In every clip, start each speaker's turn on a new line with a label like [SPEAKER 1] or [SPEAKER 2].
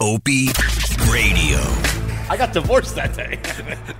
[SPEAKER 1] Opie Radio.
[SPEAKER 2] I got divorced that day.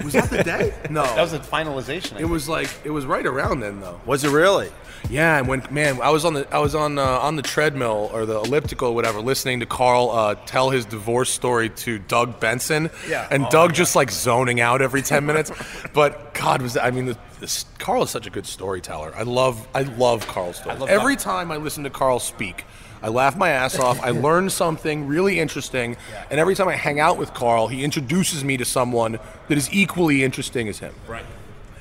[SPEAKER 3] Was that the day? No.
[SPEAKER 2] that was the finalization. I
[SPEAKER 3] it was like it was right around then though.
[SPEAKER 4] Was it really?
[SPEAKER 3] Yeah, and when man, I was on the I was on uh, on the treadmill or the elliptical, or whatever, listening to Carl uh, tell his divorce story to Doug Benson.
[SPEAKER 4] Yeah. Oh
[SPEAKER 3] and Doug just like zoning out every ten minutes. but God was I mean, the, this, Carl is such a good storyteller. I love I love Carl's story.
[SPEAKER 2] love
[SPEAKER 3] every
[SPEAKER 2] Doug.
[SPEAKER 3] time I listen to Carl speak. I laugh my ass off. I learn something really interesting. And every time I hang out with Carl, he introduces me to someone that is equally interesting as him. Right.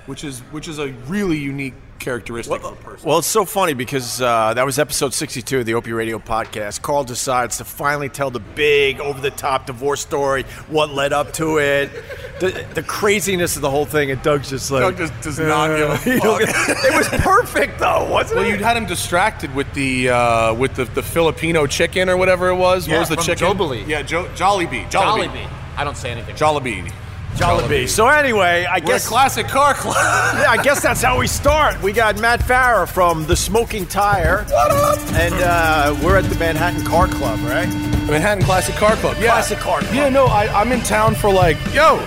[SPEAKER 3] Which is which is a really unique characteristic of a person.
[SPEAKER 4] Well, it's so funny because uh, that was episode 62 of the Opie Radio podcast. Carl decides to finally tell the big, over the top divorce story, what led up to it, the, the craziness of the whole thing, and Doug's just like.
[SPEAKER 3] Doug just does not give a
[SPEAKER 4] you know,
[SPEAKER 3] fuck.
[SPEAKER 4] it was perfect, though, wasn't
[SPEAKER 3] Well,
[SPEAKER 4] it?
[SPEAKER 3] you had him distracted with the uh, with the, the Filipino chicken or whatever it was.
[SPEAKER 4] Yeah,
[SPEAKER 3] what was the
[SPEAKER 4] from
[SPEAKER 3] chicken?
[SPEAKER 4] Jollibee.
[SPEAKER 3] Yeah, jo- Jollibee. Jollibee.
[SPEAKER 2] I don't say anything.
[SPEAKER 3] Jollibee.
[SPEAKER 4] Jollibee. So, anyway, I
[SPEAKER 3] We're a
[SPEAKER 4] guess.
[SPEAKER 3] classic car club.
[SPEAKER 4] yeah, I guess that's how we start. We got Matt Farah from The Smoking Tire. What up? And uh, we're at the Manhattan Car Club, right?
[SPEAKER 3] Manhattan Classic Car Club. Yeah.
[SPEAKER 4] Classic Car Club.
[SPEAKER 3] Yeah, no, I, I'm in town for like, yo,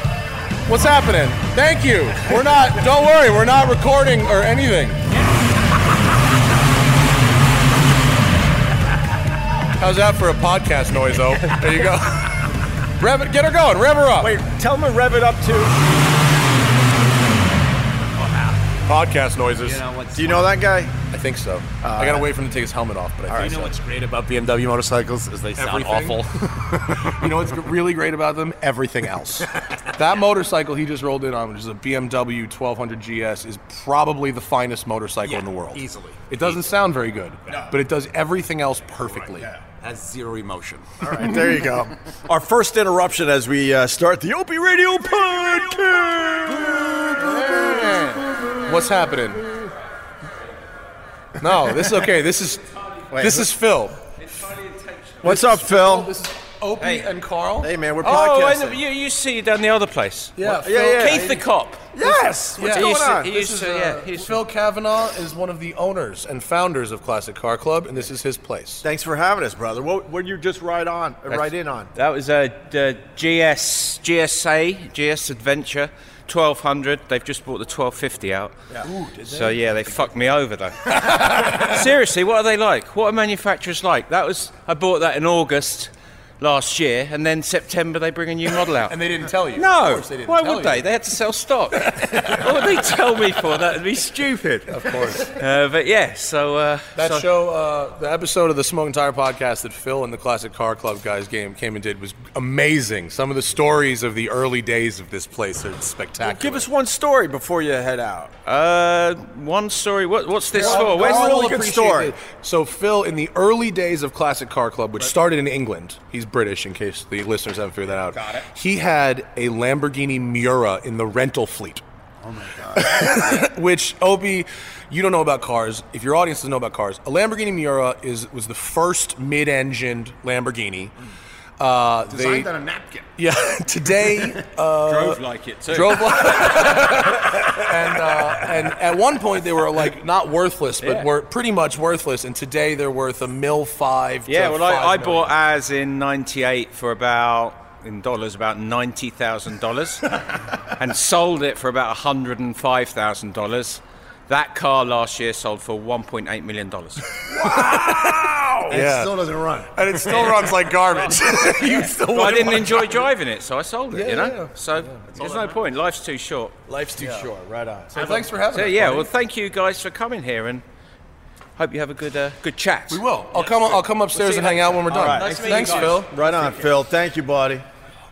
[SPEAKER 3] what's happening? Thank you. We're not. don't worry, we're not recording or anything. How's that for a podcast noise, though? There you go. Rev it, get her going. Rev her up.
[SPEAKER 4] Wait, tell them to rev it up to.
[SPEAKER 3] podcast noises.
[SPEAKER 2] You know what's,
[SPEAKER 4] Do you know that guy?
[SPEAKER 3] I think so. I gotta wait for him to take his helmet off, but I
[SPEAKER 2] you
[SPEAKER 3] think
[SPEAKER 2] know
[SPEAKER 3] so.
[SPEAKER 2] what's great about
[SPEAKER 4] About BMW motorcycles is they
[SPEAKER 2] sound
[SPEAKER 3] Everything.
[SPEAKER 2] awful?
[SPEAKER 3] You know what's really great about them? Everything else. that motorcycle he just rolled in on, which is a BMW 1200 GS, is probably the finest motorcycle in the world.
[SPEAKER 5] easily.
[SPEAKER 3] It doesn't sound very good, but it does everything else perfectly.
[SPEAKER 5] Has zero emotion.
[SPEAKER 4] All right, there you go. Our first interruption as we uh, start the Opie Radio podcast.
[SPEAKER 3] Yeah. What's happening? No, this is okay. This is this is Phil.
[SPEAKER 4] What's up, Phil?
[SPEAKER 3] This is Opie and Carl.
[SPEAKER 4] Hey, man, we're
[SPEAKER 6] Oh,
[SPEAKER 4] podcasting.
[SPEAKER 6] and you, you see down the other place.
[SPEAKER 3] yeah,
[SPEAKER 4] yeah, yeah.
[SPEAKER 6] Keith the cop.
[SPEAKER 4] Yes. What's
[SPEAKER 3] Yeah.
[SPEAKER 4] going
[SPEAKER 6] He's-
[SPEAKER 4] on?
[SPEAKER 6] he-
[SPEAKER 3] This is,
[SPEAKER 6] Used to,
[SPEAKER 3] uh,
[SPEAKER 6] yeah, he used
[SPEAKER 3] Phil Kavanaugh is one of the owners and founders of Classic Car Club, and this is his place.
[SPEAKER 4] Thanks for having us, brother. What would you just ride on? uh, Ride in on?
[SPEAKER 6] That was a, the GS GSA GS Adventure 1200. They've just brought the 1250 out. So yeah, they fucked me over though. Seriously, what are they like? What are manufacturers like? That was I bought that in August last year, and then September they bring a new model out.
[SPEAKER 3] And they didn't tell you. Of
[SPEAKER 6] no,
[SPEAKER 3] course they didn't
[SPEAKER 6] why
[SPEAKER 3] tell
[SPEAKER 6] would
[SPEAKER 3] you.
[SPEAKER 6] they? They had to sell stock. what would they tell me for? That would be stupid.
[SPEAKER 3] Of course.
[SPEAKER 6] Uh, but yeah, so uh,
[SPEAKER 3] That
[SPEAKER 6] so-
[SPEAKER 3] show, uh, the episode of the Smoking Tire podcast that Phil and the Classic Car Club guys game came and did was amazing. Some of the stories of the early days of this place are spectacular.
[SPEAKER 4] Give us one story before you head out.
[SPEAKER 6] Uh, one story. What, what's this for? Where's
[SPEAKER 4] Carl
[SPEAKER 6] the-
[SPEAKER 4] really good
[SPEAKER 3] appreciate
[SPEAKER 4] story.
[SPEAKER 3] it. So Phil, in the early days of Classic Car Club, which started in England, he's British in case the listeners haven't figured that out. Got it. He had a Lamborghini Miura in the rental fleet. Oh my god. which Obi, you don't know about cars. If your audience doesn't know about cars, a Lamborghini Miura is was the first mid-engined Lamborghini. Uh, they,
[SPEAKER 5] Designed on a napkin.
[SPEAKER 3] yeah, today uh,
[SPEAKER 6] drove like it too.
[SPEAKER 3] drove one. and, uh, and at one point they were like not worthless, but
[SPEAKER 6] Yeah.
[SPEAKER 3] were pretty much worthless. And today they're worth a mil five. to
[SPEAKER 6] Yeah, well, I,
[SPEAKER 3] five
[SPEAKER 6] I
[SPEAKER 3] million.
[SPEAKER 6] bought ours in '98 for about in dollars about ninety thousand dollars, and sold it for about hundred and five thousand dollars. That car last year sold for one point eight million dollars.
[SPEAKER 3] Yeah.
[SPEAKER 5] It still doesn't run.
[SPEAKER 3] and it still runs like garbage. you still
[SPEAKER 6] But I
[SPEAKER 3] wouldn't
[SPEAKER 6] didn't
[SPEAKER 3] want-
[SPEAKER 6] enjoy driving it, so I sold it.
[SPEAKER 3] Yeah,
[SPEAKER 6] you know,
[SPEAKER 3] yeah, yeah.
[SPEAKER 6] so there's no point. Life's too short.
[SPEAKER 3] Life's too short.
[SPEAKER 4] Right on.
[SPEAKER 3] So thanks for having
[SPEAKER 6] So
[SPEAKER 3] us.
[SPEAKER 6] yeah,
[SPEAKER 3] buddy.
[SPEAKER 6] well, thank you guys for coming here, and hope you have a good uh, good chat.
[SPEAKER 3] we will. I'll come. I'll come upstairs
[SPEAKER 6] see
[SPEAKER 3] and
[SPEAKER 6] you
[SPEAKER 3] hang out when we're done.
[SPEAKER 4] right.
[SPEAKER 6] Nice to meet you
[SPEAKER 3] thanks,
[SPEAKER 6] guys.
[SPEAKER 3] Phil.
[SPEAKER 4] Right on, Phil. Thank you, buddy. Uh-huh.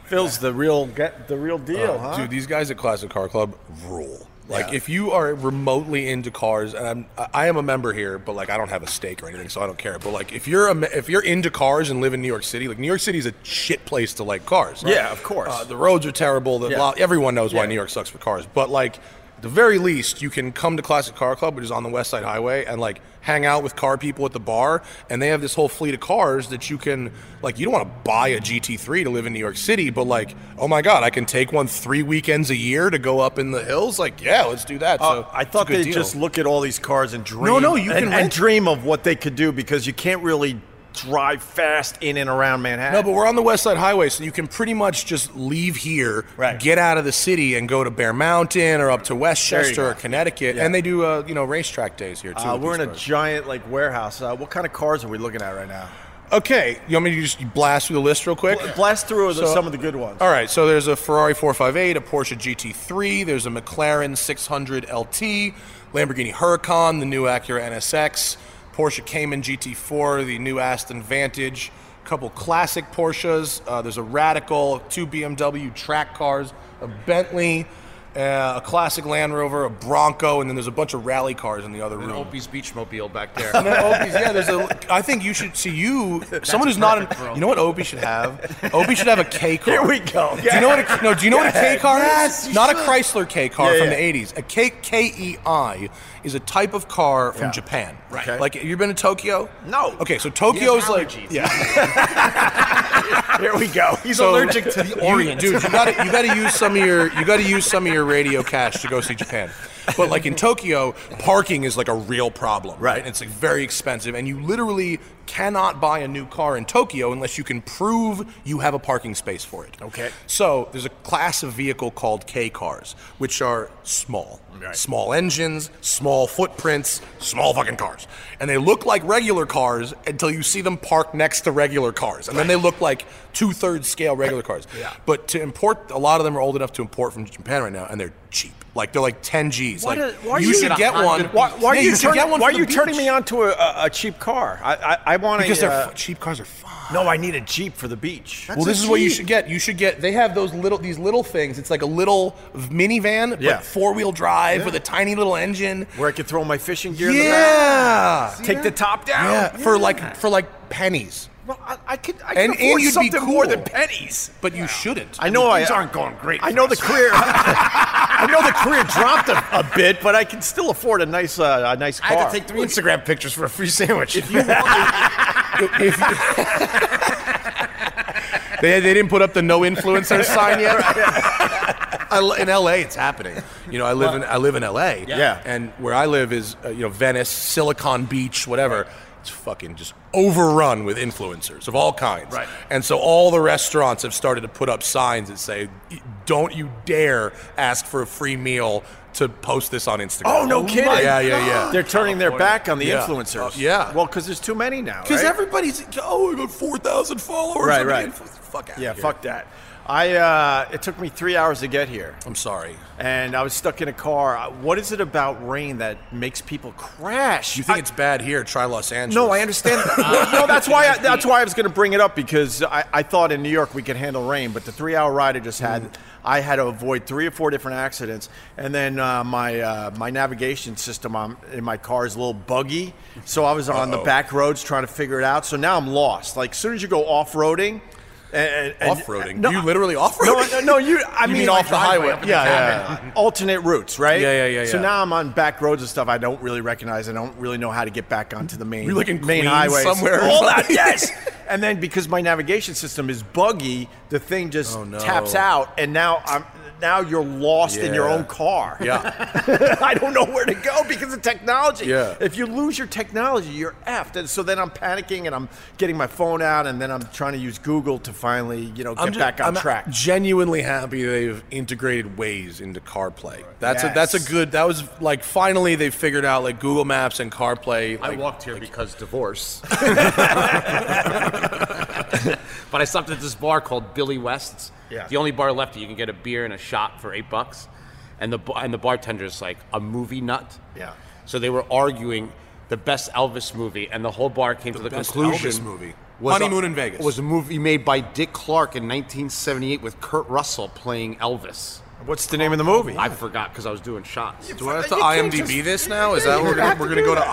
[SPEAKER 4] Phil's the real get the real deal, huh?
[SPEAKER 3] Dude, these guys at Classic Car Club rule. Like, if you are remotely into cars, and I'm, I- I am a member here, but like, I don't have a stake or anything, so I don't care. But like, if you're a, me- if you're into cars and live in New York City, like New York City is a shit place to like cars.
[SPEAKER 4] Yeah, of course.
[SPEAKER 3] Uh, the roads are terrible. The
[SPEAKER 4] Yeah.
[SPEAKER 3] lo- everyone knows why
[SPEAKER 4] Yeah.
[SPEAKER 3] New York sucks for cars. But like, at the very least, you can come to Classic Car Club, which is on the West Side Highway, and like hang out with car people at the bar. And they have this whole fleet of cars that you can like. You don't want to buy a GT3 to live in New York City, but like, oh my God, I can take one three weekends a year to go up in the hills. Like, yeah, let's do that.
[SPEAKER 4] Uh,
[SPEAKER 3] so
[SPEAKER 4] I
[SPEAKER 3] it's a
[SPEAKER 4] thought
[SPEAKER 3] good
[SPEAKER 4] they
[SPEAKER 3] deal.
[SPEAKER 4] just look at all these cars and dream.
[SPEAKER 3] No, no, you
[SPEAKER 4] and,
[SPEAKER 3] can
[SPEAKER 4] and
[SPEAKER 3] rent.
[SPEAKER 4] dream of what they could do because you can't really drive fast in and around Manhattan.
[SPEAKER 3] No, but we're on the West Side Highway, so you can pretty much just leave here,
[SPEAKER 4] Right.
[SPEAKER 3] get out of the city, and go to Bear Mountain or up to Westchester
[SPEAKER 4] go.
[SPEAKER 3] or Connecticut. And they do, uh, you know, racetrack days here too.
[SPEAKER 4] Uh,
[SPEAKER 3] with
[SPEAKER 4] we're
[SPEAKER 3] these
[SPEAKER 4] in a
[SPEAKER 3] cars.
[SPEAKER 4] giant like warehouse. Uh, what kind of cars are we looking at right now?
[SPEAKER 3] okay, you want me to just blast through the list real quick?
[SPEAKER 4] Blast through the,
[SPEAKER 3] So-
[SPEAKER 4] some of the good ones.
[SPEAKER 3] All right, so there's a Ferrari 458, a Porsche GT3, there's a McLaren 600 LT, Lamborghini Huracan, the new Acura NSX, Porsche Cayman GT4, the new Aston Vantage, a couple classic Porsches, uh, there's a Radical, two BMW track cars, a Bentley, uh, a classic Land Rover, a Bronco, and then there's a bunch of rally cars in the other room.
[SPEAKER 2] Opie's Beach Mobile back there.
[SPEAKER 3] And then Opie's, yeah, there's a. I think you should see you, someone who's not.
[SPEAKER 2] perfect,
[SPEAKER 3] In,
[SPEAKER 2] bro.
[SPEAKER 3] you know what Opie should have? Opie should have a K car.
[SPEAKER 4] Here we go.
[SPEAKER 3] Do you know what? A, no. Do you know what a K car
[SPEAKER 4] Yes,
[SPEAKER 3] is?
[SPEAKER 4] you
[SPEAKER 3] Not a
[SPEAKER 4] should.
[SPEAKER 3] Chrysler K car
[SPEAKER 4] Yeah,
[SPEAKER 3] from
[SPEAKER 4] yeah.
[SPEAKER 3] the '80s. A K K E I is a type of car from
[SPEAKER 4] Yeah.
[SPEAKER 3] Japan.
[SPEAKER 4] Right. Okay.
[SPEAKER 3] Like you've been to Tokyo?
[SPEAKER 4] No.
[SPEAKER 3] Okay, so Tokyo's like
[SPEAKER 2] allergies.
[SPEAKER 3] yeah.
[SPEAKER 4] Here we go. He's
[SPEAKER 3] So-
[SPEAKER 4] allergic to the Orient.
[SPEAKER 3] Dude, you gotta you gotta use some of your you gotta use some of your radio cash to go see Japan. But like in Tokyo, parking is like a real problem.
[SPEAKER 4] Right.
[SPEAKER 3] And it's like very expensive, and you literally cannot buy a new car in Tokyo unless you can prove you have a parking space for it.
[SPEAKER 4] Okay.
[SPEAKER 3] So there's a class of vehicle called K cars, which are small,
[SPEAKER 4] Right.
[SPEAKER 3] small engines, small footprints, small fucking cars, and they look like regular cars until you see them parked next to regular cars, and then they look like two-thirds scale regular cars.
[SPEAKER 4] Yeah.
[SPEAKER 3] But to import, a lot of them are old enough to import from Japan right now, and they're cheap. Like they're like 10 G's.
[SPEAKER 4] Why
[SPEAKER 3] like
[SPEAKER 4] do- why
[SPEAKER 3] you
[SPEAKER 4] do-
[SPEAKER 3] should get one.
[SPEAKER 4] Why, why
[SPEAKER 3] Yeah,
[SPEAKER 4] are you,
[SPEAKER 3] should
[SPEAKER 4] turning,
[SPEAKER 3] get one
[SPEAKER 4] why
[SPEAKER 3] for
[SPEAKER 4] are
[SPEAKER 3] the
[SPEAKER 4] you turning
[SPEAKER 3] beach.
[SPEAKER 4] me on to a, a, a cheap car? I I, I want
[SPEAKER 3] Because
[SPEAKER 4] a,
[SPEAKER 3] they're
[SPEAKER 4] uh,
[SPEAKER 3] fu- cheap cars are fun.
[SPEAKER 4] no. I need a jeep for the beach.
[SPEAKER 3] well, this is what you should get. You should get. They have those little, these little things. It's like a little minivan,
[SPEAKER 4] Yeah.
[SPEAKER 3] but four wheel drive with a tiny little engine.
[SPEAKER 4] where I could throw my fishing gear. in the back,
[SPEAKER 3] Yeah,
[SPEAKER 4] take the top down.
[SPEAKER 3] yeah, for like for like pennies.
[SPEAKER 4] Well, I, I could. I
[SPEAKER 3] And-
[SPEAKER 4] could
[SPEAKER 3] and
[SPEAKER 4] afford
[SPEAKER 3] you'd be
[SPEAKER 4] something more
[SPEAKER 3] cool.
[SPEAKER 4] than pennies.
[SPEAKER 3] But you shouldn't.
[SPEAKER 4] I know I,
[SPEAKER 5] Things aren't going great.
[SPEAKER 4] I know the career. I know the career dropped a, a bit, but I can still afford a nice uh, a nice
[SPEAKER 5] I
[SPEAKER 4] car.
[SPEAKER 5] had to take three Instagram pictures for a free sandwich.
[SPEAKER 3] If you- they, they didn't put up the no influencer sign yet. I li- in LA, it's happening. You know, I live in I live in LA.
[SPEAKER 4] Yeah.
[SPEAKER 3] And where I live is uh, you know Venice, Silicon Beach, whatever. It's fucking just overrun with influencers of all kinds.
[SPEAKER 5] Right.
[SPEAKER 3] And so all the restaurants have started to put up signs that say, "Don't you dare ask for a free meal." To post this on Instagram.
[SPEAKER 4] Oh, no kidding.
[SPEAKER 3] Yeah, yeah, yeah.
[SPEAKER 4] They're turning their back on the
[SPEAKER 3] Yeah.
[SPEAKER 4] influencers.
[SPEAKER 3] Uh, yeah.
[SPEAKER 4] Well, because there's too many now.
[SPEAKER 3] Because
[SPEAKER 4] right?
[SPEAKER 3] everybody's oh, I got four thousand followers.
[SPEAKER 4] Right,
[SPEAKER 3] I'm
[SPEAKER 4] right.
[SPEAKER 3] getting- Fuck out.
[SPEAKER 4] Yeah, fuck that. I uh, it took me three hours to get here,
[SPEAKER 3] I'm sorry.
[SPEAKER 4] and I was stuck in a car. Uh, What is it about rain that makes people crash?
[SPEAKER 3] You think
[SPEAKER 4] I-
[SPEAKER 3] it's bad here? Try Los Angeles.
[SPEAKER 4] no, I understand. Well, no, that's why. I, that's why I was going to bring it up because I, I thought in New York we could handle rain, but the three-hour ride I just had, I had to avoid three or four different accidents, and then uh, my uh, my navigation system on, in my car is a little buggy, so I was on the
[SPEAKER 3] Uh-oh.
[SPEAKER 4] back roads trying to figure it out. So now I'm lost. Like as soon as you go off-roading. And, and-
[SPEAKER 3] Off-roading?
[SPEAKER 4] No,
[SPEAKER 3] You literally off-roading?
[SPEAKER 4] No, no, no, you. I
[SPEAKER 3] You
[SPEAKER 4] mean,
[SPEAKER 3] mean off the highway.
[SPEAKER 4] Yeah, yeah, yeah. Alternate routes, right?
[SPEAKER 3] Yeah, yeah, yeah,
[SPEAKER 4] So
[SPEAKER 3] yeah.
[SPEAKER 4] now I'm on back roads and stuff. I don't really recognize. I don't really know how to get back onto the main
[SPEAKER 3] You're like in
[SPEAKER 4] main
[SPEAKER 3] Queens
[SPEAKER 4] highways.
[SPEAKER 3] somewhere or
[SPEAKER 4] All that,
[SPEAKER 3] something.
[SPEAKER 4] yes. And then because my navigation system is buggy, the thing just
[SPEAKER 3] Oh, no.
[SPEAKER 4] taps out, and now I'm now you're lost in your
[SPEAKER 3] Yeah.
[SPEAKER 4] own car.
[SPEAKER 3] Yeah.
[SPEAKER 4] I don't know where to go because of technology.
[SPEAKER 3] Yeah.
[SPEAKER 4] If you lose your technology, you're effed. And so then I'm panicking and I'm getting my phone out, and then I'm trying to use Google to finally you know get
[SPEAKER 3] ju-
[SPEAKER 4] back on
[SPEAKER 3] I'm
[SPEAKER 4] track.
[SPEAKER 3] Genuinely happy they've integrated Waze into CarPlay. That's a that's a
[SPEAKER 4] Yes.
[SPEAKER 3] good. That was like finally they figured out like Google Maps and CarPlay.
[SPEAKER 2] I
[SPEAKER 3] like-
[SPEAKER 2] walked here because divorce. but I stopped at this bar called Billy West's.
[SPEAKER 4] Yeah.
[SPEAKER 2] The only bar left that you can get a beer and a shot for eight bucks. And the ba- and the bartender's like a movie nut.
[SPEAKER 4] Yeah.
[SPEAKER 2] So they were arguing the best Elvis movie, and the whole bar came to the
[SPEAKER 3] best
[SPEAKER 2] conclusion.
[SPEAKER 3] Elvis movie.
[SPEAKER 2] was
[SPEAKER 3] Honeymoon
[SPEAKER 2] a-
[SPEAKER 3] in Vegas.
[SPEAKER 2] was a movie made by Dick Clark in 1978 with Kurt Russell playing Elvis.
[SPEAKER 4] What's the name of the movie?
[SPEAKER 2] I forgot because I was doing shots.
[SPEAKER 3] Do I have to
[SPEAKER 4] You can't
[SPEAKER 3] IMDb
[SPEAKER 4] just-
[SPEAKER 3] this now? Is
[SPEAKER 4] Yeah,
[SPEAKER 3] that
[SPEAKER 4] you
[SPEAKER 3] we're
[SPEAKER 4] have
[SPEAKER 3] gonna,
[SPEAKER 4] to
[SPEAKER 3] we're gonna
[SPEAKER 4] do
[SPEAKER 3] go to
[SPEAKER 4] that.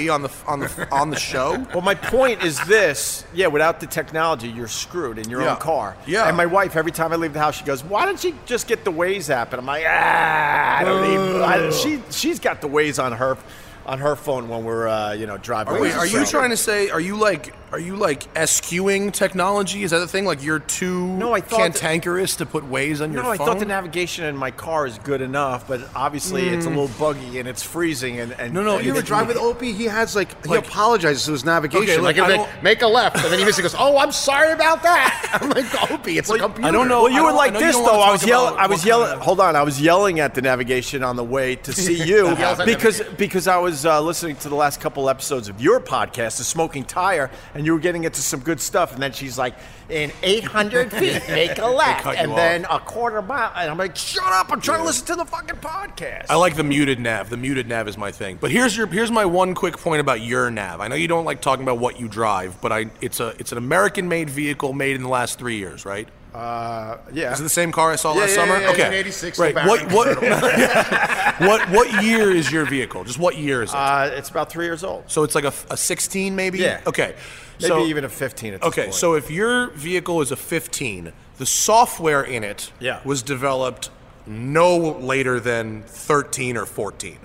[SPEAKER 3] IMDb on the on the on the show?
[SPEAKER 4] Well, my point is this: yeah, without the technology, you're screwed in your
[SPEAKER 3] Yeah.
[SPEAKER 4] own car.
[SPEAKER 3] Yeah.
[SPEAKER 4] And my wife, every time I leave the house, she goes, "Why don't you just get the Waze app?" And I'm like, "Ah, I don't need." I, she she's got the Waze on her on her phone when we're uh, you know driving.
[SPEAKER 3] Oh, Wait,
[SPEAKER 4] around.
[SPEAKER 3] are you
[SPEAKER 4] So-
[SPEAKER 3] trying to say? Are you like Are you like eschewing technology? Is that the thing? Like you're too
[SPEAKER 4] No, I thought that-
[SPEAKER 3] cantankerous to put ways on your
[SPEAKER 4] No, I
[SPEAKER 3] phone?
[SPEAKER 4] thought the navigation in my car is good enough, but obviously it's a little buggy and it's freezing. And, and
[SPEAKER 3] Hmm. No, no,
[SPEAKER 4] and
[SPEAKER 3] you
[SPEAKER 2] You ever
[SPEAKER 4] it's-
[SPEAKER 2] drive with Opie? He has like,
[SPEAKER 3] Like-
[SPEAKER 2] he apologizes to his navigation.
[SPEAKER 3] Okay, look,
[SPEAKER 2] like, if
[SPEAKER 3] I
[SPEAKER 2] they
[SPEAKER 3] don't-
[SPEAKER 2] make a left, and then he misses. Goes, oh, I'm sorry about that. I'm like Opie. It's a computer.
[SPEAKER 3] I don't know.
[SPEAKER 4] Well, you
[SPEAKER 3] I
[SPEAKER 4] were
[SPEAKER 3] don't-
[SPEAKER 4] like
[SPEAKER 3] I know you
[SPEAKER 4] this
[SPEAKER 3] don't wanna
[SPEAKER 4] though. I
[SPEAKER 3] talk
[SPEAKER 4] was yelling.
[SPEAKER 3] about
[SPEAKER 4] I was
[SPEAKER 3] what
[SPEAKER 4] yelling.
[SPEAKER 3] kind of-
[SPEAKER 4] Hold on. I was yelling at the navigation on the way to see you
[SPEAKER 2] Yells at
[SPEAKER 4] because because I was uh, listening to the last couple episodes of your podcast, The Smoking Tire, and you were getting into some good stuff. And then she's like, "In 800 feet, make a left,
[SPEAKER 3] cut
[SPEAKER 4] and
[SPEAKER 3] you
[SPEAKER 4] then a quarter mile." And I'm like, "Shut up! I'm trying to listen to the fucking podcast."
[SPEAKER 3] I like the muted nav. The muted nav is my thing. But here's your here's my one quick point about your nav. I know you don't like talking about what you drive, but I it's a it's an American-made vehicle made in the last three years, right?
[SPEAKER 4] Uh, yeah.
[SPEAKER 3] Is it the same car I saw last
[SPEAKER 2] yeah,
[SPEAKER 3] summer?
[SPEAKER 2] yeah, yeah,
[SPEAKER 3] okay.
[SPEAKER 2] 1986
[SPEAKER 3] right.
[SPEAKER 2] Subaru
[SPEAKER 3] What what, what what year is your vehicle? Just what year is it?
[SPEAKER 4] Uh, it's about three years old.
[SPEAKER 3] so it's like a, a 16 maybe?
[SPEAKER 4] Yeah.
[SPEAKER 3] Okay.
[SPEAKER 4] Maybe
[SPEAKER 3] so,
[SPEAKER 4] even a 15. At this
[SPEAKER 3] Okay,
[SPEAKER 4] point.
[SPEAKER 3] so if your vehicle is a 15, the software in it
[SPEAKER 4] Yeah.
[SPEAKER 3] was developed no later than 13 or 14.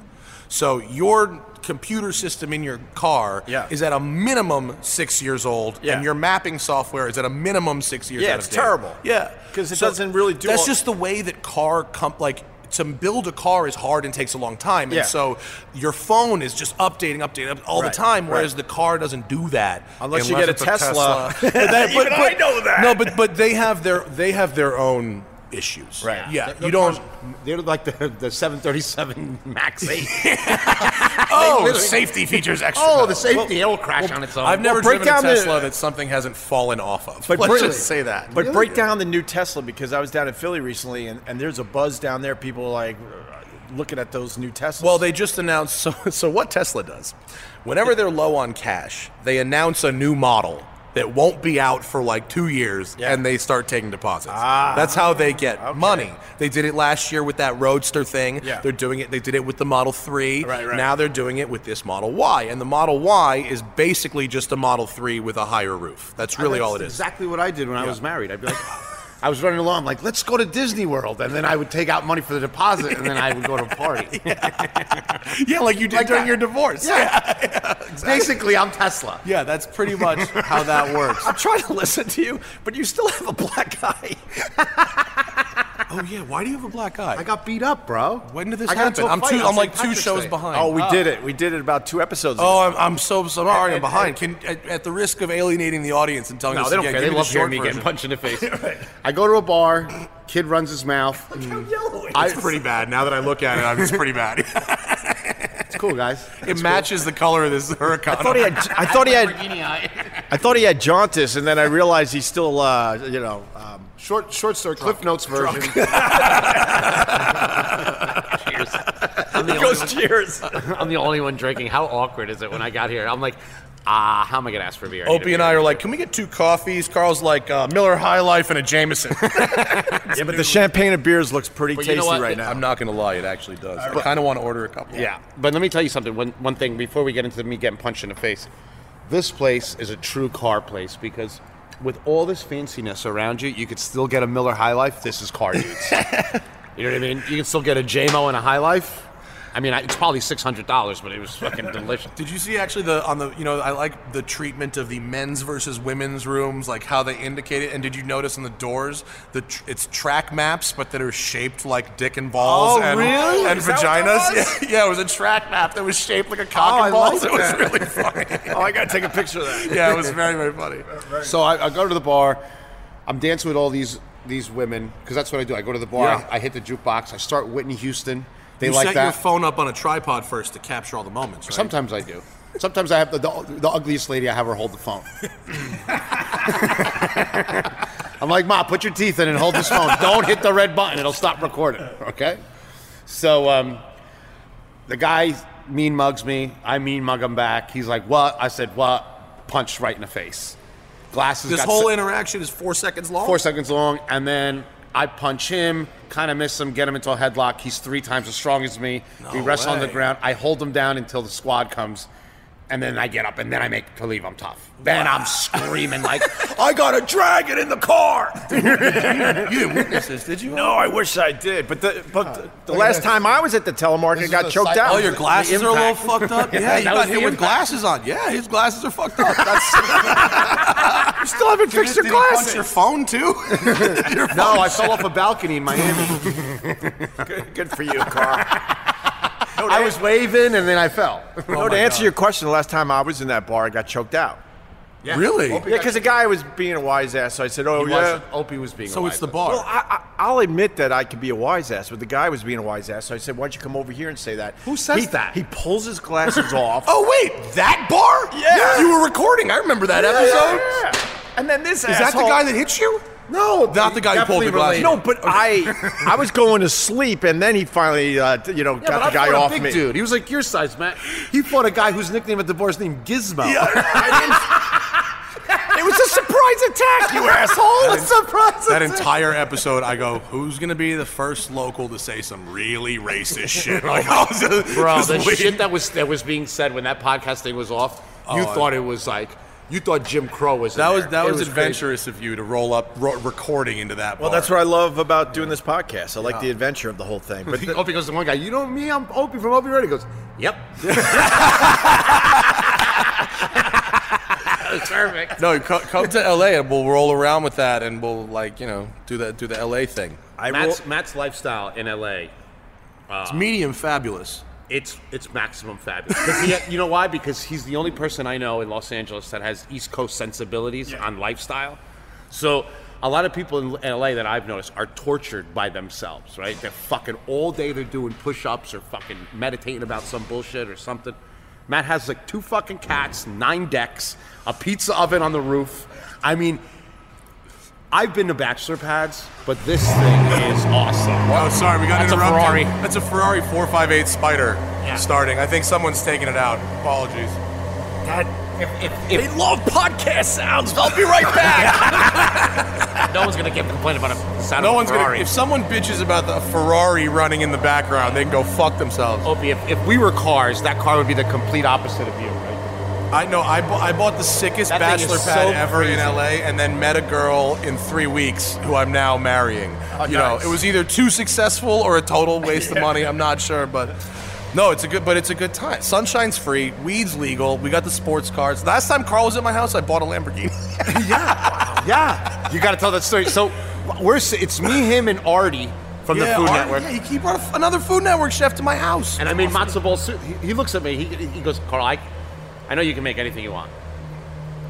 [SPEAKER 3] So your computer system in your car
[SPEAKER 4] Yeah.
[SPEAKER 3] is at a minimum six years old,
[SPEAKER 4] Yeah.
[SPEAKER 3] and your mapping software is at a minimum six years.
[SPEAKER 4] Yeah,
[SPEAKER 3] out
[SPEAKER 4] it's
[SPEAKER 3] of date.
[SPEAKER 4] terrible.
[SPEAKER 3] Yeah,
[SPEAKER 4] 'Cause it doesn't really do
[SPEAKER 3] That's
[SPEAKER 4] all-
[SPEAKER 3] just the way that car com- like. To build a car is hard and takes a long time,
[SPEAKER 4] Yeah.
[SPEAKER 3] and so your phone is just updating, updating up- all
[SPEAKER 4] Right,
[SPEAKER 3] the time. Whereas
[SPEAKER 4] right.
[SPEAKER 3] the car doesn't do that
[SPEAKER 4] Unless you get a
[SPEAKER 3] it's
[SPEAKER 4] Tesla.
[SPEAKER 3] but that,
[SPEAKER 4] Even
[SPEAKER 3] but-
[SPEAKER 4] I
[SPEAKER 3] but-
[SPEAKER 4] know that.
[SPEAKER 3] No, but but they have their they have their own issues.
[SPEAKER 2] Right.
[SPEAKER 3] Yeah.
[SPEAKER 2] The-
[SPEAKER 3] you
[SPEAKER 2] the
[SPEAKER 3] don't.
[SPEAKER 2] They're like the, the 737 Max 8.
[SPEAKER 3] Oh,
[SPEAKER 4] Oh,
[SPEAKER 2] literally-
[SPEAKER 3] safety features extra.
[SPEAKER 2] oh, the safety. it'll crash on its own.
[SPEAKER 3] I've never
[SPEAKER 4] break
[SPEAKER 3] driven a
[SPEAKER 4] down the-
[SPEAKER 3] Tesla that something hasn't fallen off of.
[SPEAKER 4] But
[SPEAKER 3] Let's
[SPEAKER 4] break-
[SPEAKER 3] just say that.
[SPEAKER 4] But break down the new Tesla because I was down in Philly recently, and, and there's a buzz down there. People are like uh, looking at those new Teslas.
[SPEAKER 3] Well, they just announced. So, so what Tesla does, whenever they're low on cash, they announce a new model that won't be out for like two years, and they start taking deposits. Ah, That's how they get money. They did it last year with that Roadster thing.
[SPEAKER 4] Yeah.
[SPEAKER 3] They're doing it. They did it with the Model Three.
[SPEAKER 4] Right, right.
[SPEAKER 3] Now they're doing it with this Model Y, and the Model Y is basically just a Model Three with a higher roof. That's really all it
[SPEAKER 2] That's
[SPEAKER 3] is.
[SPEAKER 2] Exactly what I did when I was married. I'd be like, I was running along, like, let's go to Disney World, and then I would take out money for the deposit, and then I would go to a party.
[SPEAKER 3] Yeah, like you did
[SPEAKER 2] Like
[SPEAKER 3] during
[SPEAKER 2] that.
[SPEAKER 3] your divorce.
[SPEAKER 2] Yeah. Basically, I'm Tesla.
[SPEAKER 3] Yeah, that's pretty much how that works.
[SPEAKER 4] I'm trying to listen to you, but you still have a black eye.
[SPEAKER 3] oh yeah, why do you have a black eye?
[SPEAKER 2] I got beat up, bro.
[SPEAKER 3] When did this
[SPEAKER 2] I got
[SPEAKER 3] happen?
[SPEAKER 2] into a
[SPEAKER 3] I'm
[SPEAKER 2] fight
[SPEAKER 3] two.
[SPEAKER 2] on
[SPEAKER 3] I'm
[SPEAKER 2] St.
[SPEAKER 3] like two
[SPEAKER 2] Patrick's
[SPEAKER 3] shows
[SPEAKER 2] Day.
[SPEAKER 3] behind.
[SPEAKER 4] Oh, we did it. We did it about two episodes ago.
[SPEAKER 3] Oh, I'm, I'm so sorry. I'm behind. Can at, at the risk of alienating the audience and telling
[SPEAKER 2] No,
[SPEAKER 3] us
[SPEAKER 2] they don't
[SPEAKER 3] again,
[SPEAKER 2] care. They
[SPEAKER 3] give me the
[SPEAKER 2] love hearing
[SPEAKER 3] short
[SPEAKER 2] me
[SPEAKER 3] version.
[SPEAKER 2] getting punched in the face. I go to a bar, kid runs his mouth.
[SPEAKER 3] It's pretty bad. Now that I look at it, I'm, it's pretty bad.
[SPEAKER 2] It's cool, guys.
[SPEAKER 3] it matches the color of this hurricane.
[SPEAKER 4] I thought he had. I thought he had. I thought he had jaundice, and then I realized he's still. Uh, you know. Um,
[SPEAKER 2] Short, short story, Cliff Notes version.
[SPEAKER 7] I'm the, only
[SPEAKER 4] goes
[SPEAKER 7] one,
[SPEAKER 4] cheers.
[SPEAKER 7] I'm the only one drinking. How awkward is it when I got here? I'm like, ah, how am I gonna ask for beer? I need a
[SPEAKER 3] Opie and
[SPEAKER 7] beer."
[SPEAKER 3] I are like, can we get two coffees? Carl's like, uh, Miller High Life and a Jameson.
[SPEAKER 4] yeah, but the champagne and beers looks pretty
[SPEAKER 7] But you
[SPEAKER 4] tasty
[SPEAKER 7] know what?
[SPEAKER 4] right now.
[SPEAKER 3] I'm not going to lie, it actually does. I kind of want to order a couple.
[SPEAKER 8] Yeah.
[SPEAKER 2] But let me tell you something. One, one thing before we get into me getting punched in the face, this place is a true car place because with all this fanciness around you, you could still get a Miller High Life. This is car dudes.
[SPEAKER 7] You know what I mean? You can still get a JMO and a High Life. I mean, I- it's probably six hundred dollars, but it was fucking delicious.
[SPEAKER 3] Did you see actually the on the you know I like the treatment of the men's versus women's rooms like how they indicate it and did you notice on the doors the tr- it's track maps but that are shaped like dick and balls
[SPEAKER 4] Oh,
[SPEAKER 3] and,
[SPEAKER 4] really?
[SPEAKER 3] and
[SPEAKER 4] Is that what that
[SPEAKER 3] vaginas
[SPEAKER 4] was?
[SPEAKER 3] yeah, yeah it was a track map that was shaped like a cock
[SPEAKER 4] Oh,
[SPEAKER 3] and
[SPEAKER 4] I like
[SPEAKER 3] balls it was
[SPEAKER 4] that.
[SPEAKER 3] really funny
[SPEAKER 4] Oh, I gotta take a picture of that.
[SPEAKER 3] yeah it was very very funny
[SPEAKER 2] so I, I go to the bar. I'm dancing with all these these women because that's what I do. I go to the bar.
[SPEAKER 3] Yeah.
[SPEAKER 2] I hit the jukebox. I start Whitney Houston. They
[SPEAKER 3] you
[SPEAKER 2] like
[SPEAKER 3] set
[SPEAKER 2] that.
[SPEAKER 3] your phone up on a tripod first to capture all the moments right?
[SPEAKER 2] Sometimes I do. Sometimes I have the, the, the ugliest lady. I have her hold the phone. I'm like, Ma, put your teeth in and hold this phone. Don't hit the red button; it'll stop recording. Okay. So um, the guy mean mugs me. I mean mug him back. He's like, "What?" I said, "What?" Punched right in the face. Glasses.
[SPEAKER 3] this
[SPEAKER 2] got
[SPEAKER 3] whole
[SPEAKER 2] se-
[SPEAKER 3] interaction is four seconds long
[SPEAKER 2] four seconds long, and then I punch him, kind of miss him, get him into a headlock. He's three times as strong as me. we
[SPEAKER 3] No
[SPEAKER 2] wrestle on the
[SPEAKER 3] way.
[SPEAKER 2] ground. I hold him down until the squad comes,
[SPEAKER 5] And then I get up, and then I make believe I'm tough. Then I'm screaming like, "I got a dragon in the car!"
[SPEAKER 6] Did you?
[SPEAKER 4] No, I wish I did. But the Uh, but the, the last time I was at the telemarket, I got choked out.
[SPEAKER 3] Oh, your glasses are a little fucked up. Yeah, you
[SPEAKER 5] that was
[SPEAKER 3] got
[SPEAKER 5] the
[SPEAKER 3] hit with
[SPEAKER 5] impact.
[SPEAKER 3] glasses on. Yeah, his glasses are fucked up. That's,
[SPEAKER 4] You still haven't fixed your
[SPEAKER 3] did he punch
[SPEAKER 4] glasses.
[SPEAKER 3] your phone too? Your
[SPEAKER 5] No,
[SPEAKER 3] phone-
[SPEAKER 5] I fell off a balcony in Miami.
[SPEAKER 4] Good, good for you, Carl.
[SPEAKER 5] I was waving, and then I fell.
[SPEAKER 9] Oh,
[SPEAKER 4] no, to answer your question, the last time I was in that bar, I got choked out.
[SPEAKER 3] Really?
[SPEAKER 4] Yeah, because the guy was being a wise ass, so I said, "Oh
[SPEAKER 5] He
[SPEAKER 4] yeah."
[SPEAKER 5] wasn't. Opie was being.
[SPEAKER 3] So it's the
[SPEAKER 5] alive.
[SPEAKER 3] bar.
[SPEAKER 4] Well, I, I, I'll admit that I could be a wise ass, but the guy was being a wise ass, so I said, "Why don't you come over here and say that?" Who
[SPEAKER 5] says
[SPEAKER 4] he,
[SPEAKER 5] that?
[SPEAKER 4] He pulls his glasses off.
[SPEAKER 3] oh wait, that bar?
[SPEAKER 4] Yeah.
[SPEAKER 3] You were recording. I remember that
[SPEAKER 4] Yeah,
[SPEAKER 3] episode.
[SPEAKER 4] yeah, yeah. And then this
[SPEAKER 3] Is that the guy that hit you?
[SPEAKER 4] No,
[SPEAKER 3] Not the guy who pulled the glasses.
[SPEAKER 4] No, but I I was going to sleep, and then he finally, uh, t- you know,
[SPEAKER 9] Yeah, but
[SPEAKER 4] got
[SPEAKER 9] I
[SPEAKER 4] the guy
[SPEAKER 9] fought
[SPEAKER 4] off
[SPEAKER 9] a big
[SPEAKER 4] me.
[SPEAKER 9] dude. He was like your size, Matt. He fought a guy whose nickname at the bar is named Gizmo.
[SPEAKER 4] It was a surprise attack, you asshole! It's a surprise
[SPEAKER 3] That
[SPEAKER 4] attack.
[SPEAKER 3] entire episode, I go, who's gonna be the first local to say some really racist shit? Like, I was just,
[SPEAKER 9] Bro,
[SPEAKER 3] just
[SPEAKER 9] the
[SPEAKER 3] waiting.
[SPEAKER 9] shit that was that was being said when that podcast thing was off, you
[SPEAKER 3] Oh, I-
[SPEAKER 9] thought it was like you thought Jim Crow was. in
[SPEAKER 3] That was
[SPEAKER 9] there.
[SPEAKER 3] that
[SPEAKER 9] It
[SPEAKER 3] was,
[SPEAKER 9] crazy.
[SPEAKER 3] adventurous of you to roll up ro- recording into that.
[SPEAKER 4] well,
[SPEAKER 3] bar.
[SPEAKER 4] that's what I love about doing this podcast. I like the adventure of the whole thing. But the-
[SPEAKER 9] Opie goes to one guy, you know me, I'm Opie from Opie Radio. He goes, yep.
[SPEAKER 6] Perfect.
[SPEAKER 3] No, co- come to LA and we'll roll around with that and we'll like you know do the do the LA thing.
[SPEAKER 4] I will,
[SPEAKER 2] Matt's, Matt's lifestyle in LA,
[SPEAKER 3] It's medium fabulous.
[SPEAKER 2] it's it's maximum fabulous. 'Cause he- you know why? Because he's the only person I know in Los Angeles that has East Coast sensibilities on lifestyle. So a lot of people in L- LA that I've noticed are tortured by themselves, right? They're fucking all day they're doing push-ups or fucking meditating about some bullshit or something. Matt has like two fucking cats, nine decks, a pizza oven on the roof. I mean, I've been to bachelor pads, but this thing is awesome.
[SPEAKER 3] Oh, sorry, we got
[SPEAKER 2] That's a
[SPEAKER 3] interrupted.
[SPEAKER 2] Ferrari.
[SPEAKER 3] That's a Ferrari 458 Spider starting. I think someone's taking it out. Apologies.
[SPEAKER 4] they love podcast sounds. I'll be right back.
[SPEAKER 2] No one's gonna give a complaint about a sound
[SPEAKER 3] No
[SPEAKER 2] of a
[SPEAKER 3] one's
[SPEAKER 2] Ferrari.
[SPEAKER 3] gonna. If someone bitches about the Ferrari running in the background, they can go fuck themselves.
[SPEAKER 2] Opie, if, if we were cars, that car would be the complete opposite of you, right?
[SPEAKER 3] I know. I, bu- I bought the sickest
[SPEAKER 2] That thing is
[SPEAKER 3] bachelor pad
[SPEAKER 2] so
[SPEAKER 3] ever in LA, and then met a girl in three weeks who I'm now marrying.
[SPEAKER 2] Oh,
[SPEAKER 3] you know, it was either too successful or a total waste of money. I'm not sure, but no, it's a good. But it's a good time. Sunshine's free. Weed's legal. We got the sports cars. Last time Carl was at my house, I bought a Lamborghini.
[SPEAKER 5] Yeah, you got to tell that story. So we're s- it's me, him, and Artie from the Food
[SPEAKER 3] Ar-
[SPEAKER 5] Network.
[SPEAKER 3] Yeah, he- he brought a f- another Food Network chef to my house.
[SPEAKER 2] And I made matzo ball soup. He, he looks at me. He, he goes, Carl, I, I know you can make anything you want,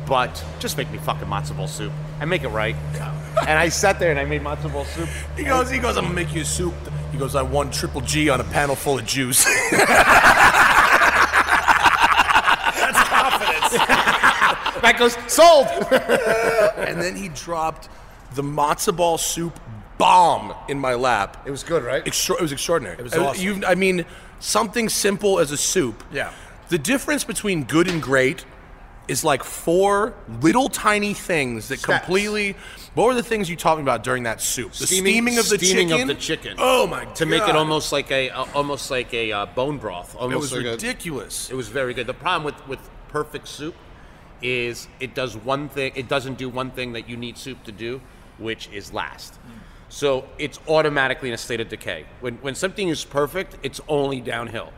[SPEAKER 2] but just make me fucking matzo ball soup and make it right. and I sat there and I made matzo ball soup.
[SPEAKER 3] He goes, he goes, I'm gonna make you soup. He goes, I won triple G on a panel full of juice.
[SPEAKER 2] Matt goes, sold.
[SPEAKER 3] and then he dropped the matzo ball soup bomb in my lap.
[SPEAKER 5] It was good, right?
[SPEAKER 3] Extra- it was extraordinary. It
[SPEAKER 5] was awesome.
[SPEAKER 3] you- I mean, something simple as a soup.
[SPEAKER 5] Yeah.
[SPEAKER 3] The difference between good and great is like four little tiny things that
[SPEAKER 5] Steps.
[SPEAKER 3] completely. What were the things you talking about during that soup? The
[SPEAKER 2] Steaming-
[SPEAKER 3] steaming, of the
[SPEAKER 2] steaming of
[SPEAKER 3] chicken.
[SPEAKER 2] the chicken.
[SPEAKER 3] Oh my god!
[SPEAKER 2] to make it almost like a, uh, almost like a uh, bone broth. Almost
[SPEAKER 3] It was
[SPEAKER 2] like a-
[SPEAKER 3] ridiculous.
[SPEAKER 2] It was very good. The problem with with perfect soup is it does one thing. It doesn't do one thing that you need soup to do, which is last. So it's automatically in a state of decay. When when something is perfect, it's only downhill.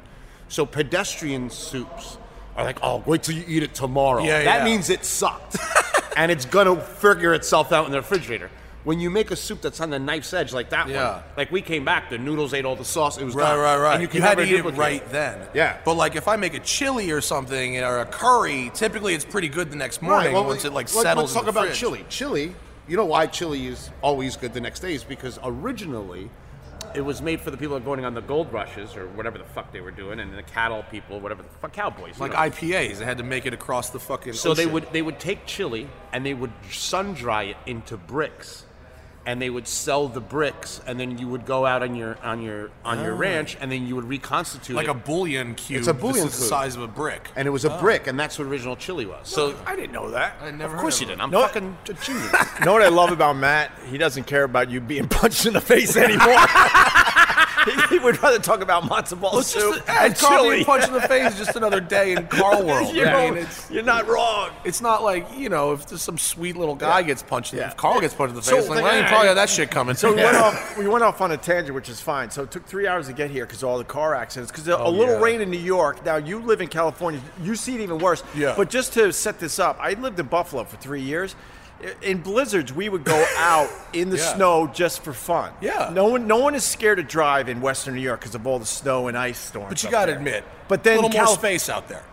[SPEAKER 2] So pedestrian soups are like, oh, wait till you eat it tomorrow.
[SPEAKER 3] Yeah,
[SPEAKER 2] that
[SPEAKER 3] yeah.
[SPEAKER 2] means it sucked, and it's gonna figure itself out in the refrigerator. When you make a soup that's on the knife's edge like that
[SPEAKER 3] Yeah.
[SPEAKER 2] one, like we came back, the noodles ate all the sauce. It was
[SPEAKER 3] Right,
[SPEAKER 2] gone.
[SPEAKER 3] right, right.
[SPEAKER 2] And you,
[SPEAKER 3] you
[SPEAKER 2] can
[SPEAKER 3] had to
[SPEAKER 2] never
[SPEAKER 3] eat it
[SPEAKER 2] duplicate
[SPEAKER 3] right then.
[SPEAKER 5] Yeah.
[SPEAKER 3] But like, if I make a chili or something or a curry, typically it's pretty good the next morning once it like
[SPEAKER 5] let-
[SPEAKER 3] settles.
[SPEAKER 5] Let's talk
[SPEAKER 3] in the
[SPEAKER 5] about
[SPEAKER 3] fridge.
[SPEAKER 5] chili. Chili. You know why chili is always good the next day is because originally
[SPEAKER 2] it was made for the people that are going on the gold rushes or whatever the fuck they were doing, and the cattle people, whatever the fuck, cowboys. you
[SPEAKER 3] Like
[SPEAKER 2] know.
[SPEAKER 3] IPAs, they had to make it across the fucking.
[SPEAKER 2] so they
[SPEAKER 3] ocean.
[SPEAKER 2] would they would take chili and they would sun dry it into bricks, and they would sell the bricks, and then you would go out on your on your on your ranch, and then you would reconstitute
[SPEAKER 3] Ah. like
[SPEAKER 2] it.
[SPEAKER 3] a oh. bullion cube.
[SPEAKER 5] It's a
[SPEAKER 3] this
[SPEAKER 5] bullion
[SPEAKER 3] is the
[SPEAKER 5] cube.
[SPEAKER 3] size of a brick.
[SPEAKER 5] and it was a brick and that's
[SPEAKER 2] That's what original chili was. So
[SPEAKER 3] So
[SPEAKER 4] I didn't know that.
[SPEAKER 3] I never.
[SPEAKER 2] of course you
[SPEAKER 3] heard
[SPEAKER 2] didn't. I'm
[SPEAKER 4] No.
[SPEAKER 2] fucking a genius.
[SPEAKER 4] You know what I love about Matt? He doesn't care about you being punched in the face anymore. he would rather talk about matzo ball
[SPEAKER 3] It's just
[SPEAKER 4] soup
[SPEAKER 3] a- a
[SPEAKER 4] and
[SPEAKER 3] coffee
[SPEAKER 4] chili.
[SPEAKER 3] punch in the face is just another day in Carl world.
[SPEAKER 4] you
[SPEAKER 3] I
[SPEAKER 4] know,
[SPEAKER 3] mean, it's,
[SPEAKER 4] you're not wrong.
[SPEAKER 3] it's not like, you know, if just some sweet little guy gets punched, in the if Carl gets punched in the
[SPEAKER 4] So,
[SPEAKER 3] face, like,
[SPEAKER 4] like,
[SPEAKER 3] well, you probably had that shit coming.
[SPEAKER 4] So we went off. We went off on a tangent, which is fine. So it took three hours to get here because all the car accidents. Because
[SPEAKER 3] Oh,
[SPEAKER 4] a little rain in New York. Now you live in California. You see it even worse.
[SPEAKER 3] Yeah.
[SPEAKER 4] But just to set this up, I lived in Buffalo for three years. I- In blizzards, we would go out in the
[SPEAKER 3] Yeah.
[SPEAKER 4] snow just for fun.
[SPEAKER 3] Yeah.
[SPEAKER 4] No one, no one is scared to drive in Western New York because of all the snow and ice storms.
[SPEAKER 3] But you
[SPEAKER 4] up
[SPEAKER 3] got to
[SPEAKER 4] there.
[SPEAKER 3] admit,
[SPEAKER 4] But then
[SPEAKER 3] a little more
[SPEAKER 4] Calif-
[SPEAKER 3] space out there.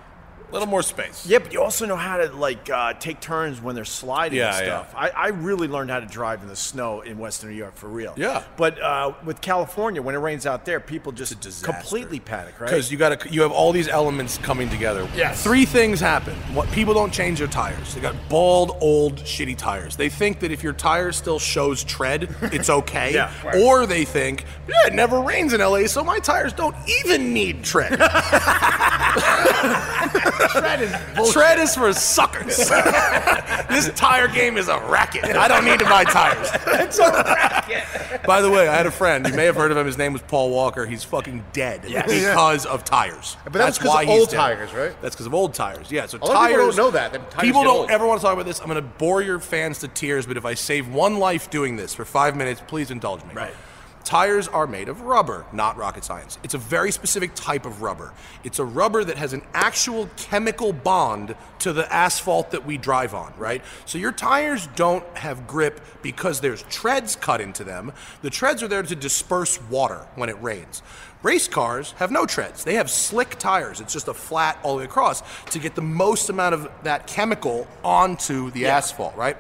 [SPEAKER 3] A little more space.
[SPEAKER 4] Yeah, but you also know how to like uh, take turns when they're sliding and
[SPEAKER 3] Yeah, yeah.
[SPEAKER 4] stuff. I, I really learned how to drive in the snow in Western New York for real.
[SPEAKER 3] Yeah.
[SPEAKER 4] But uh, with California, when it rains out there, people just
[SPEAKER 3] disaster.
[SPEAKER 4] completely panic, right?
[SPEAKER 3] Because you got to, you have all these elements coming together.
[SPEAKER 4] Yes.
[SPEAKER 3] Three things happen. What people don't change their tires. They got bald, old, shitty tires. They think that if your tire still shows tread, it's okay.
[SPEAKER 4] Yeah.
[SPEAKER 3] Or they think, yeah, it never rains in LA, so my tires don't even need tread. tread is Tread is for suckers. this tire game is a racket. I don't need to buy tires. it's a racket. By the way, I had a friend. You may have heard of him. His name was Paul Walker. He's fucking dead because of tires.
[SPEAKER 5] But that was 'cause
[SPEAKER 3] why
[SPEAKER 5] of
[SPEAKER 3] he's
[SPEAKER 5] old
[SPEAKER 3] dead.
[SPEAKER 5] tires, right?
[SPEAKER 3] That's because of old tires. Yeah. So
[SPEAKER 5] lot of
[SPEAKER 3] tires.
[SPEAKER 5] people don't know that, that tires
[SPEAKER 3] people
[SPEAKER 5] get
[SPEAKER 3] don't
[SPEAKER 5] old.
[SPEAKER 3] ever want to talk about this. I'm going to bore your fans to tears, but if I save one life doing this for five minutes, please indulge me.
[SPEAKER 4] Right.
[SPEAKER 3] Tires are made of rubber, not rocket science. It's a very specific type of rubber. It's a rubber that has an actual chemical bond to the asphalt that we drive on, right? So your tires don't have grip because there's treads cut into them. The treads are there to disperse water when it rains. Race cars have no treads. They have slick tires. It's just a flat all the way across to get the most amount of that chemical onto the asphalt, right?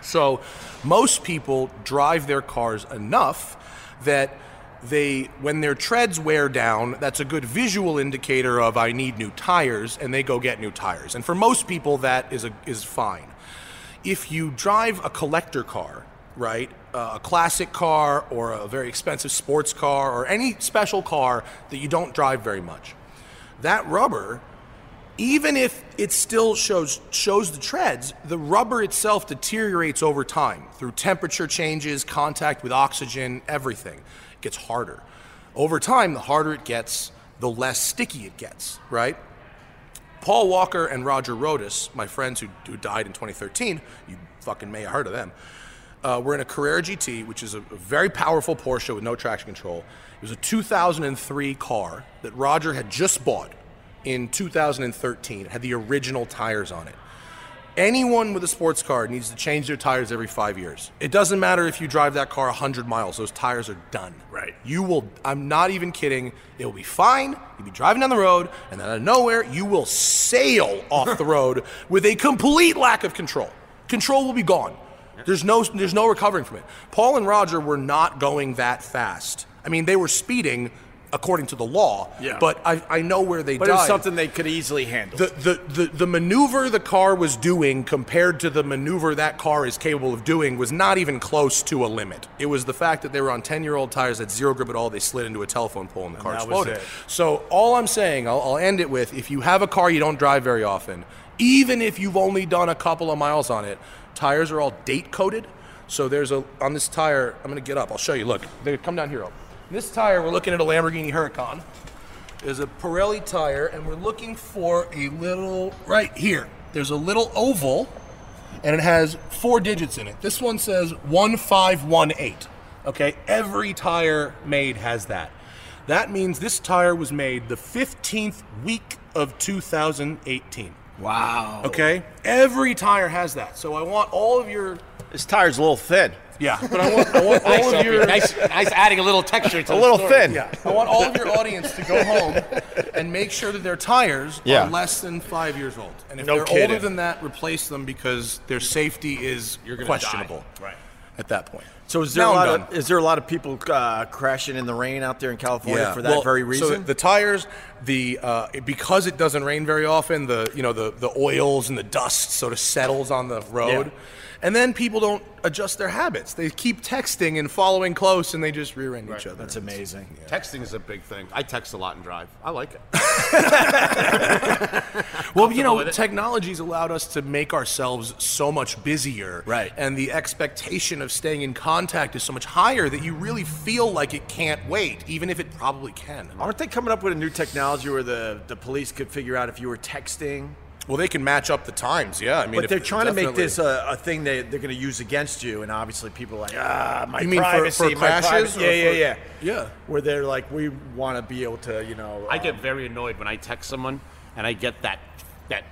[SPEAKER 3] So most people drive their cars enough that they when their treads wear down, that's a good visual indicator of I need new tires and they go get new tires. And for most people that is a, is fine. If you drive a collector car, right? Uh, a classic car or a very expensive sports car or any special car that you don't drive very much. That rubber even if it still shows shows the treads, the rubber itself deteriorates over time through temperature changes, contact with oxygen, everything. It gets harder. Over time, the harder it gets, the less sticky it gets, right? Paul Walker and Roger Rodas, my friends who, who died in 2013, you fucking may have heard of them, uh, were in a Carrera GT, which is a, a very powerful Porsche with no traction control. It was a 2003 car that Roger had just bought in 2013. It had the original tires on it. Anyone with a sports car needs to change their tires every five years. It doesn't matter if you drive that car 100 miles, those tires are done.
[SPEAKER 4] Right.
[SPEAKER 3] You will, I'm not even kidding, it will be fine. You'll be driving down the road, and out of nowhere, you will sail off the road with a complete lack of control. Control will be gone. There's no, there's no recovering from it. Paul and Roger were not going that fast. I mean, they were speeding according to the law,
[SPEAKER 4] Yeah.
[SPEAKER 3] but I, I know where they
[SPEAKER 4] but
[SPEAKER 3] died
[SPEAKER 4] it's something they could easily handle.
[SPEAKER 3] the, the, the, the maneuver the car was doing compared to the maneuver that car is capable of doing was not even close to a limit. It was the fact that they were on 10 year old tires that zero grip at all. They slid into a telephone pole and the car
[SPEAKER 4] that was
[SPEAKER 3] exploded.
[SPEAKER 4] it.
[SPEAKER 3] So, all I'm saying, I'll, I'll end it with if you have a car you don't drive very often, even if you've only done a couple of miles on it, tires are all date coated. So, there's a, on this tire, I'm going to get up. I'll show you. Look, they come down here. Op. This tire, we're looking at a Lamborghini Huracan is a Pirelli tire, and we're looking for a little right here. There's a little oval, and it has four digits in it. This one says 1518. Okay, every tire made has that. That means this tire was made the 15th week of 2018. Wow. Okay, every tire has that. So I want all of your
[SPEAKER 4] this tire's a little thin.
[SPEAKER 3] yeah, but I want, I want all of your
[SPEAKER 9] nice, nice adding a little texture to
[SPEAKER 4] A little thin.
[SPEAKER 3] yeah, I want all of your audience to go home and make sure that their tires
[SPEAKER 4] Yeah.
[SPEAKER 3] are less than five years old. And if
[SPEAKER 4] No
[SPEAKER 3] they're
[SPEAKER 4] kidding.
[SPEAKER 3] older than that, replace them because their safety is questionable. Right. At that point.
[SPEAKER 4] So is there
[SPEAKER 3] Now
[SPEAKER 4] a
[SPEAKER 3] I'm
[SPEAKER 4] lot
[SPEAKER 3] done.
[SPEAKER 4] of, is there a lot of people uh, crashing in the rain out there in California for that
[SPEAKER 3] Well,
[SPEAKER 4] very
[SPEAKER 3] So
[SPEAKER 4] reason?
[SPEAKER 3] the tires, the uh, it- because it doesn't rain very often, the you know the the oils and the dust sort of settles on the road, And then people don't adjust their habits. They keep texting and following close, and they just rear end each other.
[SPEAKER 4] That's amazing.
[SPEAKER 2] Texting is a big thing. I text a lot and drive. I like it.
[SPEAKER 3] Well, you know, technology's allowed us to make ourselves so much busier.
[SPEAKER 4] Right.
[SPEAKER 3] And the expectation of staying in contact is so much higher that you really feel like it can't wait, even if it probably can.
[SPEAKER 4] Aren't they coming up with a new technology where the, the police could figure out if you were texting?
[SPEAKER 3] Well, they can match up the times, yeah. I mean,
[SPEAKER 4] But they're trying to make
[SPEAKER 2] uh,
[SPEAKER 4] this a, a thing they, they're going to use against you, and obviously people are like, ah, my
[SPEAKER 3] You mean for-
[SPEAKER 4] privacy,
[SPEAKER 3] for
[SPEAKER 4] my
[SPEAKER 3] crashes
[SPEAKER 4] privacy."
[SPEAKER 3] or
[SPEAKER 4] Yeah,
[SPEAKER 3] for-
[SPEAKER 4] yeah, yeah.
[SPEAKER 3] Yeah.
[SPEAKER 4] Where they're like, we want to be able to, you know.
[SPEAKER 2] I
[SPEAKER 4] uh,
[SPEAKER 2] get very annoyed when I text someone and I get that that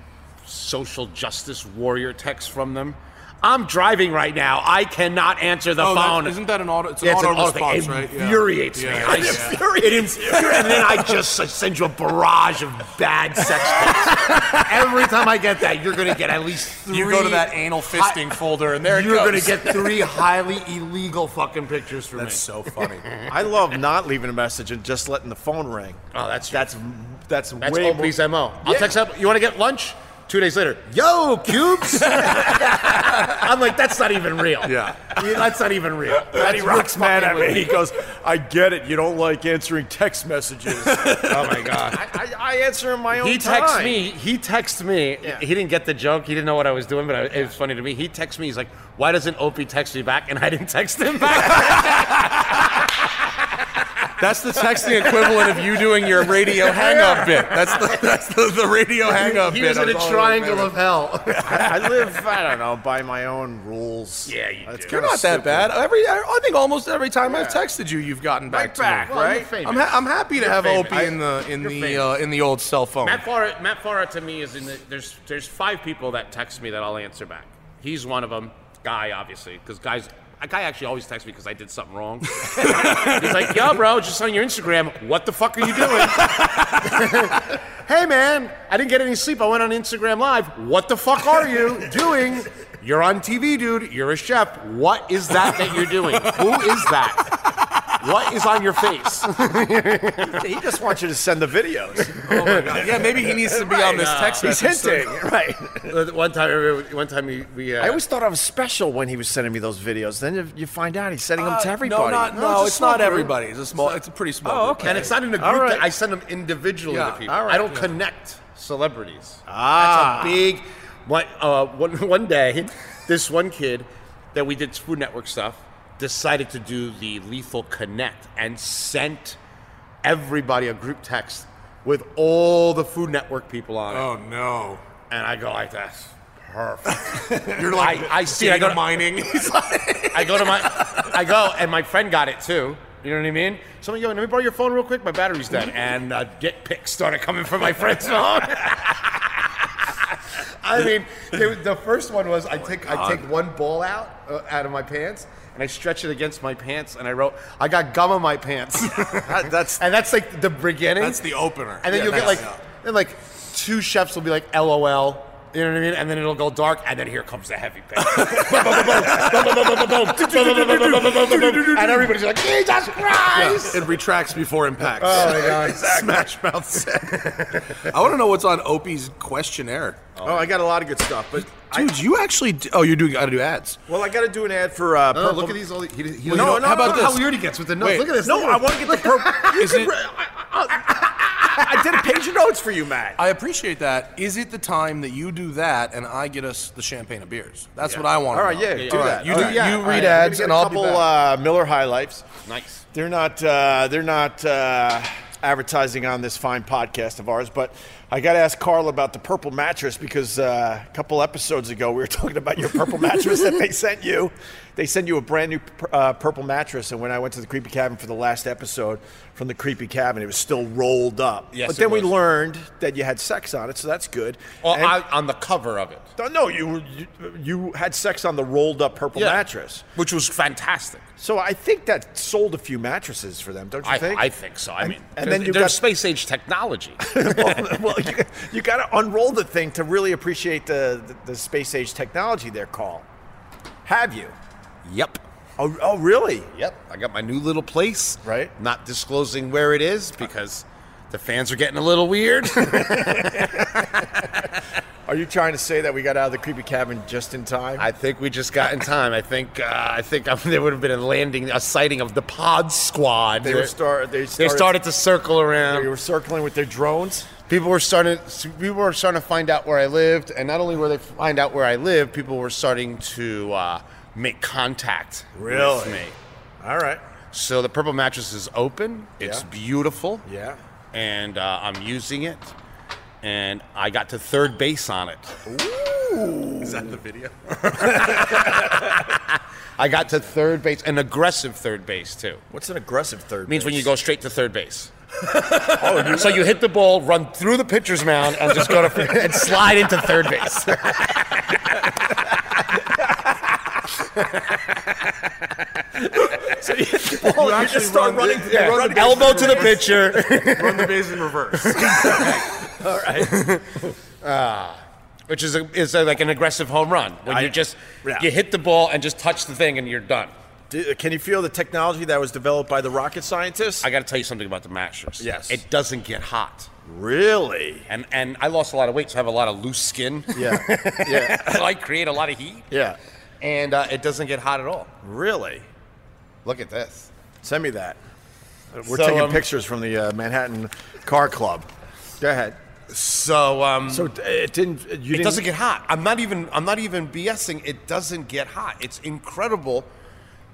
[SPEAKER 2] social justice warrior text from them. I'm driving right now. I cannot answer the
[SPEAKER 3] Oh, that-
[SPEAKER 2] phone.
[SPEAKER 3] isn't that an auto? It's an
[SPEAKER 2] Yeah, it's
[SPEAKER 3] auto
[SPEAKER 2] an auto thing.
[SPEAKER 3] response,
[SPEAKER 2] it
[SPEAKER 3] right? Yeah.
[SPEAKER 2] infuriates me.
[SPEAKER 3] Yeah.
[SPEAKER 2] I It infuriates, and then I just send you a barrage of bad sex texts. Every time I get that, you're gonna get at least three.
[SPEAKER 3] You go to that anal fisting folder, and there it
[SPEAKER 2] You're gonna
[SPEAKER 3] goes.
[SPEAKER 2] get three highly illegal fucking pictures from
[SPEAKER 3] That's
[SPEAKER 2] me.
[SPEAKER 3] so funny.
[SPEAKER 4] I love not leaving a message and just letting the phone ring.
[SPEAKER 2] Oh, that's
[SPEAKER 4] That's that's,
[SPEAKER 2] that's
[SPEAKER 4] way
[SPEAKER 2] Oakley's mo. I'll text up. You want to get lunch? Two days later, yo, cubes. I'm like, that's not even real.
[SPEAKER 3] Yeah.
[SPEAKER 2] that's not even real. That's
[SPEAKER 4] Rick's mad at me. He goes, "I get it. You don't like answering text messages." oh my god! I, I, I answer in my own
[SPEAKER 2] He
[SPEAKER 4] time.
[SPEAKER 2] texts me. He texts me. He didn't get the joke. He didn't know what I was doing, but I, it was funny to me. He texts me. He's like, "Why doesn't Opie text me back?" And I didn't text him back.
[SPEAKER 3] That's the texting equivalent of you doing your radio hang up bit. That's the, that's the, the radio hang up
[SPEAKER 2] he
[SPEAKER 3] bit.
[SPEAKER 2] was in
[SPEAKER 3] I
[SPEAKER 2] a
[SPEAKER 3] all over the
[SPEAKER 2] triangle
[SPEAKER 3] map.
[SPEAKER 2] of hell.
[SPEAKER 4] I, I live, I don't know, by my own rules.
[SPEAKER 2] Yeah, you do.
[SPEAKER 3] You're
[SPEAKER 4] kinda
[SPEAKER 3] not that
[SPEAKER 4] stupid.
[SPEAKER 3] bad. Every I I think almost every time I've texted you, you've gotten back
[SPEAKER 4] Right
[SPEAKER 3] to
[SPEAKER 4] back,
[SPEAKER 3] me.
[SPEAKER 4] right?
[SPEAKER 3] I'm, ha- I'm happy to have
[SPEAKER 2] famous.
[SPEAKER 3] Opie in the in
[SPEAKER 2] You're
[SPEAKER 3] the
[SPEAKER 2] famous.
[SPEAKER 3] uh, in the old cell phone.
[SPEAKER 2] Matt Farah, Matt Farah to me is in the there's there's five people that text me that I'll answer back. He's one of them. Guy, obviously, because guys, a guy actually always texts me because I did something wrong. He's like, "Yo, bro, Oh, just on your Instagram. What the fuck are you doing?" hey, man, I didn't get any sleep. I went on Instagram Live. What the fuck are you doing? You're on TV, dude. You're a chef. What is that that you're doing? Who is that? What is on your face?
[SPEAKER 4] He just wants you to send the videos.
[SPEAKER 3] yeah, maybe he needs to be on this text
[SPEAKER 4] He's
[SPEAKER 3] message.
[SPEAKER 4] hinting, right?
[SPEAKER 2] one time, one time we, we uh,
[SPEAKER 4] I always thought I was special when he was sending me those videos. Then you, you find out he's sending them to
[SPEAKER 3] Uh,
[SPEAKER 4] everybody.
[SPEAKER 3] No, not, no,
[SPEAKER 4] a
[SPEAKER 3] it's
[SPEAKER 4] small
[SPEAKER 3] not
[SPEAKER 4] group.
[SPEAKER 3] everybody. It's a small. It's a pretty small.
[SPEAKER 4] Oh,
[SPEAKER 3] group.
[SPEAKER 4] okay.
[SPEAKER 2] And it's not in a
[SPEAKER 4] All
[SPEAKER 2] group.
[SPEAKER 4] right.
[SPEAKER 2] that I send them individually
[SPEAKER 3] Yeah,
[SPEAKER 2] to people.
[SPEAKER 4] all right,
[SPEAKER 2] I don't
[SPEAKER 4] yeah.
[SPEAKER 2] connect celebrities.
[SPEAKER 4] Ah.
[SPEAKER 2] That's a big. One, uh, one, one day, this one kid that we did Food Network stuff decided to do the Lethal Connect and sent everybody a group text with all the Food Network people on it.
[SPEAKER 3] Oh no.
[SPEAKER 2] And I go like, that's perfect.
[SPEAKER 3] You're like
[SPEAKER 2] I- I see, I
[SPEAKER 3] data
[SPEAKER 2] gotta-
[SPEAKER 3] mining. He's like-
[SPEAKER 2] I go to my, I go, and my friend got it too. You know what I mean? Someone go, let me borrow your phone real quick. My battery's dead. And uh, dick pics started coming from my friend's phone. I mean, they, the first one was I take I take one ball out uh, out of my pants and I stretch it against my pants and I wrote I got gum on my pants.
[SPEAKER 4] that's-
[SPEAKER 2] and that's like the beginning.
[SPEAKER 3] That's the opener.
[SPEAKER 2] And then
[SPEAKER 3] Yeah,
[SPEAKER 2] you'll get like
[SPEAKER 3] that's-
[SPEAKER 2] then like two chefs will be like LOL. You know what I mean? And then it'll go dark, and then here comes the heavy pick. and everybody's like, Jesus Christ!
[SPEAKER 3] It retracts before impact.
[SPEAKER 2] Oh, my God.
[SPEAKER 4] Smash Mouth said.
[SPEAKER 3] I want to know what's on Opie's questionnaire.
[SPEAKER 4] Oh, I got a lot of good stuff, but I,
[SPEAKER 3] Dude, you actually? d- Oh, you're doing. Got to do ads.
[SPEAKER 4] well, I got to do an ad for uh,
[SPEAKER 2] Oh,
[SPEAKER 4] Purple.
[SPEAKER 2] look at these. All, he, he,
[SPEAKER 3] Well, you know, how about this?
[SPEAKER 2] How weird he gets with the notes.
[SPEAKER 3] Wait,
[SPEAKER 2] look at this.
[SPEAKER 4] No,
[SPEAKER 2] look
[SPEAKER 4] I
[SPEAKER 2] at
[SPEAKER 4] want to get the purple.
[SPEAKER 3] Is it?
[SPEAKER 4] I did a page of notes for you, Matt.
[SPEAKER 3] I appreciate that. Is it the time that you do that and I get us the champagne and beers? That's what I want.
[SPEAKER 4] All right, yeah, do that.
[SPEAKER 3] You,
[SPEAKER 4] All
[SPEAKER 3] do,
[SPEAKER 4] right.
[SPEAKER 3] you
[SPEAKER 4] All
[SPEAKER 3] read
[SPEAKER 4] right, I'm
[SPEAKER 3] ads
[SPEAKER 4] gonna
[SPEAKER 3] and
[SPEAKER 4] get
[SPEAKER 3] I'll
[SPEAKER 4] a couple
[SPEAKER 3] be back.
[SPEAKER 4] uh, Miller High Lifes.
[SPEAKER 2] this. Nice.
[SPEAKER 4] They're not. Uh, they're not uh, advertising on this fine podcast of ours, but I got to ask Carl about the purple mattress because uh, a couple episodes ago we were talking about your purple mattress that they sent you. They sent you a brand new pur- uh, purple mattress, and when I went to the creepy cabin for the last episode from the creepy cabin, it was still rolled up.
[SPEAKER 2] Yes,
[SPEAKER 4] but
[SPEAKER 2] it
[SPEAKER 4] then we
[SPEAKER 2] was.
[SPEAKER 4] learned that you had sex on it, so that's good.
[SPEAKER 2] Well,
[SPEAKER 4] And-
[SPEAKER 2] I, on the cover of it,
[SPEAKER 4] no, you, were- you you had sex on the rolled up purple
[SPEAKER 2] Yeah.
[SPEAKER 4] mattress.
[SPEAKER 2] which was fantastic.
[SPEAKER 4] So I think that sold a few mattresses for them, don't you
[SPEAKER 2] I
[SPEAKER 4] think?
[SPEAKER 2] think? I think so. I mean,
[SPEAKER 4] and then you
[SPEAKER 2] there's
[SPEAKER 4] got-
[SPEAKER 2] space age technology.
[SPEAKER 4] well, well, you, you got to unroll the thing to really appreciate the, the, the space age technology there, Carl. Have you?
[SPEAKER 2] yep.
[SPEAKER 4] Oh, oh really?
[SPEAKER 2] Yep. I got my new little place.
[SPEAKER 4] Right.
[SPEAKER 2] Not disclosing where it is because the fans are getting a little weird.
[SPEAKER 4] Are you trying to say that we got out of the creepy cabin just in time?
[SPEAKER 2] I think we just got in time. I think uh, I think um, there would have been a landing, a sighting of the pod squad.
[SPEAKER 4] they were start. They
[SPEAKER 2] They
[SPEAKER 4] started.
[SPEAKER 2] started to circle around.
[SPEAKER 4] They were circling with their drones.
[SPEAKER 2] people were starting people were starting to find out where I lived, and not only were they find out where I lived, people were starting to uh, make contact with
[SPEAKER 4] Really?
[SPEAKER 2] me.
[SPEAKER 4] All right.
[SPEAKER 2] So the purple mattress is open. It's
[SPEAKER 4] Yeah.
[SPEAKER 2] beautiful,
[SPEAKER 4] Yeah.
[SPEAKER 2] and uh, I'm using it. And I got to third base on it.
[SPEAKER 9] Is that the video?
[SPEAKER 2] I got to third base, an aggressive third base too.
[SPEAKER 4] What's an aggressive third?
[SPEAKER 2] Means when
[SPEAKER 4] base?
[SPEAKER 2] you go straight to third base. so Oh, you hit the ball, run through the pitcher's mound, and just go to and slide into third base.
[SPEAKER 4] Oh, you
[SPEAKER 9] actually run the- yeah,
[SPEAKER 4] yeah,
[SPEAKER 9] run the-
[SPEAKER 2] Elbow to the pitcher.
[SPEAKER 9] Run the base in reverse.
[SPEAKER 2] which is a, is a, like an aggressive home run when
[SPEAKER 4] I-
[SPEAKER 2] you just
[SPEAKER 4] yeah.
[SPEAKER 2] you hit the ball and just touch the thing and you're done.
[SPEAKER 4] D- Can you feel the technology that was developed by the rocket scientists?
[SPEAKER 2] I got to tell you something about the mattress.
[SPEAKER 4] Yes.
[SPEAKER 2] it doesn't get hot,
[SPEAKER 4] really?
[SPEAKER 2] and and I lost a lot of weight, so I have a lot of loose skin.
[SPEAKER 4] Yeah. yeah.
[SPEAKER 2] so I create a lot of heat,
[SPEAKER 4] Yeah.
[SPEAKER 2] and uh, it doesn't get hot at all.
[SPEAKER 4] Really?
[SPEAKER 2] Look at this.
[SPEAKER 4] Send me that. We're
[SPEAKER 2] So,
[SPEAKER 4] taking
[SPEAKER 2] um,
[SPEAKER 4] pictures from the uh, Manhattan Car Club. Go ahead.
[SPEAKER 2] So um,
[SPEAKER 4] So d- it didn't. You
[SPEAKER 2] it
[SPEAKER 4] didn't,
[SPEAKER 2] doesn't get hot. I'm not even I'm not even BSing. It doesn't get hot. It's incredible.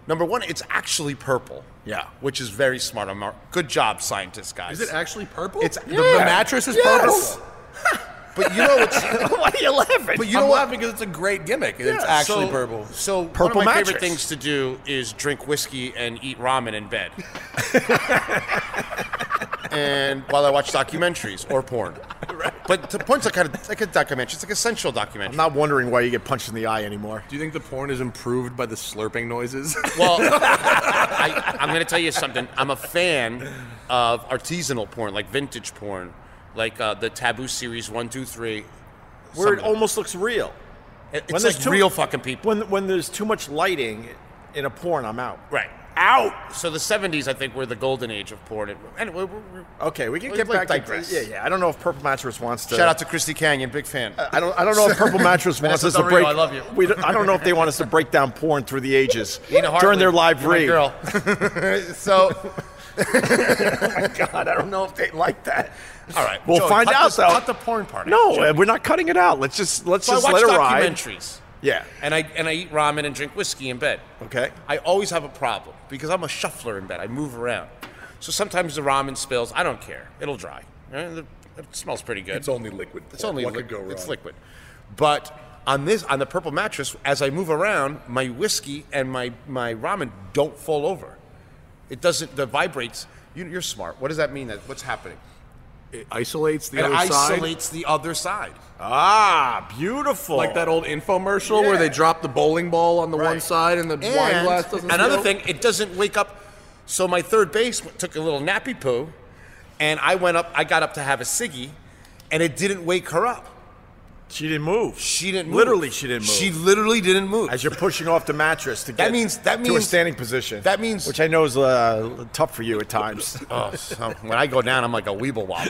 [SPEAKER 2] Number one, it's actually purple.
[SPEAKER 4] Yeah.
[SPEAKER 2] which is very smart. I'm good job, scientists guys.
[SPEAKER 9] Is it actually purple?
[SPEAKER 2] It's
[SPEAKER 3] The, the mattress is
[SPEAKER 4] Yes.
[SPEAKER 3] purple.
[SPEAKER 2] but you know it's
[SPEAKER 4] Why are you laughing?
[SPEAKER 3] But you
[SPEAKER 4] I'm
[SPEAKER 3] know what?
[SPEAKER 4] laughing.
[SPEAKER 3] Because it's a great gimmick. and it's actually
[SPEAKER 2] so,
[SPEAKER 3] purple.
[SPEAKER 2] So
[SPEAKER 4] Purple
[SPEAKER 2] one of my
[SPEAKER 4] mattress.
[SPEAKER 2] favorite things to do is drink whiskey and eat ramen in bed. and while I watch documentaries or porn. But the porn's like, kind of, like a documentary. It's like a sensual documentary.
[SPEAKER 4] I'm not wondering why you get punched in the eye anymore.
[SPEAKER 3] Do you think the porn is improved by the slurping noises?
[SPEAKER 2] well, I, I'm going to tell you something. I'm a fan of artisanal porn, like vintage porn, like uh, the Taboo series one, two, three.
[SPEAKER 4] Where
[SPEAKER 2] Some
[SPEAKER 4] it
[SPEAKER 2] of
[SPEAKER 4] almost looks real.
[SPEAKER 2] It-
[SPEAKER 4] When
[SPEAKER 2] It's
[SPEAKER 4] there's
[SPEAKER 2] like
[SPEAKER 4] too-
[SPEAKER 2] real fucking people.
[SPEAKER 4] When when there's too much lighting in a porn, I'm out.
[SPEAKER 2] Right.
[SPEAKER 4] Out.
[SPEAKER 2] So the 70s, I think, were the golden age of porn. It- Anyway, we're, we're,
[SPEAKER 4] Okay, we can
[SPEAKER 2] Well,
[SPEAKER 4] get
[SPEAKER 2] like
[SPEAKER 4] back to
[SPEAKER 2] digress.
[SPEAKER 4] Yeah, yeah. I don't know if Purple Mattress wants to.
[SPEAKER 2] Shout out to Christy Canyon, big fan.
[SPEAKER 4] I don't. I don't know if Purple Mattress wants
[SPEAKER 2] Vanessa
[SPEAKER 4] us to
[SPEAKER 2] Del Rio,
[SPEAKER 4] break.
[SPEAKER 2] I love you.
[SPEAKER 4] We don't, I don't know if they want us to break down porn through the ages
[SPEAKER 2] Nina Hartley,
[SPEAKER 4] during their live
[SPEAKER 2] you're my
[SPEAKER 4] read.
[SPEAKER 2] girl. so,
[SPEAKER 4] Oh God, I don't know if they like that.
[SPEAKER 2] all right,
[SPEAKER 4] We'll
[SPEAKER 2] Joey,
[SPEAKER 4] find
[SPEAKER 2] cut
[SPEAKER 4] out
[SPEAKER 2] the,
[SPEAKER 4] though.
[SPEAKER 2] Cut the porn part. out.
[SPEAKER 4] No, uh, we're not cutting it out. Let's just let's
[SPEAKER 2] so I
[SPEAKER 4] just
[SPEAKER 2] watch
[SPEAKER 4] let it ride.
[SPEAKER 2] documentaries,
[SPEAKER 4] Yeah.
[SPEAKER 2] and I and I eat ramen and drink whiskey in bed.
[SPEAKER 4] Okay.
[SPEAKER 2] I always have a problem because I'm a shuffler in bed. I move around, so sometimes the ramen spills. I don't care; it'll dry. Eh, It smells pretty good.
[SPEAKER 3] it's only liquid.
[SPEAKER 2] It's
[SPEAKER 3] porn.
[SPEAKER 2] only
[SPEAKER 3] what
[SPEAKER 2] li-
[SPEAKER 3] could go wrong?
[SPEAKER 2] It's liquid. But on this, on the purple mattress, as I move around, my whiskey and my my ramen don't fall over. It doesn't. The vibrates. You, you're smart. What does that mean? That what's happening?
[SPEAKER 3] It isolates the
[SPEAKER 2] It
[SPEAKER 3] other side.
[SPEAKER 2] isolates the other side.
[SPEAKER 4] Ah, beautiful.
[SPEAKER 3] Like that old infomercial where they drop the bowling ball on the one side and the wine
[SPEAKER 2] And
[SPEAKER 3] glass doesn't.
[SPEAKER 2] another
[SPEAKER 3] spill?
[SPEAKER 2] thing, it doesn't wake up. So my third base w- took a little nappy poo, and I went up. I got up to have a ciggy, and it didn't wake her up.
[SPEAKER 4] She didn't move.
[SPEAKER 2] She didn't. Move.
[SPEAKER 4] Literally, she didn't move.
[SPEAKER 2] She literally didn't move.
[SPEAKER 4] as you're pushing off the mattress to get
[SPEAKER 2] means- that
[SPEAKER 4] to a
[SPEAKER 2] means-
[SPEAKER 4] standing position.
[SPEAKER 2] that means-
[SPEAKER 4] which I know is uh, tough for you at times.
[SPEAKER 2] Oh, so when I go down, I'm like a weeble wobble.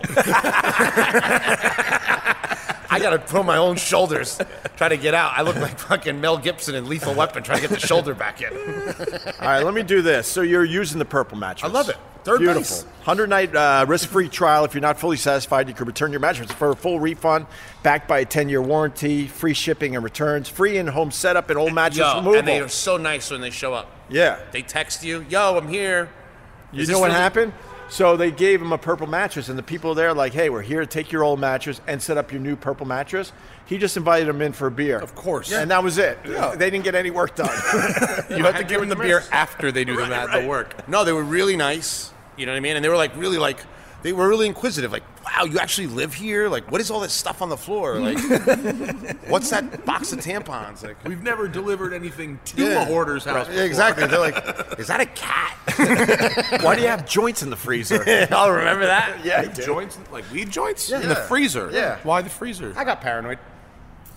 [SPEAKER 2] I gotta put on my own shoulders, try to get out. I look like fucking Mel Gibson in Lethal Weapon, trying to get the shoulder back in.
[SPEAKER 4] All right, let me do this. So you're using the purple mattress.
[SPEAKER 2] I love it. Third
[SPEAKER 4] Beautiful.
[SPEAKER 2] base.
[SPEAKER 4] 100 night uh, risk free trial. If you're not fully satisfied, you can return your mattress for a full refund, backed by a 10 year warranty, free shipping and returns, free in home setup, and old mattress
[SPEAKER 2] Yo,
[SPEAKER 4] removal.
[SPEAKER 2] and they are so nice when they show up.
[SPEAKER 4] yeah.
[SPEAKER 2] They text you, "Yo, I'm here."
[SPEAKER 4] You
[SPEAKER 2] Is
[SPEAKER 4] know
[SPEAKER 2] this
[SPEAKER 4] what
[SPEAKER 2] really-
[SPEAKER 4] happened? So they gave him a purple mattress, and the people there like, "Hey, we're here to take your old mattress and set up your new purple mattress." He just invited him in for a beer. Of
[SPEAKER 3] course.
[SPEAKER 4] and that was it. They didn't get any work done.
[SPEAKER 3] you have to give them the beer after they do the, mat, the work.
[SPEAKER 2] No, they were really nice. You know what I mean? And they were like really like they were really inquisitive. Like, wow, you actually live here? Like, what is all this stuff on the floor? Like, what's that box of tampons? Like,
[SPEAKER 3] We've never delivered anything to
[SPEAKER 2] Yeah.
[SPEAKER 3] a hoarder's house.
[SPEAKER 2] Yeah, exactly. They're like, is that a cat?
[SPEAKER 4] Why do you have joints in the freezer?
[SPEAKER 2] I'll remember that.
[SPEAKER 4] yeah, I
[SPEAKER 3] Like
[SPEAKER 4] do.
[SPEAKER 3] Joints, like weed joints, in the freezer.
[SPEAKER 4] Yeah.
[SPEAKER 3] Why the freezer?
[SPEAKER 2] I got paranoid.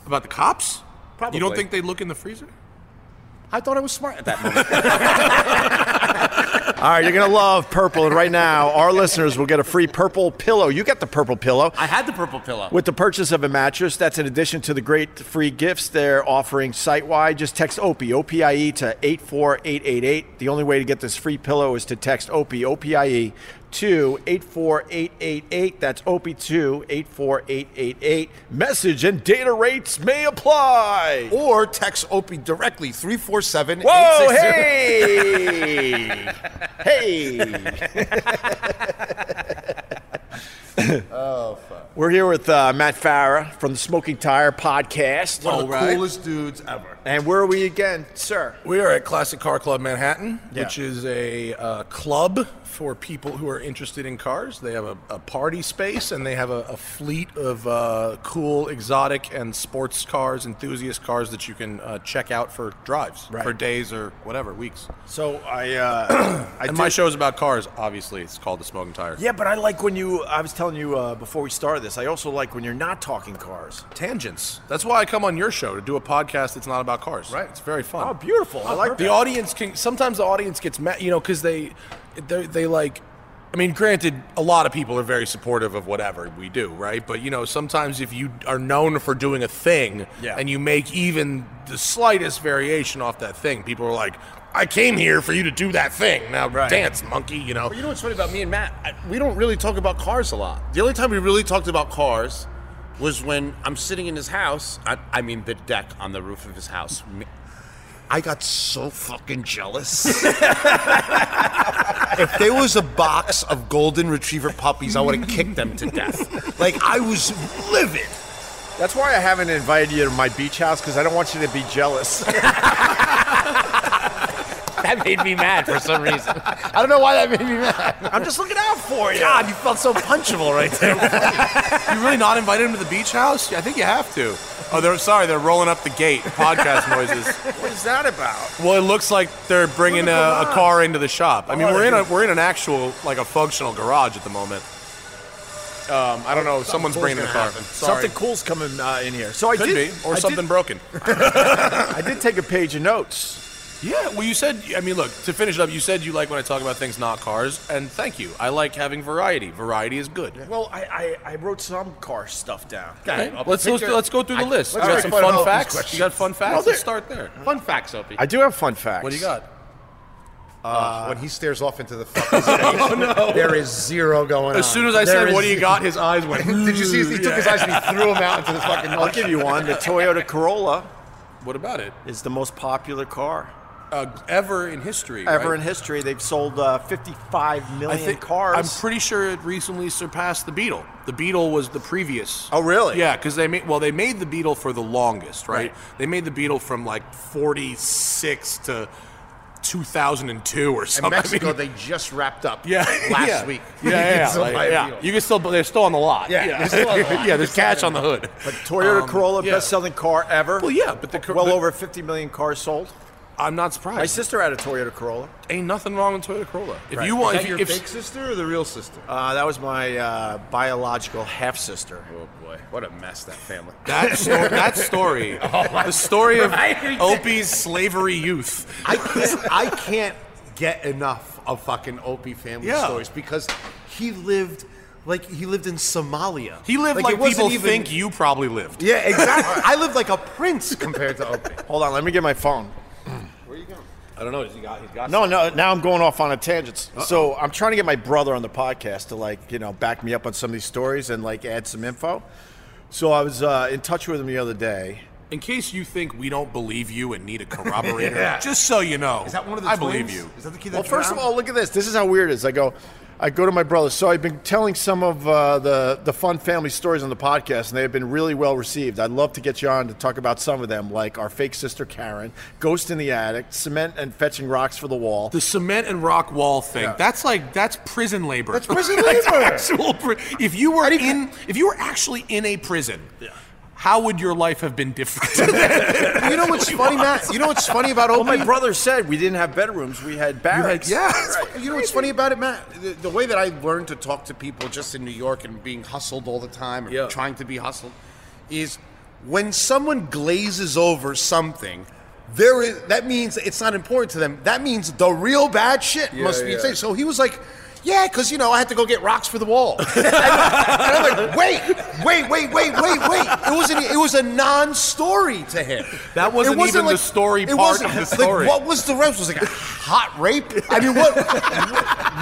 [SPEAKER 3] About the cops? You
[SPEAKER 2] Probably.
[SPEAKER 3] don't think they look in the freezer?
[SPEAKER 2] I thought I was smart at that moment.
[SPEAKER 4] All All right, you're gonna love purple. And right now, our listeners will get a free purple pillow. You got the purple pillow.
[SPEAKER 2] I had the purple pillow.
[SPEAKER 4] With the purchase of a mattress, that's in addition to the great free gifts they're offering site wide. Just text OPIE, OPIE E to 84888. The only way to get this free pillow is to text OPIE, OPIE E to 84888. That's OPIE to 84888. Message and data rates may apply.
[SPEAKER 5] Or text Opie directly, 347
[SPEAKER 4] Whoa, hey! hey! We're here with uh, Matt Farah from the Smoking Tire podcast.
[SPEAKER 5] One of the
[SPEAKER 4] All right.
[SPEAKER 5] coolest dudes ever.
[SPEAKER 4] And where are we again, sir?
[SPEAKER 3] We are at Classic Car Club Manhattan,
[SPEAKER 4] Yeah.
[SPEAKER 3] which is a uh, club for people who are interested in cars. They have a, a party space and they have a, a fleet of uh, cool, exotic, and sports cars, enthusiast cars that you can uh, check out for drives
[SPEAKER 4] Right.
[SPEAKER 3] for days or whatever, weeks.
[SPEAKER 4] So I, uh, I
[SPEAKER 3] and
[SPEAKER 4] did-
[SPEAKER 3] my show's about cars, obviously. It's called The Smoking Tire.
[SPEAKER 4] Yeah, but I like when you. I was telling you uh, before we started this. I also like when you're not talking cars.
[SPEAKER 3] Tangents. That's why I come on your show to do a podcast that's not about cars. Right. It's very fun.
[SPEAKER 4] Oh, beautiful. I like
[SPEAKER 3] the
[SPEAKER 4] that.
[SPEAKER 3] audience can sometimes the audience gets mad you know because they, they they like i mean granted a lot of people are very supportive of whatever we do right but you know sometimes if you are known for doing a thing
[SPEAKER 4] Yeah.
[SPEAKER 3] and you make even the slightest variation off that thing people are like i came here for you to do that thing now
[SPEAKER 4] Right.
[SPEAKER 3] dance monkey you know
[SPEAKER 2] You know what's funny about me and Matt? I, we don't really talk about cars a lot. The only time we really talked about cars was when I'm sitting in his house. I, I mean, the deck on the roof of his house. Me- I got so fucking jealous.
[SPEAKER 5] If there was a box of golden retriever puppies, I would have kicked them to death. Like I was livid.
[SPEAKER 4] That's why I haven't invited you to my beach house because I don't want you to be jealous.
[SPEAKER 2] that made me mad for some reason.
[SPEAKER 5] I don't know why that made me mad.
[SPEAKER 4] I'm just looking out for you.
[SPEAKER 5] God, you felt so punchable right there.
[SPEAKER 3] you really not invited him to the beach house i think you have to oh they're sorry they're rolling up the gate podcast noises
[SPEAKER 4] What is that about?
[SPEAKER 3] Well, it looks like they're bringing a, a car into the Oh, shop. I mean, we're in a we're in an actual like a functional garage at the moment. Um, I don't know. Someone's bringing the car. Sorry.
[SPEAKER 4] Something cool's coming uh, in here. So I
[SPEAKER 3] could
[SPEAKER 4] did,
[SPEAKER 3] be, or
[SPEAKER 4] I
[SPEAKER 3] something broken.
[SPEAKER 4] Did, I did take a page of notes.
[SPEAKER 3] Yeah. Well, you said. I mean, look. To finish it up, you said you like when I talk about things not cars, and thank you. I like having variety. Variety is good.
[SPEAKER 4] Well, I, I, I wrote some car stuff down.
[SPEAKER 3] Okay, Let's, let's let's go through the list. You got
[SPEAKER 5] let's break
[SPEAKER 3] some
[SPEAKER 5] down all
[SPEAKER 3] fun
[SPEAKER 5] these
[SPEAKER 3] facts.
[SPEAKER 5] questions.
[SPEAKER 3] You got fun facts.
[SPEAKER 4] there-
[SPEAKER 3] Let's start there.
[SPEAKER 2] Fun facts, Opie.
[SPEAKER 4] I do have fun facts.
[SPEAKER 3] What do you got?
[SPEAKER 5] Uh,
[SPEAKER 3] Uh,
[SPEAKER 5] when he stares off into the fucking space, there is zero going on.
[SPEAKER 3] Oh, As soon as I
[SPEAKER 5] There
[SPEAKER 3] said,
[SPEAKER 5] is-
[SPEAKER 3] "What do you got?" His eyes went.
[SPEAKER 5] Did you see? His, he took his eyes and he threw them out into the fucking.
[SPEAKER 4] I'll give you one. The Toyota Corolla
[SPEAKER 3] What about it?
[SPEAKER 4] is the most popular car
[SPEAKER 3] Uh, ever in history.
[SPEAKER 4] ever
[SPEAKER 3] right?
[SPEAKER 4] in history. They've sold uh, 55 million cars.
[SPEAKER 3] I'm pretty sure it recently surpassed the Beetle. The Beetle was the previous.
[SPEAKER 4] Oh, really?
[SPEAKER 3] Yeah, because they made well, they made the Beetle for the longest, right?
[SPEAKER 4] Right.
[SPEAKER 3] They made the Beetle from like 46 to 2002 or
[SPEAKER 5] In
[SPEAKER 3] something. I
[SPEAKER 5] Mexico,
[SPEAKER 3] mean,
[SPEAKER 5] they just wrapped up.
[SPEAKER 3] yeah,
[SPEAKER 5] last
[SPEAKER 3] yeah.
[SPEAKER 5] week.
[SPEAKER 3] Yeah, yeah, yeah,
[SPEAKER 5] So
[SPEAKER 3] like,
[SPEAKER 5] my
[SPEAKER 3] yeah.
[SPEAKER 5] deal.
[SPEAKER 3] You can still, but they're still on the lot.
[SPEAKER 5] Yeah, they're still on the lot.
[SPEAKER 3] yeah. There's cash on the hood.
[SPEAKER 4] But Toyota Corolla,
[SPEAKER 3] Um, yeah.
[SPEAKER 4] best-selling car ever.
[SPEAKER 3] Well, yeah, but the Cor-
[SPEAKER 4] well
[SPEAKER 3] but-
[SPEAKER 4] over 50 million cars sold.
[SPEAKER 3] I'm not surprised.
[SPEAKER 4] My sister had a Toyota Corolla.
[SPEAKER 3] ain't nothing wrong with Toyota Corolla. If you want,
[SPEAKER 5] Is that
[SPEAKER 3] if,
[SPEAKER 5] your
[SPEAKER 3] if,
[SPEAKER 5] fake sister or the real sister?
[SPEAKER 4] Uh, that was my uh, biological half sister.
[SPEAKER 5] Oh boy, what a mess that family.
[SPEAKER 3] That, sto- that story, the story of Opie's slavery youth.
[SPEAKER 5] I can't, I can't get enough of fucking Opie family
[SPEAKER 3] Yeah.
[SPEAKER 5] stories because he lived like he lived in Somalia.
[SPEAKER 3] He lived
[SPEAKER 5] it
[SPEAKER 3] like,
[SPEAKER 5] wasn't
[SPEAKER 3] people
[SPEAKER 5] even-
[SPEAKER 3] think you probably lived.
[SPEAKER 5] Yeah, exactly. I lived like a prince compared to Opie.
[SPEAKER 4] Hold on, let me get my phone.
[SPEAKER 3] I don't know. He got, he got
[SPEAKER 4] No, no, now I'm going off on a tangent. So I'm trying to get my brother on the podcast to like, you know, back me up on some of these stories and like add some info. So I was uh, in touch with him the other day.
[SPEAKER 3] In case you think we don't believe you and need a corroborator, just so you know, is
[SPEAKER 5] that one of the
[SPEAKER 3] I
[SPEAKER 5] twins?
[SPEAKER 3] believe you.
[SPEAKER 5] Is that the kid
[SPEAKER 4] Well,
[SPEAKER 5] that
[SPEAKER 4] first of
[SPEAKER 5] drowned?
[SPEAKER 4] all, look at this. This is how weird it is. I go, I go to my brother. So I've been telling some of uh, the the fun family stories on the podcast, and they have been really well received. I'd love to get you on to talk about some of them, like our fake sister Karen, ghost in the attic, cement and fetching rocks for the wall.
[SPEAKER 3] The cement and rock wall thing—that's like that's prison labor. That's
[SPEAKER 5] prison labor.
[SPEAKER 3] actual pri- if you were in, if you were actually in a prison, how would your life have been different?
[SPEAKER 5] you know what's funny, Matt? You know what's funny about Opie?
[SPEAKER 4] Well, my brother said we didn't have bedrooms; we had barracks.
[SPEAKER 3] yeah.
[SPEAKER 5] You know what's funny about it, Matt? The, the way that I learned to talk to people just in New York and being hustled all the time or
[SPEAKER 3] Yeah.
[SPEAKER 5] trying to be hustled is when someone glazes over something, there is that means it's not important to them. That means the real bad shit must be
[SPEAKER 3] yeah.
[SPEAKER 5] safe. So he was like, yeah, because you know I had to go get rocks for the wall, and, I'm like, wait, wait, wait, wait, wait, wait. It was an, it was a non-story to him.
[SPEAKER 3] That wasn't even the story
[SPEAKER 5] it
[SPEAKER 3] part
[SPEAKER 5] wasn't-
[SPEAKER 3] of the
[SPEAKER 5] like,
[SPEAKER 3] story.
[SPEAKER 5] what was the rest? Was it like a hot rape? I mean, what,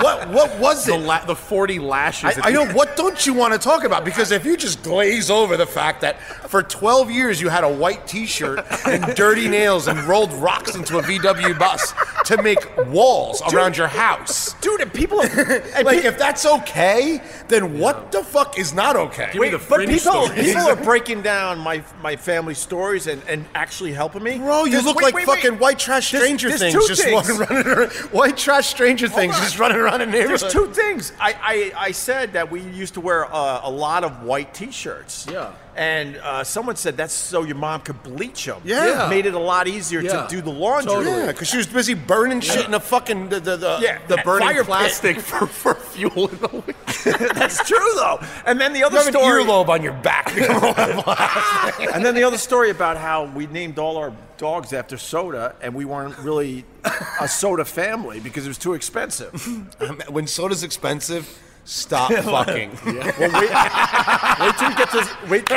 [SPEAKER 5] what, what was
[SPEAKER 3] The,
[SPEAKER 5] it?
[SPEAKER 3] la- the 40 lashes.
[SPEAKER 5] I,
[SPEAKER 3] at
[SPEAKER 5] I
[SPEAKER 3] the-
[SPEAKER 5] know. What don't you want to talk about? Because if you just glaze over the fact that for 12 years you had a white T-shirt and dirty nails and rolled rocks into a VW bus to make walls around your house,
[SPEAKER 4] Dude, and people. and
[SPEAKER 5] like
[SPEAKER 4] pe-
[SPEAKER 5] if that's okay, then what the fuck is not okay?
[SPEAKER 3] Give me the
[SPEAKER 4] but
[SPEAKER 3] fringe
[SPEAKER 4] people,
[SPEAKER 3] stories.
[SPEAKER 4] people are breaking down my my family stories and, and actually helping me.
[SPEAKER 5] Bro, you
[SPEAKER 4] There's-
[SPEAKER 5] look
[SPEAKER 4] wait,
[SPEAKER 5] like
[SPEAKER 4] wait, wait.
[SPEAKER 5] fucking white trash
[SPEAKER 4] There's-
[SPEAKER 5] Stranger
[SPEAKER 4] there's
[SPEAKER 5] Things
[SPEAKER 4] two
[SPEAKER 5] just
[SPEAKER 4] things.
[SPEAKER 5] running around. White trash Stranger Things
[SPEAKER 4] on.
[SPEAKER 5] just running around in neighborhood.
[SPEAKER 4] There's two things. I, I, I said that we used to wear uh, a lot of white T-shirts.
[SPEAKER 3] Yeah.
[SPEAKER 4] And uh, someone said that's so your mom could bleach them.
[SPEAKER 5] Yeah.
[SPEAKER 4] It made it a lot easier to
[SPEAKER 3] Yeah.
[SPEAKER 4] do the laundry.
[SPEAKER 3] Totally.
[SPEAKER 5] Yeah, because she was busy burning shit in the fucking the the the,
[SPEAKER 4] Yeah,
[SPEAKER 5] the
[SPEAKER 4] that
[SPEAKER 5] burning
[SPEAKER 4] fire pit.
[SPEAKER 5] plastic.
[SPEAKER 3] for, for fuel in the wind.
[SPEAKER 4] that's true though. And then the other
[SPEAKER 5] You have an
[SPEAKER 4] story.
[SPEAKER 5] earlobe on your back.
[SPEAKER 4] and then the other story about how we named all our dogs after soda, and we weren't really a soda family because it was too expensive.
[SPEAKER 5] Um, when soda's expensive, stop fucking.
[SPEAKER 4] Well, wait, wait till we get to wait.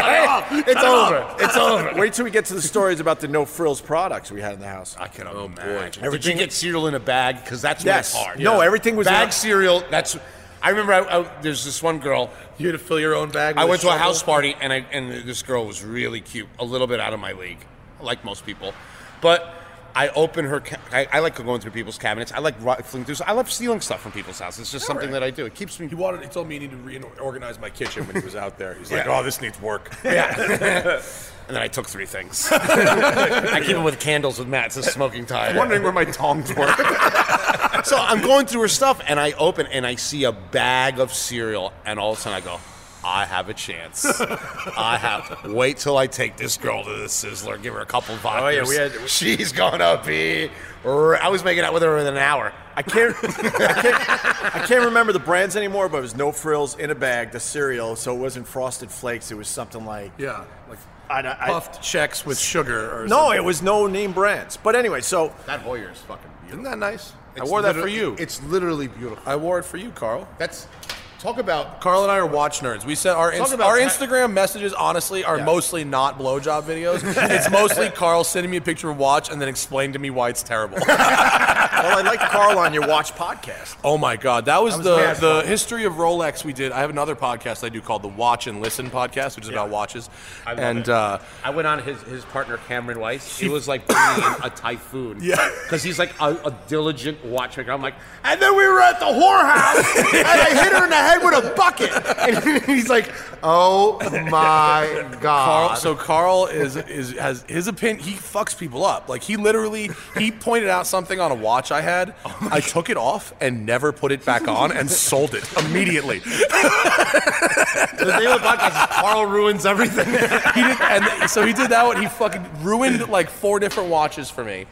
[SPEAKER 5] It's over. It's over.
[SPEAKER 4] Wait till we get to the stories about the no frills products we had in the house.
[SPEAKER 5] I can oh boy. Did you get cereal in a bag? Because that's
[SPEAKER 4] Yes.
[SPEAKER 5] when it's hard.
[SPEAKER 4] No, everything was in
[SPEAKER 5] bag
[SPEAKER 4] a-
[SPEAKER 5] cereal. That's. I remember. I, I, there's this one girl.
[SPEAKER 3] You had to fill your own bag.
[SPEAKER 5] I
[SPEAKER 3] with
[SPEAKER 5] went to a
[SPEAKER 3] shovel.
[SPEAKER 5] house party and I and this girl was really cute, a little bit out of my league, like most people. But I open her. Ca- I, I like going through people's cabinets. I like rifling through. I love stealing stuff from people's houses. It's just something that I do. It keeps me.
[SPEAKER 3] He wanted. He told me he needed to reorganize my kitchen when he was out there. He's like,
[SPEAKER 5] Yeah.
[SPEAKER 3] "Oh, this needs work."
[SPEAKER 5] Yeah. and then I took three things. I keep them with candles with Matt's a smoking tire.
[SPEAKER 3] Wondering where my tongs were.
[SPEAKER 5] So I'm going through her stuff, and I open and I see a bag of cereal, and all of a sudden I go, I have a chance. I have. Wait till I take this girl to the Sizzler, give her a couple of vodkas.
[SPEAKER 4] Oh, yeah, we had-
[SPEAKER 5] She's gonna be. r- I was making out with her within an hour.
[SPEAKER 4] I can't, I can't, I can't remember the brands anymore, but it was no frills in a bag, the cereal. So it wasn't Frosted Flakes. It was something like
[SPEAKER 3] yeah, like
[SPEAKER 4] I, I,
[SPEAKER 3] puffed checks with sugar. Or
[SPEAKER 4] No,
[SPEAKER 3] something.
[SPEAKER 4] it was no name brands. But anyway, so
[SPEAKER 5] That Hoyer is fucking
[SPEAKER 3] isn't that nice? I
[SPEAKER 5] It's
[SPEAKER 3] wore that
[SPEAKER 5] liter-
[SPEAKER 3] for you.
[SPEAKER 5] It's literally beautiful.
[SPEAKER 3] I wore it for you, Carl.
[SPEAKER 5] That's. Talk about.
[SPEAKER 3] Carl and I are watch nerds. We sent our inst-
[SPEAKER 5] about
[SPEAKER 3] our
[SPEAKER 5] that.
[SPEAKER 3] Instagram messages. Honestly, are mostly not blowjob videos. it's mostly Carl sending me a picture of watch and then explaining to me why it's terrible.
[SPEAKER 4] well, I liked Carl on your Watch podcast.
[SPEAKER 3] oh my god, that was,
[SPEAKER 4] mad
[SPEAKER 3] the the history of Rolex we did. I have another podcast I do called the Watch and Listen podcast, which is about watches.
[SPEAKER 2] I love
[SPEAKER 3] and
[SPEAKER 2] it.
[SPEAKER 3] uh,
[SPEAKER 2] I went on his, his partner Cameron Weiss. It was like bringing in a typhoon.
[SPEAKER 3] Yeah.
[SPEAKER 2] Because he's like a, a diligent watchmaker. I'm like,
[SPEAKER 5] And then we were at the whorehouse, and I hit her in the head with a bucket. And he's like, "Oh my god!"
[SPEAKER 3] Carl, so Carl is is has his opinion. He fucks people up. Like he literally he pointed out something on a watch I had. I took it off and never put it back on and sold it immediately.
[SPEAKER 5] The name of the podcast is Carl ruins everything.
[SPEAKER 3] he did, and so he did that one. He fucking ruined like four different watches for me.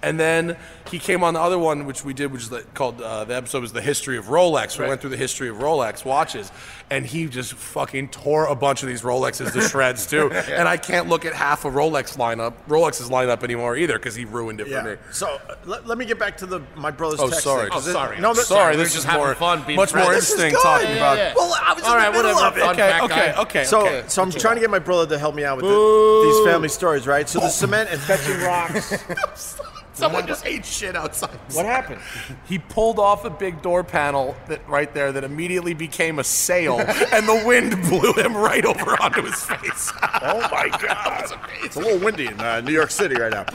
[SPEAKER 3] And then he came on the other one, which we did, which is the, called uh, the episode was the history of Rolex. We went through the history of Rolex watches, and he just fucking tore a bunch of these Rolexes to shreds too. And I can't look at half a Rolex lineup, Rolex's lineup anymore either, because he ruined it for me.
[SPEAKER 4] So uh, let, let me get back to the my brother's
[SPEAKER 3] Oh,
[SPEAKER 4] text.
[SPEAKER 3] sorry.
[SPEAKER 4] thing, 'cause
[SPEAKER 3] Oh,
[SPEAKER 4] it-
[SPEAKER 3] sorry.
[SPEAKER 4] No,
[SPEAKER 3] I'm
[SPEAKER 4] that-
[SPEAKER 3] sorry.
[SPEAKER 4] we're
[SPEAKER 3] This is
[SPEAKER 4] just
[SPEAKER 3] more
[SPEAKER 2] fun being
[SPEAKER 3] much more
[SPEAKER 2] friends.
[SPEAKER 4] This is
[SPEAKER 3] interesting
[SPEAKER 4] good.
[SPEAKER 3] talking about.
[SPEAKER 4] Well, I was in the
[SPEAKER 3] All right,
[SPEAKER 4] middle
[SPEAKER 3] whatever.
[SPEAKER 4] of it.
[SPEAKER 3] Fun
[SPEAKER 4] Okay,
[SPEAKER 3] fact,
[SPEAKER 4] okay,
[SPEAKER 3] guy. okay,
[SPEAKER 4] So,
[SPEAKER 3] okay.
[SPEAKER 4] so I'm trying to get my brother to help me out with the, these family stories, right? So the cement and fetching rocks.
[SPEAKER 3] Someone just ate shit outside.
[SPEAKER 4] what happened?
[SPEAKER 3] He pulled off a big door panel that right there that immediately became a sail, and the wind blew him right over onto his face.
[SPEAKER 4] Oh my god! It's a little windy in uh, New York City right now.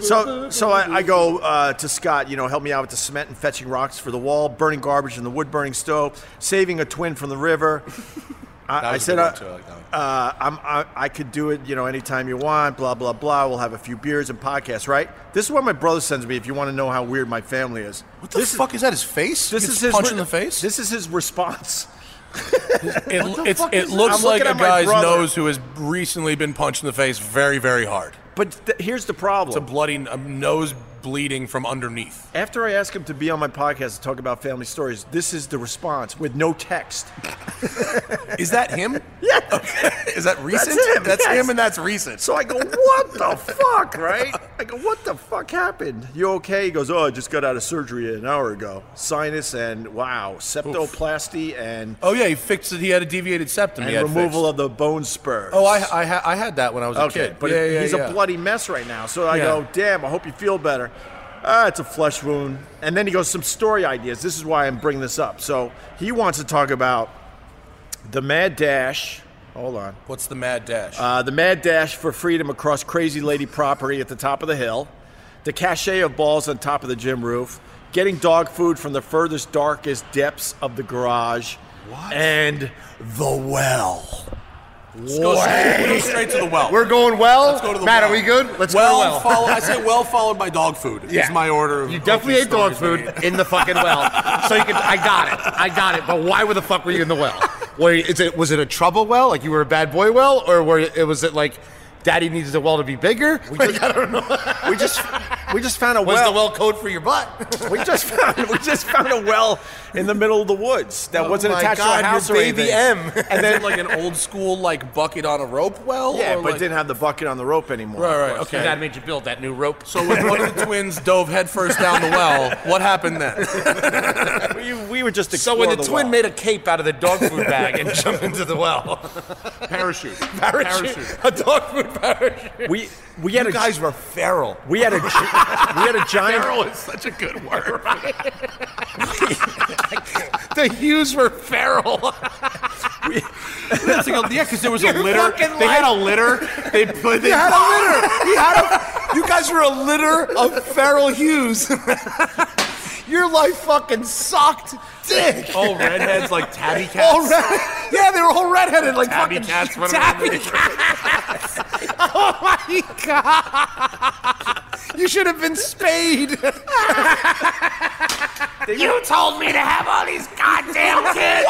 [SPEAKER 4] So, so I, I go uh, to Scott. You know, help me out with the cement and fetching rocks for the wall, burning garbage in the wood burning stove, saving a twin from the river. I, I
[SPEAKER 3] was a
[SPEAKER 4] said,
[SPEAKER 3] good
[SPEAKER 4] uh,
[SPEAKER 3] one, too. I like that one.
[SPEAKER 4] uh, I'm, I, I could do it. You know, anytime you want. Blah blah blah. We'll have a few beers and podcasts, right? This is what my brother sends me. If you want to know how weird my family is,
[SPEAKER 3] What the fuck is, that? His face?
[SPEAKER 4] this
[SPEAKER 3] Gets
[SPEAKER 4] is his
[SPEAKER 3] punch
[SPEAKER 4] re-
[SPEAKER 3] in the face.
[SPEAKER 4] This is his response.
[SPEAKER 3] it, it's-
[SPEAKER 4] fuck
[SPEAKER 3] it
[SPEAKER 4] is
[SPEAKER 3] looks
[SPEAKER 4] this? I'm
[SPEAKER 3] like
[SPEAKER 4] looking
[SPEAKER 3] a
[SPEAKER 4] at my
[SPEAKER 3] guy's
[SPEAKER 4] brother.
[SPEAKER 3] nose who has recently been punched in the face very, very hard.
[SPEAKER 4] But th- here's the problem.
[SPEAKER 3] It's a bloody a nose bleeding from underneath.
[SPEAKER 4] After I ask him to be on my podcast to talk about family stories, this is the response with no text.
[SPEAKER 3] Is that him?
[SPEAKER 4] Yeah.
[SPEAKER 3] Is that recent?
[SPEAKER 4] him, yes.
[SPEAKER 3] and that's recent.
[SPEAKER 4] So I go, what the fuck, right? I go, what the fuck happened? You okay? He goes, oh, I just got out of surgery an hour ago. Sinus and wow, septoplasty and,
[SPEAKER 3] Oh yeah, he fixed it. He had a deviated septum. he
[SPEAKER 4] and
[SPEAKER 3] had
[SPEAKER 4] removal
[SPEAKER 3] fixed.
[SPEAKER 4] of the bone spur.
[SPEAKER 3] Oh, I I, ha- I had that when I was a
[SPEAKER 4] Okay,
[SPEAKER 3] kid.
[SPEAKER 4] but
[SPEAKER 3] yeah, yeah,
[SPEAKER 4] he's
[SPEAKER 3] yeah.
[SPEAKER 4] a bloody mess right now. So I
[SPEAKER 3] Yeah.
[SPEAKER 4] go, damn, I hope you feel better. Ah, it's a flesh wound. And then he goes, some story ideas. This is why I'm bringing this up. So he wants to talk about the Mad Dash. Hold on.
[SPEAKER 3] What's the mad dash?
[SPEAKER 4] Uh, the Mad Dash for Freedom across Crazy Lady property at the top of the hill. The cachet of balls on top of the gym roof. Getting dog food from the furthest, darkest depths of the garage. What? And the well.
[SPEAKER 3] Let's go straight, go straight to the well.
[SPEAKER 5] We're going well.
[SPEAKER 3] Let's go to the
[SPEAKER 5] Matt,
[SPEAKER 3] well.
[SPEAKER 5] are we good? Let's
[SPEAKER 3] well,
[SPEAKER 5] go to well.
[SPEAKER 3] follow- I say well followed by dog food.
[SPEAKER 5] Yeah.
[SPEAKER 3] Is my order. Of
[SPEAKER 5] You definitely ate
[SPEAKER 3] opening
[SPEAKER 5] dog
[SPEAKER 3] stories.
[SPEAKER 5] food in the fucking well. So you can, I got it, I got it. But why were the fuck were you in the well? Were you, is it was it a trouble well, like you were a bad boy well, or were it was it like, daddy needs the well to be bigger? Like, I don't know.
[SPEAKER 4] We just we just found a
[SPEAKER 5] Was
[SPEAKER 4] well.
[SPEAKER 5] the well code for your butt?
[SPEAKER 4] We just found we just found a well in the middle of the woods that
[SPEAKER 5] Oh
[SPEAKER 4] wasn't
[SPEAKER 3] Oh my
[SPEAKER 4] attached
[SPEAKER 3] God,
[SPEAKER 4] to a house
[SPEAKER 3] your
[SPEAKER 4] or
[SPEAKER 3] baby
[SPEAKER 4] anything.
[SPEAKER 3] M. And then like an old school like bucket on a rope well.
[SPEAKER 4] Yeah,
[SPEAKER 3] or
[SPEAKER 4] but
[SPEAKER 3] like-
[SPEAKER 4] didn't have the bucket on the rope anymore.
[SPEAKER 3] Right, right, okay.
[SPEAKER 9] That made you build that new rope.
[SPEAKER 3] So when one of the twins dove headfirst down the well, what happened then?
[SPEAKER 4] We, we were just
[SPEAKER 9] So when the,
[SPEAKER 4] exploring
[SPEAKER 9] twin
[SPEAKER 4] well.
[SPEAKER 9] made a cape out of the dog food bag and jumped into the well,
[SPEAKER 3] Parachute.
[SPEAKER 9] parachute, a dog food parachute.
[SPEAKER 4] we we had a
[SPEAKER 3] guys were feral.
[SPEAKER 4] we had a gi- we had a giant
[SPEAKER 3] Feral is such a good word.
[SPEAKER 9] The Hughes were feral.
[SPEAKER 3] That's a good- yeah, because there was a litter. They had a litter. They put. They
[SPEAKER 4] had
[SPEAKER 3] a litter. You had a. You guys were a litter of feral hues.
[SPEAKER 5] Your life fucking sucked dick.
[SPEAKER 3] All redheads like tabby Oh, cats.
[SPEAKER 5] All red, yeah, they were all redheaded, like
[SPEAKER 3] Tabby
[SPEAKER 5] fucking
[SPEAKER 3] cats, whatever
[SPEAKER 5] tabby
[SPEAKER 3] they
[SPEAKER 5] cats. oh my god! You should have been spayed. you told me to have all these goddamn kids.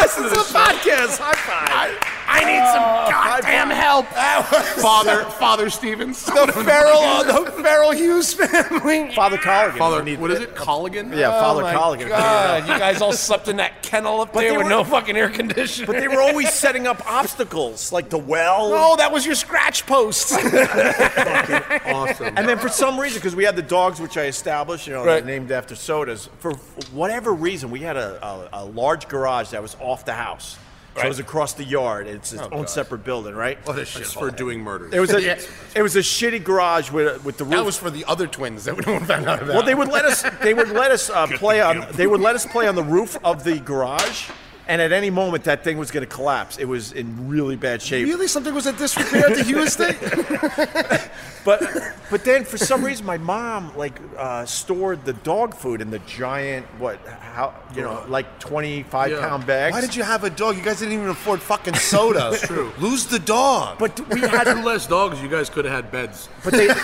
[SPEAKER 5] Listen to the podcast. High five. Oh, I, I need some goddamn help.
[SPEAKER 3] Father, Father Stevens.
[SPEAKER 5] The feral, the feral Hughes family.
[SPEAKER 4] Father Colligan.
[SPEAKER 3] Father, what is it? Colligan.
[SPEAKER 4] Yeah, Father
[SPEAKER 9] Oh my
[SPEAKER 4] Colligan.
[SPEAKER 9] God, you guys all slept in that kennel up there
[SPEAKER 4] they
[SPEAKER 9] with
[SPEAKER 4] were-
[SPEAKER 9] no fucking air conditioning.
[SPEAKER 4] But they were always setting up obstacles like the well.
[SPEAKER 9] oh, that was your scratch post.
[SPEAKER 3] Awesome.
[SPEAKER 4] And then for some reason, because we had the dogs, which I established, you know,
[SPEAKER 3] Right.
[SPEAKER 4] they're named after sodas. For whatever reason, we had a, a, a large garage that was off the house. So it was across the yard. It's
[SPEAKER 5] Oh,
[SPEAKER 4] its own separate building, right?
[SPEAKER 3] What a shit for doing murder.
[SPEAKER 4] It was a it was a shitty garage with with the roof.
[SPEAKER 5] That was for the other twins that no one found out about.
[SPEAKER 4] well, they would let us they would let us uh, play on they would let us play on the roof of the garage, and at any moment that thing was going to collapse. It was in really bad shape.
[SPEAKER 5] really something was at disrepair at the Hughes thing.
[SPEAKER 4] But but then for some reason my mom like uh, stored the dog food in the giant what how you know like twenty five
[SPEAKER 3] Yeah.
[SPEAKER 4] pound bags.
[SPEAKER 5] Why did you have a dog? You guys didn't even afford fucking soda. That's true. Lose the dog.
[SPEAKER 4] But we
[SPEAKER 3] had two less dogs. You guys could have had beds.
[SPEAKER 4] but they and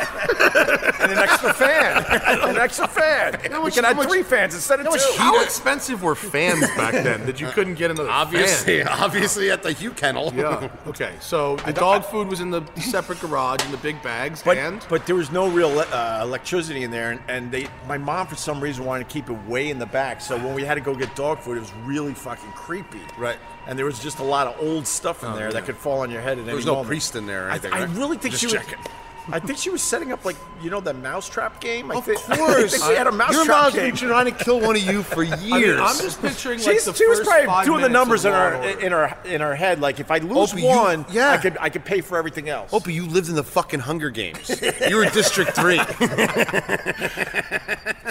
[SPEAKER 4] an extra fan, an extra fan. we
[SPEAKER 5] much-
[SPEAKER 4] could
[SPEAKER 5] how
[SPEAKER 4] have
[SPEAKER 5] much-
[SPEAKER 4] three fans instead of two.
[SPEAKER 3] How expensive were fans back then that you couldn't get another fan?
[SPEAKER 5] obviously, obviously at the Hugh kennel.
[SPEAKER 3] Yeah. Okay. So the dog food was in the separate garage in the big bags.
[SPEAKER 4] But,
[SPEAKER 3] and
[SPEAKER 4] but there was no real uh, electricity in there, and, and they my mom for some reason wanted to keep it way in the back. So when we had to go get dog food, it was really fucking creepy.
[SPEAKER 3] Right.
[SPEAKER 4] And there was just a lot of old stuff in there that could fall on your head at any
[SPEAKER 5] Oh, was
[SPEAKER 4] moment.
[SPEAKER 5] no priest in there or anything,
[SPEAKER 4] I, I
[SPEAKER 5] right?
[SPEAKER 4] really think
[SPEAKER 5] Just
[SPEAKER 4] she was.
[SPEAKER 5] checking.
[SPEAKER 4] I think she was setting up like you know the mousetrap game. I
[SPEAKER 5] Of
[SPEAKER 4] thi- I
[SPEAKER 5] course.
[SPEAKER 4] think she had a
[SPEAKER 5] Your
[SPEAKER 4] mousetrap
[SPEAKER 5] mom's
[SPEAKER 4] game.
[SPEAKER 5] been trying to kill one of you for
[SPEAKER 3] I mean,
[SPEAKER 5] years.
[SPEAKER 3] I'm just picturing like
[SPEAKER 4] She's,
[SPEAKER 3] the
[SPEAKER 4] she was
[SPEAKER 3] first
[SPEAKER 4] probably
[SPEAKER 3] five
[SPEAKER 4] doing the numbers
[SPEAKER 3] minutes of
[SPEAKER 4] in
[SPEAKER 3] Law
[SPEAKER 4] her
[SPEAKER 3] and Order.
[SPEAKER 4] in her in her head. Like if I lose
[SPEAKER 5] Opie, you-
[SPEAKER 4] one,
[SPEAKER 5] yeah.
[SPEAKER 4] I could I could pay for everything else.
[SPEAKER 5] Opie, you lived in the fucking Hunger Games. You were District 3.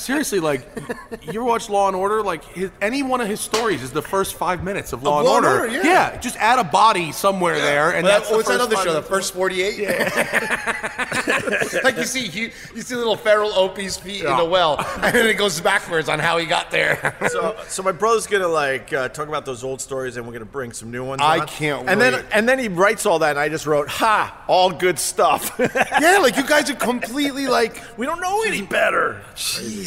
[SPEAKER 3] Seriously, like you watch Law and Order, like his, any one of his stories is the first five minutes of Law,
[SPEAKER 5] Law and
[SPEAKER 3] and Order.
[SPEAKER 5] Order, yeah.
[SPEAKER 3] just add a body somewhere there, and
[SPEAKER 5] Well,
[SPEAKER 3] that's
[SPEAKER 5] that, what's
[SPEAKER 3] the
[SPEAKER 5] that
[SPEAKER 3] first
[SPEAKER 5] other
[SPEAKER 3] five
[SPEAKER 5] show? The
[SPEAKER 3] minutes.
[SPEAKER 5] first 48? like you see Hugh, you see little feral Opie's feet in
[SPEAKER 3] Yeah.
[SPEAKER 5] the well, and then it goes backwards on how he got there.
[SPEAKER 4] So, so my brother's gonna like uh, talk about those old stories, and we're gonna bring some new ones.
[SPEAKER 5] I
[SPEAKER 4] on.
[SPEAKER 5] can't
[SPEAKER 4] And
[SPEAKER 5] wait.
[SPEAKER 4] then, and then he writes all that, and I just wrote, "Ha! All good stuff."
[SPEAKER 5] yeah, like you guys are completely like
[SPEAKER 4] we don't know any better.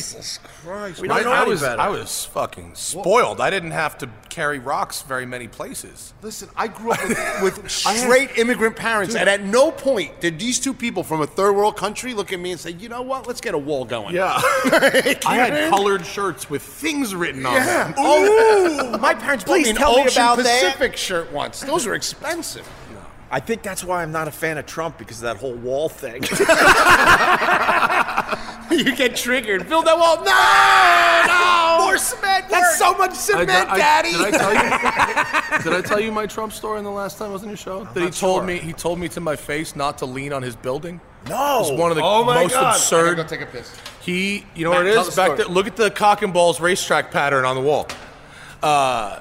[SPEAKER 5] Jesus Christ.
[SPEAKER 4] We
[SPEAKER 3] I,
[SPEAKER 4] don't know
[SPEAKER 3] I
[SPEAKER 4] any
[SPEAKER 3] was
[SPEAKER 4] better.
[SPEAKER 3] I was fucking spoiled. I didn't have to carry rocks very many places.
[SPEAKER 5] Listen, I grew up with, with straight immigrant parents, and at no point did these two people people from a third world country look at me and say, you know what? Let's get a wall going.
[SPEAKER 3] Yeah. I had colored shirts with things written on them.
[SPEAKER 4] Oh, my parents,
[SPEAKER 5] Bought me
[SPEAKER 4] please
[SPEAKER 5] an
[SPEAKER 4] tell me
[SPEAKER 5] Ocean
[SPEAKER 4] about that.
[SPEAKER 5] Pacific shirt once. Those are expensive.
[SPEAKER 4] I think that's why I'm not a fan of Trump because of that whole wall thing.
[SPEAKER 5] you get triggered. Build that wall. No, no.
[SPEAKER 4] More cement. That's so much cement,
[SPEAKER 3] I-
[SPEAKER 4] Daddy.
[SPEAKER 3] Did I, tell you, did I tell you my Trump story in the last time I was on your show? that he
[SPEAKER 4] not
[SPEAKER 3] told
[SPEAKER 4] sure.
[SPEAKER 3] me he told me to my face not to lean on his building.
[SPEAKER 4] no.
[SPEAKER 3] It's one of the
[SPEAKER 4] Oh my
[SPEAKER 3] most
[SPEAKER 4] God.
[SPEAKER 3] absurd.
[SPEAKER 5] take a piss.
[SPEAKER 3] He, you know
[SPEAKER 5] Matt,
[SPEAKER 3] what it
[SPEAKER 5] tell
[SPEAKER 3] is
[SPEAKER 5] the
[SPEAKER 3] back
[SPEAKER 5] story.
[SPEAKER 3] there. Look at the cock and balls racetrack pattern on the wall. Uh,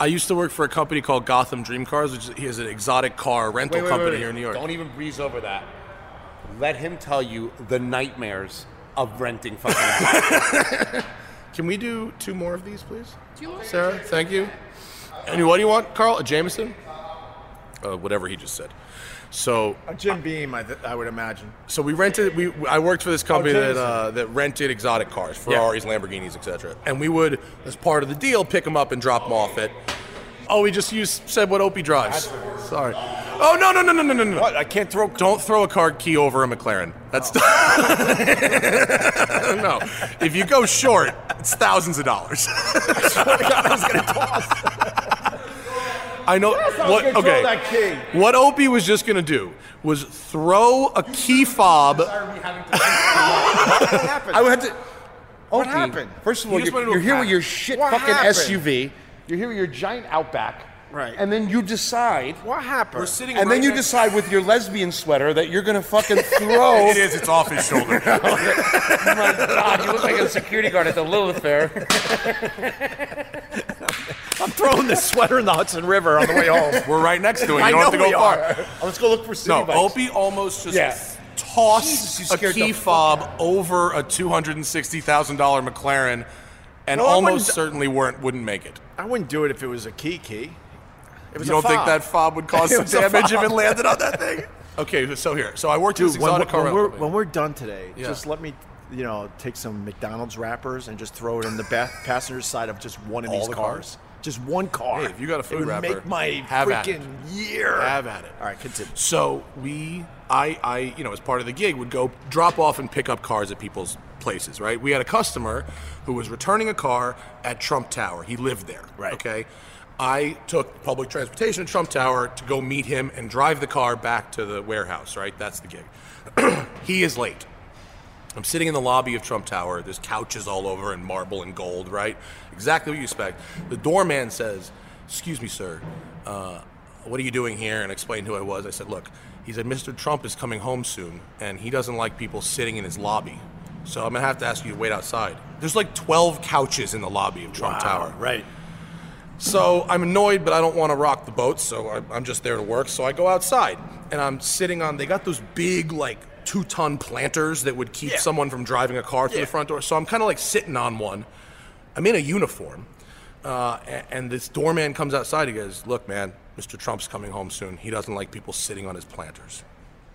[SPEAKER 3] I used to work for a company called Gotham Dream Cars, which is an exotic car rental company here in New York.
[SPEAKER 2] Don't even breeze over that. Let him tell you the nightmares of renting fucking.
[SPEAKER 3] Can we do two more of these, please? Two more. Sarah, thank you. And what do you want, Carl? A Jameson? Uh, whatever he just said. So,
[SPEAKER 4] A Jim Beam, I, th- I would imagine.
[SPEAKER 3] so we rented. We I worked for this company that
[SPEAKER 4] Jameson.
[SPEAKER 3] uh, that rented exotic cars, Ferraris, Lamborghinis, etc. And we would, as part of the deal, pick them up and drop them off at. Oh, we just used said what Opie drives. Sorry. Oh no no no no no no no!
[SPEAKER 4] What? I can't throw. Oh.
[SPEAKER 3] Don't throw a car key over a McLaren. That's no. If you go short, it's thousands of dollars. I know. What,
[SPEAKER 4] gonna throw
[SPEAKER 3] okay.
[SPEAKER 4] that key.
[SPEAKER 3] What Opie was just gonna do was throw a key fob.
[SPEAKER 4] What happened?
[SPEAKER 5] I would have to.
[SPEAKER 4] what happened?
[SPEAKER 5] First of
[SPEAKER 3] You
[SPEAKER 5] all,
[SPEAKER 3] just
[SPEAKER 5] you're,
[SPEAKER 3] went into a
[SPEAKER 5] you're here with
[SPEAKER 3] panic.
[SPEAKER 5] your shit
[SPEAKER 4] What
[SPEAKER 5] fucking
[SPEAKER 4] happened?
[SPEAKER 5] SUV. You're here with your giant Outback.
[SPEAKER 4] Right.
[SPEAKER 5] And then you decide.
[SPEAKER 4] what happened?
[SPEAKER 3] sitting.
[SPEAKER 5] And then you decide with your lesbian sweater that you're gonna fucking throw.
[SPEAKER 3] is. It's off his shoulder.
[SPEAKER 5] Oh my God, you look like a security guard at the Lilith Fair.
[SPEAKER 4] I'm throwing this sweater in the Hudson River on the way home.
[SPEAKER 3] We're right next to it. You
[SPEAKER 4] I
[SPEAKER 3] don't have
[SPEAKER 4] know
[SPEAKER 3] to go
[SPEAKER 4] we
[SPEAKER 3] far.
[SPEAKER 4] are. Oh,
[SPEAKER 5] Let's go look for city
[SPEAKER 3] No,
[SPEAKER 5] bikes.
[SPEAKER 3] Opie almost just
[SPEAKER 5] Yeah.
[SPEAKER 3] tossed
[SPEAKER 5] Jesus, you
[SPEAKER 3] a
[SPEAKER 5] scared the
[SPEAKER 3] key
[SPEAKER 5] fuck
[SPEAKER 3] fob over a two hundred and sixty thousand dollar McLaren, and
[SPEAKER 4] Well, I wouldn't-
[SPEAKER 3] almost certainly weren't wouldn't make it.
[SPEAKER 4] I wouldn't do it if it was a key key. It
[SPEAKER 3] You
[SPEAKER 4] was
[SPEAKER 3] don't
[SPEAKER 4] a
[SPEAKER 3] think
[SPEAKER 4] fob.
[SPEAKER 3] that fob would cause
[SPEAKER 4] It
[SPEAKER 3] some
[SPEAKER 4] was a
[SPEAKER 3] damage if
[SPEAKER 4] fob.
[SPEAKER 3] it landed on that thing? Okay, so here, so I worked in this
[SPEAKER 4] Dude, when,
[SPEAKER 3] exotic
[SPEAKER 4] when,
[SPEAKER 3] car.
[SPEAKER 4] we're,
[SPEAKER 3] rental
[SPEAKER 4] when
[SPEAKER 3] company.
[SPEAKER 4] we're done today,
[SPEAKER 3] Yeah.
[SPEAKER 4] just let me, you know, take some McDonald's wrappers and just throw it on the back passenger side of just one of
[SPEAKER 3] All
[SPEAKER 4] these
[SPEAKER 3] the
[SPEAKER 4] cars. Just one car.
[SPEAKER 3] Hey, if you got a
[SPEAKER 4] it
[SPEAKER 3] food
[SPEAKER 4] would
[SPEAKER 3] wrapper,
[SPEAKER 4] make my
[SPEAKER 3] have at it.
[SPEAKER 4] freaking year.
[SPEAKER 3] Have at it.
[SPEAKER 4] All right, continue.
[SPEAKER 3] So we, I, I, you know, as part of the gig, would go drop off and pick up cars at people's places, right? We had a customer who was returning a car at Trump Tower. He lived there,
[SPEAKER 4] Right.
[SPEAKER 3] Okay. I took public transportation to Trump Tower to go meet him and drive the car back to the warehouse, right? That's the gig. he is late. I'm sitting in the lobby of Trump Tower. There's couches all over and marble and gold, right? Exactly what you expect. The doorman says, Excuse me, sir. Uh, what are you doing here? And I explained who I was. I said, Look, he said, Mr. Trump is coming home soon, and he doesn't like people sitting in his lobby. So I'm going to have to ask you to wait outside. There's like 12 couches in the lobby of Trump Tower.
[SPEAKER 4] Right.
[SPEAKER 3] So I'm annoyed, but I don't want to rock the boat, so I'm, I'm just there to work. So I go outside and I'm sitting on, they got those big, like, two ton planters that would keep someone from driving a car through the front door. So I'm kind of like sitting on one. I'm in a uniform, uh, and, and this doorman comes outside. He goes, Look, man, Mr. Trump's coming home soon. He doesn't like people sitting on his planters.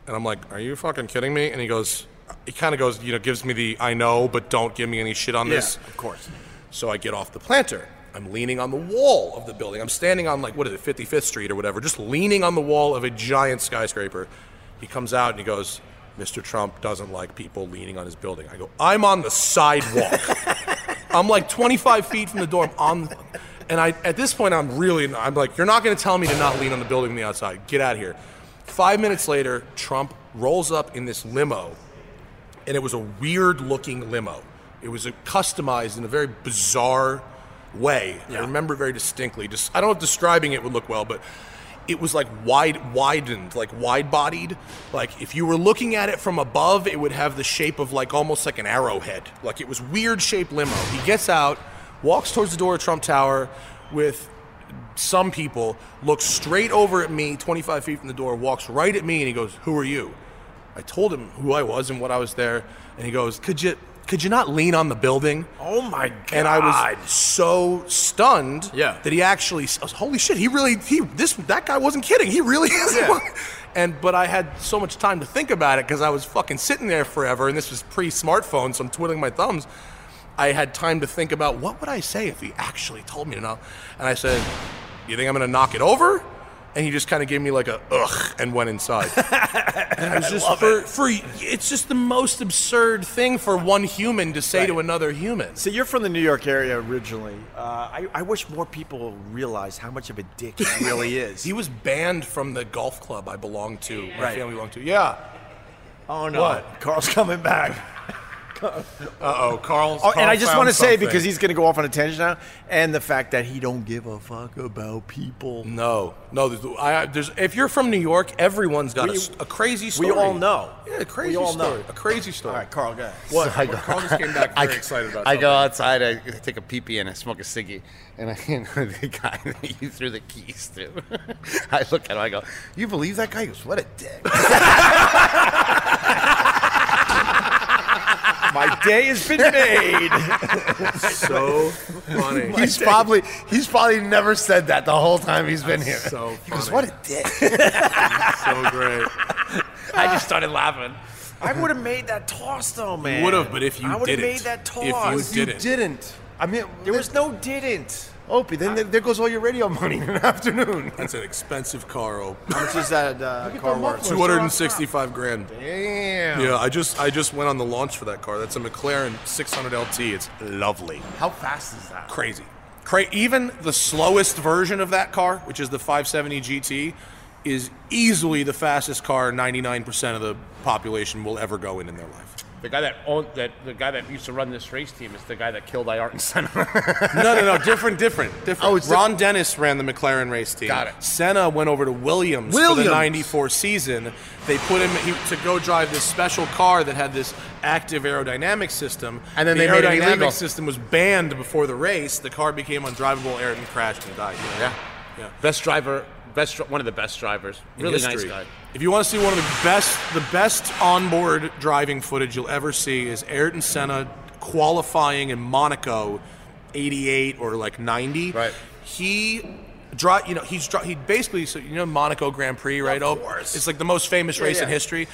[SPEAKER 3] And I'm like, Are you fucking kidding me? And he goes, He kind of goes, you know, gives me the I know, but don't give me any shit on this.
[SPEAKER 4] of course.
[SPEAKER 3] So I get off the planter. I'm leaning on the wall of the building. I'm standing on like what is it, 55th Street or whatever, just leaning on the wall of a giant skyscraper. He comes out and he goes, "Mr. Trump doesn't like people leaning on his building." I go, "I'm on the sidewalk. I'm like 25 feet from the door. I'm on." And I, at this point, I'm really, I'm like, "You're not going to tell me to not lean on the building from the outside. Get out of here." Five minutes later, Trump rolls up in this limo and it was a weird looking limo. It was a, customized in a very bizarre way. I remember very distinctly. Just I don't know if describing it would look well, but it was like wide widened, like wide bodied. Like if you were looking at it from above, it would have the shape of like almost like an arrowhead. Like it was weird shaped limo. He gets out, walks towards the door of Trump Tower with some people, looks straight over at me, 25 feet from the door, walks right at me, and he goes, "Who are you?" I told him who I was and what I was there, and he goes, "Could you could you not lean on the building?"
[SPEAKER 4] Oh my God.
[SPEAKER 3] And I was so stunned
[SPEAKER 4] Yeah.
[SPEAKER 3] that he actually I was, holy shit, he really he this that guy wasn't kidding. He really is.
[SPEAKER 4] Yeah.
[SPEAKER 3] And but I had so much time to think about it because I was fucking sitting there forever, and this was pre-smartphone, so I'm twiddling my thumbs. I had time to think about what would I say if he actually told me to not. And I said, "You think I'm gonna knock it over?" and he just kind of gave me like a ugh and went inside. and it was just for, for it's just the most absurd thing for one human to say to another human.
[SPEAKER 4] So you're from the New York area originally. Uh, I, I wish more people realize how much of a dick he really is.
[SPEAKER 3] He was banned from the golf club I belonged to, my
[SPEAKER 4] Right.
[SPEAKER 3] family belonged to. Yeah.
[SPEAKER 4] oh no,
[SPEAKER 3] What?
[SPEAKER 4] Carl's coming back.
[SPEAKER 3] Uh oh, Carl.
[SPEAKER 4] Oh, and I just want to say because
[SPEAKER 3] he's
[SPEAKER 4] he's going to go off on a tangent now, and the fact that he don't give a fuck about people.
[SPEAKER 3] no, no. There's, I, there's, if you're from New York, everyone's got a
[SPEAKER 4] We-
[SPEAKER 3] s- a, crazy
[SPEAKER 4] we
[SPEAKER 3] story.
[SPEAKER 4] all know.
[SPEAKER 3] Yeah, a crazy
[SPEAKER 4] all know.
[SPEAKER 3] story. A crazy story.
[SPEAKER 4] All right, Carl, go ahead.
[SPEAKER 3] What? Carl just came back very
[SPEAKER 2] I,
[SPEAKER 3] excited about.
[SPEAKER 2] I
[SPEAKER 3] something.
[SPEAKER 2] go outside, I take a pee pee, and I smoke a ciggy. And I the guy that you threw the keys to. I look at him, I go, You believe that guy? He goes, What a dick.
[SPEAKER 4] My day has been made.
[SPEAKER 3] so funny.
[SPEAKER 2] He's probably he's probably never said that the whole time he's been here.
[SPEAKER 3] so
[SPEAKER 2] he goes,
[SPEAKER 3] funny.
[SPEAKER 2] What a dick.
[SPEAKER 3] so great.
[SPEAKER 6] I just started laughing.
[SPEAKER 4] I would have made that toss though, man.
[SPEAKER 3] would have, but if you
[SPEAKER 4] I would have
[SPEAKER 3] didn't.
[SPEAKER 4] made that
[SPEAKER 3] If you
[SPEAKER 4] toss.
[SPEAKER 3] didn't.
[SPEAKER 4] didn't. I mean, there was no didn't.
[SPEAKER 2] Opie, then there, there goes all your radio money in an afternoon.
[SPEAKER 3] That's an expensive car. Oh,
[SPEAKER 4] How much is that uh, car worth?
[SPEAKER 3] two hundred and sixty-five grand. Damn. Yeah, I just I just went on the launch for that car. That's a McLaren 600 LT. It's lovely.
[SPEAKER 2] How fast is that?
[SPEAKER 3] Crazy. Cra- even the slowest version of that car, which is the 570 GT, is easily the fastest car 99% of the population will ever go in in their life.
[SPEAKER 2] The guy that owned that the guy that used to run this race team is the guy that killed Iart and Senna.
[SPEAKER 3] No, no, no. Different, different, different.
[SPEAKER 2] Oh, it's
[SPEAKER 3] Ron Dennis ran the McLaren race team.
[SPEAKER 2] Got it.
[SPEAKER 3] Senna went over to Williams, for
[SPEAKER 2] Williams.
[SPEAKER 3] the '94 season. They put him he, to go drive this special car that had this active aerodynamic system.
[SPEAKER 2] And then
[SPEAKER 3] the
[SPEAKER 2] they made it
[SPEAKER 3] aerodynamic
[SPEAKER 2] illegal.
[SPEAKER 3] system was banned before the race. The car became undrivable, Air and crashed and died. you know? yeah.
[SPEAKER 2] Best driver, best dri- one of the best drivers.
[SPEAKER 3] In
[SPEAKER 2] Really nice
[SPEAKER 3] history.
[SPEAKER 2] guy.
[SPEAKER 3] If you want to see one of the best, the best onboard driving footage you'll ever see is Ayrton Senna qualifying in Monaco, '88 or like '90.
[SPEAKER 2] Right.
[SPEAKER 3] He. Dri you know, he's dri- he basically so you know Monaco Grand Prix, right? Of course. It's like the most famous race in history.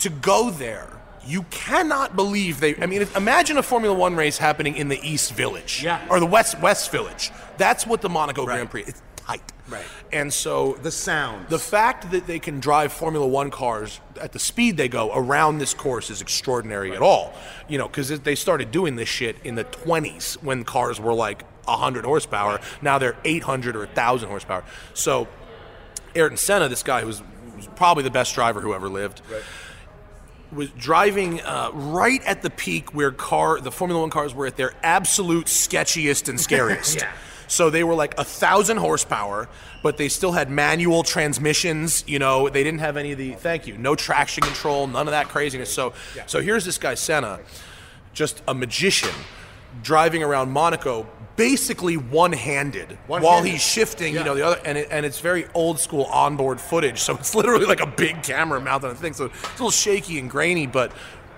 [SPEAKER 3] To go there, you cannot believe they. I mean, if- imagine a Formula One race happening in the East Village,
[SPEAKER 2] Yeah.
[SPEAKER 3] or the West West Village. That's what the Monaco Grand Prix. It's tight, right? And so
[SPEAKER 5] The sound.
[SPEAKER 3] the fact that they can drive Formula One cars at the speed they go around this course is extraordinary at all. You know, because they started doing this shit in the 20s when cars were like 100 horsepower. Now they're 800 or 1,000 horsepower. So, Ayrton Senna, this guy who was, was probably the best driver who ever lived, was driving uh, right at the peak where car the Formula One cars were at their absolute sketchiest and scariest. So they were like a thousand horsepower, but they still had manual transmissions. You know, they didn't have any of the thank you, no traction control, none of that craziness. So, so here's this guy Senna, just a magician, driving around Monaco basically one-handed, while he's shifting. You know the other, and it, and it's very old school onboard footage. So it's literally like a big camera mount on a thing. So it's a little shaky and grainy, but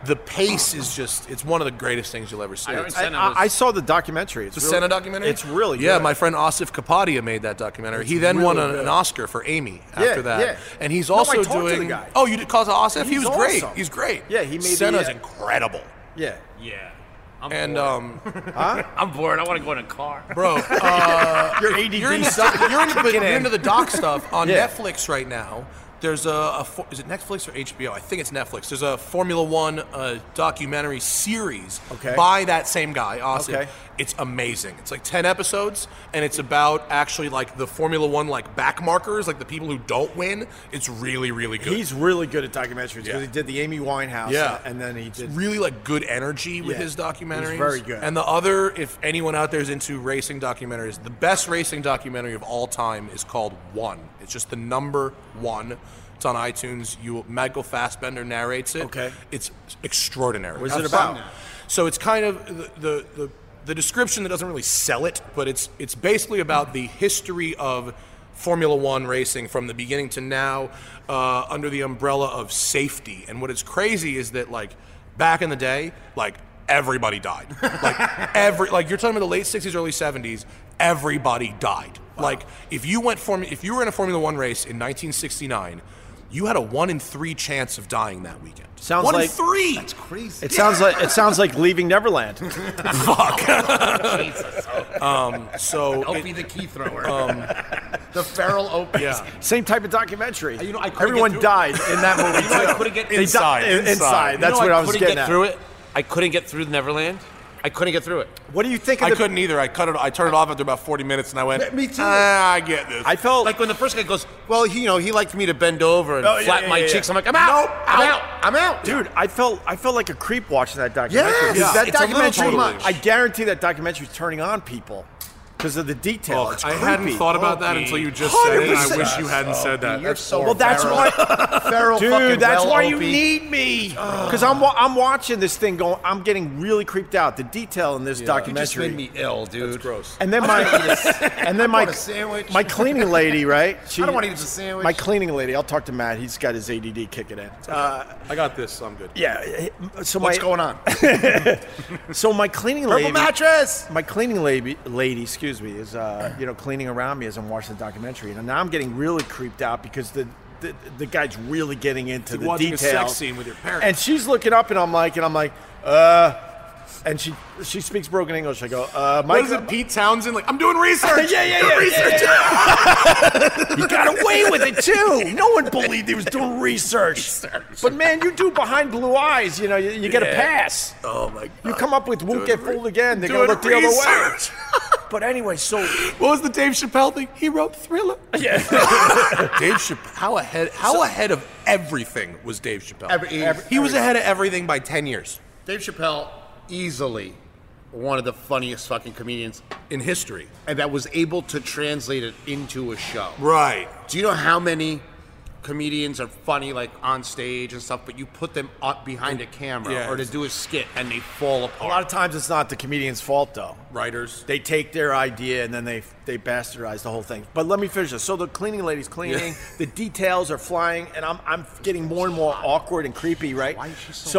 [SPEAKER 3] the pace is just—it's one of the greatest things you'll ever see.
[SPEAKER 2] Ayrton
[SPEAKER 4] I,
[SPEAKER 2] Senna
[SPEAKER 4] I-
[SPEAKER 2] was-
[SPEAKER 4] I saw the documentary. It's
[SPEAKER 3] The
[SPEAKER 4] really-
[SPEAKER 3] Senna documentary?
[SPEAKER 4] It's really
[SPEAKER 3] Yeah,
[SPEAKER 4] good.
[SPEAKER 3] my friend Asif Kapadia made that documentary. he then won
[SPEAKER 4] really
[SPEAKER 3] an, an
[SPEAKER 4] good.
[SPEAKER 3] Oscar for Amy after
[SPEAKER 4] Yeah,
[SPEAKER 3] that.
[SPEAKER 4] yeah.
[SPEAKER 3] And he's
[SPEAKER 4] No, I
[SPEAKER 3] also
[SPEAKER 4] talked to the
[SPEAKER 3] doing.
[SPEAKER 4] guy.
[SPEAKER 3] Oh, you did cause Asif? he
[SPEAKER 4] He's
[SPEAKER 3] was great.
[SPEAKER 4] awesome.
[SPEAKER 3] He's great.
[SPEAKER 4] Yeah, he made the,
[SPEAKER 3] Senna's
[SPEAKER 4] uh,
[SPEAKER 3] incredible.
[SPEAKER 4] yeah.
[SPEAKER 2] Yeah.
[SPEAKER 3] And um,
[SPEAKER 2] I'm bored. I want to go in a car.
[SPEAKER 3] bro, uh,
[SPEAKER 4] Your ADD
[SPEAKER 3] you're into
[SPEAKER 4] sucks.
[SPEAKER 3] you're into, but you're
[SPEAKER 4] in.
[SPEAKER 3] into the doc stuff on
[SPEAKER 4] Yeah.
[SPEAKER 3] Netflix right now. There's a, a fo- is it Netflix or HBO? I think it's Netflix. There's a Formula One uh, documentary series
[SPEAKER 4] Okay.
[SPEAKER 3] by that same guy, Austin.
[SPEAKER 4] Okay.
[SPEAKER 3] It's amazing. It's like ten episodes, and it's about actually like the Formula One like back markers, like the people who don't win. It's really really good.
[SPEAKER 4] He's really good at documentaries because
[SPEAKER 3] Yeah.
[SPEAKER 4] he did the Amy Winehouse.
[SPEAKER 3] Yeah.
[SPEAKER 4] and then he did.
[SPEAKER 3] really like good energy with
[SPEAKER 4] Yeah.
[SPEAKER 3] his documentaries.
[SPEAKER 4] He's very good.
[SPEAKER 3] And the other, if anyone out there is into racing documentaries, the best racing documentary of all time is called One. It's just the number one. It's on iTunes. You Michael Fassbender narrates it.
[SPEAKER 4] Okay.
[SPEAKER 3] it's extraordinary.
[SPEAKER 4] What is it about?
[SPEAKER 3] So it's kind of the the. the the description that doesn't really sell it, but it's it's basically about the history of Formula One racing from the beginning to now, uh, under the umbrella of safety. And what is crazy is that like back in the day, like everybody died. Like every like you're talking about the late '60s, early '70s, everybody died. Like if you went form if you were in a Formula One race in 1969, you had a one in three chance of dying that weekend.
[SPEAKER 4] Sounds
[SPEAKER 3] one
[SPEAKER 4] like-
[SPEAKER 3] in three.
[SPEAKER 5] crazy.
[SPEAKER 4] It sounds like it sounds like leaving Neverland.
[SPEAKER 3] Fuck. um, so
[SPEAKER 2] Um, Opie the key thrower.
[SPEAKER 5] The feral opiates.
[SPEAKER 4] Same type of documentary.
[SPEAKER 2] You know, I couldn't
[SPEAKER 4] Everyone
[SPEAKER 2] get through-
[SPEAKER 4] died in that movie.
[SPEAKER 2] know, I
[SPEAKER 4] too.
[SPEAKER 2] couldn't get-
[SPEAKER 4] They di-
[SPEAKER 3] Inside,
[SPEAKER 4] in-
[SPEAKER 3] inside.
[SPEAKER 4] inside.
[SPEAKER 3] You
[SPEAKER 4] That's
[SPEAKER 2] You
[SPEAKER 4] what
[SPEAKER 2] know,
[SPEAKER 4] I, was
[SPEAKER 2] couldn't
[SPEAKER 4] getting
[SPEAKER 2] get
[SPEAKER 4] at.
[SPEAKER 2] through it. I couldn't get through Neverland. I couldn't get through it.
[SPEAKER 4] What do you think? Of
[SPEAKER 3] I
[SPEAKER 4] the,
[SPEAKER 3] couldn't either. I cut it. I turned it off after about 40 minutes, and I went.
[SPEAKER 5] Me too.
[SPEAKER 3] Ah, I get this.
[SPEAKER 4] I felt
[SPEAKER 2] Like when the first guy goes, well, he, you know, he liked me to bend over and
[SPEAKER 4] Oh, yeah,
[SPEAKER 2] flap
[SPEAKER 4] yeah,
[SPEAKER 2] my
[SPEAKER 4] yeah.
[SPEAKER 2] cheeks. I'm like, I'm out.
[SPEAKER 4] Nope.
[SPEAKER 2] I'm
[SPEAKER 4] Out.
[SPEAKER 2] out. I'm out.
[SPEAKER 4] Dude, I felt I felt like a creep watching that documentary.
[SPEAKER 5] Yes,
[SPEAKER 4] Because that
[SPEAKER 5] it's a little
[SPEAKER 4] documentary,
[SPEAKER 5] too much.
[SPEAKER 4] I guarantee that documentary is turning on people because of the detail.
[SPEAKER 3] Ugh,
[SPEAKER 4] It's
[SPEAKER 3] I
[SPEAKER 4] creepy.
[SPEAKER 3] hadn't thought about that until you just said it. and I
[SPEAKER 4] 100%.
[SPEAKER 3] wish you hadn't said that.
[SPEAKER 5] You're
[SPEAKER 3] That's
[SPEAKER 5] so
[SPEAKER 4] Well, that's
[SPEAKER 5] feral.
[SPEAKER 4] why,
[SPEAKER 5] feral fucking
[SPEAKER 4] dude. That's
[SPEAKER 5] well
[SPEAKER 4] why you
[SPEAKER 5] opie.
[SPEAKER 4] need me. Because I'm wa- I'm watching this thing going. I'm getting really creeped out. The detail in this
[SPEAKER 5] You just
[SPEAKER 4] documentary.
[SPEAKER 5] made me ill, dude. That's gross.
[SPEAKER 4] and then my and then my
[SPEAKER 5] want a sandwich.
[SPEAKER 4] my cleaning lady, right? She,
[SPEAKER 5] I don't want to eat a sandwich.
[SPEAKER 4] My cleaning lady. I'll talk to Matt. He's got his ADD kicking in. Uh,
[SPEAKER 3] I got this. so I'm good.
[SPEAKER 4] yeah. So my
[SPEAKER 5] What's going on?
[SPEAKER 4] so my cleaning lady.
[SPEAKER 5] mattress.
[SPEAKER 4] my cleaning lady, lady, excuse me, is uh, you know cleaning around me as I'm watching the documentary, and now I'm getting really creeped out because the the, the guy's really getting into the
[SPEAKER 3] watching a
[SPEAKER 4] details.
[SPEAKER 3] sex scene with your parents.
[SPEAKER 4] And she's looking up, and I'm like, and I'm like, uh, and she she speaks broken English. I go, uh,
[SPEAKER 3] What
[SPEAKER 4] Mike.
[SPEAKER 3] is it, Pete Townsend? Like I'm doing research.
[SPEAKER 4] Yeah, yeah, yeah, yeah, you got away with it too. No one believed he was doing research. But man, you do behind blue eyes. You know, you, you get a pass.
[SPEAKER 3] Oh my god.
[SPEAKER 4] You come up with won't get fooled again. They're
[SPEAKER 3] doing
[SPEAKER 4] gonna look the other way.
[SPEAKER 3] research.
[SPEAKER 4] But anyway, so
[SPEAKER 3] What was the Dave Chappelle thing? He wrote Thriller. Yeah. Dave Chappelle. How ahead? How ahead of everything was Dave Chappelle?
[SPEAKER 5] Every- every-
[SPEAKER 3] he was ahead of everything by ten years
[SPEAKER 5] Dave Chappelle, easily one of the funniest fucking comedians,
[SPEAKER 3] in history.
[SPEAKER 5] and that was able to translate it into a show.
[SPEAKER 3] Right.
[SPEAKER 5] Do you know how many comedians are funny like on stage and stuff, but you put them up behind a camera
[SPEAKER 3] Yeah.
[SPEAKER 5] or to do a skit and they fall apart?
[SPEAKER 4] A lot of times it's not the comedian's fault though.
[SPEAKER 3] Writers.
[SPEAKER 4] They take their idea and then they they bastardize the whole thing. But let me finish this. So the cleaning lady's cleaning, the details are flying, and I'm I'm getting more and more awkward and creepy, right? Why is she so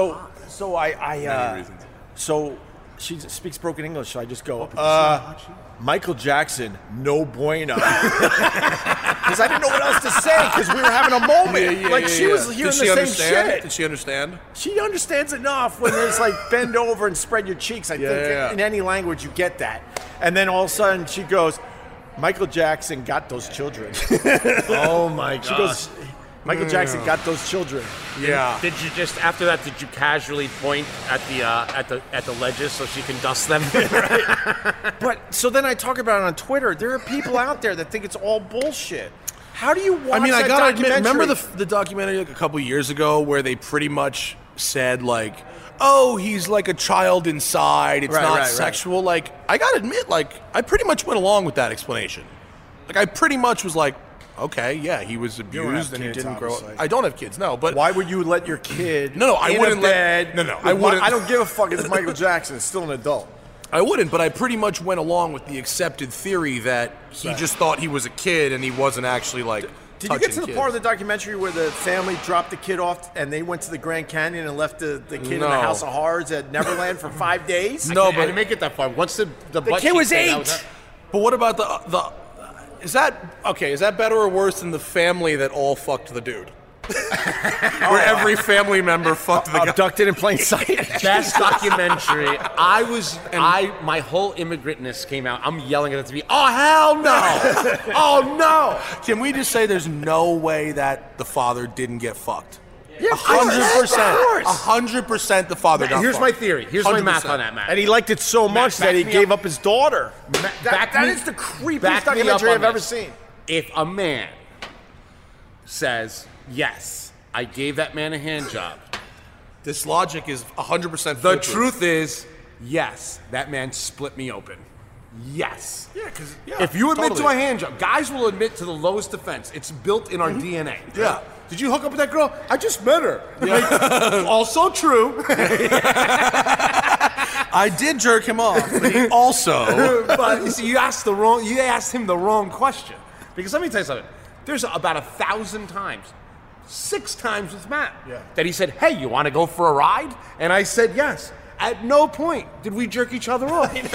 [SPEAKER 4] So so I I uh,
[SPEAKER 3] reasons.
[SPEAKER 4] so she speaks broken English, so I just go. uh, Michael Jackson, no bueno. Because I didn't know what else to say. Because we were having a moment. like she was
[SPEAKER 3] Did
[SPEAKER 4] hearing
[SPEAKER 3] she
[SPEAKER 4] the same
[SPEAKER 3] understand?
[SPEAKER 4] shit
[SPEAKER 3] Did she understand?
[SPEAKER 4] she understands enough when there's like bend over and spread your cheeks. I think
[SPEAKER 3] yeah.
[SPEAKER 4] in any language you get that. And then all of a sudden she goes, Michael Jackson got those children.
[SPEAKER 5] oh my
[SPEAKER 4] She goes, Michael Jackson got those children.
[SPEAKER 3] Yeah.
[SPEAKER 2] Ah. Did you just after that? Did you casually point at the uh, at the at the ledges so she can dust them?
[SPEAKER 4] But so then I talk about it on Twitter. There are people out there that think it's all bullshit. How do you watch
[SPEAKER 3] I mean, I
[SPEAKER 4] that
[SPEAKER 3] gotta admit, remember the
[SPEAKER 4] documentary?
[SPEAKER 3] the documentary like a couple years ago where they pretty much said like, "Oh, he's like a child inside. It's
[SPEAKER 4] Right,
[SPEAKER 3] not
[SPEAKER 4] right, right.
[SPEAKER 3] sexual." Like, I gotta admit, like, I pretty much went along with that explanation. Like, I pretty much was like, "Okay, yeah, he was
[SPEAKER 4] don't have
[SPEAKER 3] abused and he
[SPEAKER 4] kids,
[SPEAKER 3] didn't grow up."
[SPEAKER 4] obviously.
[SPEAKER 3] I don't have kids, no, but
[SPEAKER 4] Why would you let your kid?
[SPEAKER 3] No, no, I
[SPEAKER 4] in a
[SPEAKER 3] wouldn't let-
[SPEAKER 4] bed
[SPEAKER 3] no, no,
[SPEAKER 4] with
[SPEAKER 3] I
[SPEAKER 4] Mi-
[SPEAKER 3] wouldn't-
[SPEAKER 4] I don't give a fuck. It's Michael Jackson. It's still an adult.
[SPEAKER 3] I wouldn't. But I pretty much went along with the accepted theory that he just thought he was a kid and he wasn't actually like.
[SPEAKER 4] Did you get
[SPEAKER 3] touching
[SPEAKER 4] to the
[SPEAKER 3] kids.
[SPEAKER 4] part of the documentary where the family dropped the kid off and they went to the Grand Canyon and left the, the kid in the
[SPEAKER 3] No.
[SPEAKER 4] House of Horrors at Neverland for five days?
[SPEAKER 3] No,
[SPEAKER 5] I
[SPEAKER 3] but
[SPEAKER 5] didn't make it that far. Once the
[SPEAKER 4] The
[SPEAKER 5] the, butt
[SPEAKER 4] kid
[SPEAKER 5] cheek
[SPEAKER 4] was
[SPEAKER 5] thing, that
[SPEAKER 4] eight.
[SPEAKER 5] was-
[SPEAKER 3] But what about the the? Is that okay? Is that better or worse than the family that all fucked the dude? Where every family member fucked the guy.
[SPEAKER 4] Abducted in plain sight.
[SPEAKER 2] Best documentary. I was I my whole immigrantness came out. I'm yelling at it to be. Oh hell no! oh no!
[SPEAKER 3] Can we just say there's no way that the father didn't get fucked? A
[SPEAKER 4] course,
[SPEAKER 3] hundred
[SPEAKER 4] of
[SPEAKER 3] percent.
[SPEAKER 4] course.
[SPEAKER 3] A hundred percent. The father got.
[SPEAKER 2] Here's
[SPEAKER 3] fucked.
[SPEAKER 2] my theory. Here's my math
[SPEAKER 3] 100%.
[SPEAKER 2] on that, Matt.
[SPEAKER 4] and he liked it so much
[SPEAKER 2] back
[SPEAKER 4] that he
[SPEAKER 2] me
[SPEAKER 4] gave
[SPEAKER 2] up.
[SPEAKER 4] up his daughter.
[SPEAKER 2] Back
[SPEAKER 4] That- that
[SPEAKER 2] me-
[SPEAKER 4] is the creepiest
[SPEAKER 2] back me up
[SPEAKER 4] documentary
[SPEAKER 2] on
[SPEAKER 4] I've ever
[SPEAKER 2] this.
[SPEAKER 4] seen.
[SPEAKER 2] If a man says yes, I gave that man a hand job.
[SPEAKER 3] This logic is a hundred percent.
[SPEAKER 2] The truth is, yes, that man split me open. Yes.
[SPEAKER 3] Yeah, because
[SPEAKER 2] if you admit to a hand job, guys will admit to the lowest defense. It's built in
[SPEAKER 4] Mm-hmm.
[SPEAKER 2] our DNA.
[SPEAKER 3] Yeah.
[SPEAKER 2] Did you hook up with that girl? I just met her. Like, also true,
[SPEAKER 3] I did jerk him off, but he also.
[SPEAKER 2] but you see, you asked the wrong. You asked him the wrong question. Because let me tell you something. There's about a thousand times, six times with Matt, that he said, "Hey, you want to go for a ride?" And I said, "Yes." At no point did we jerk each other off. and it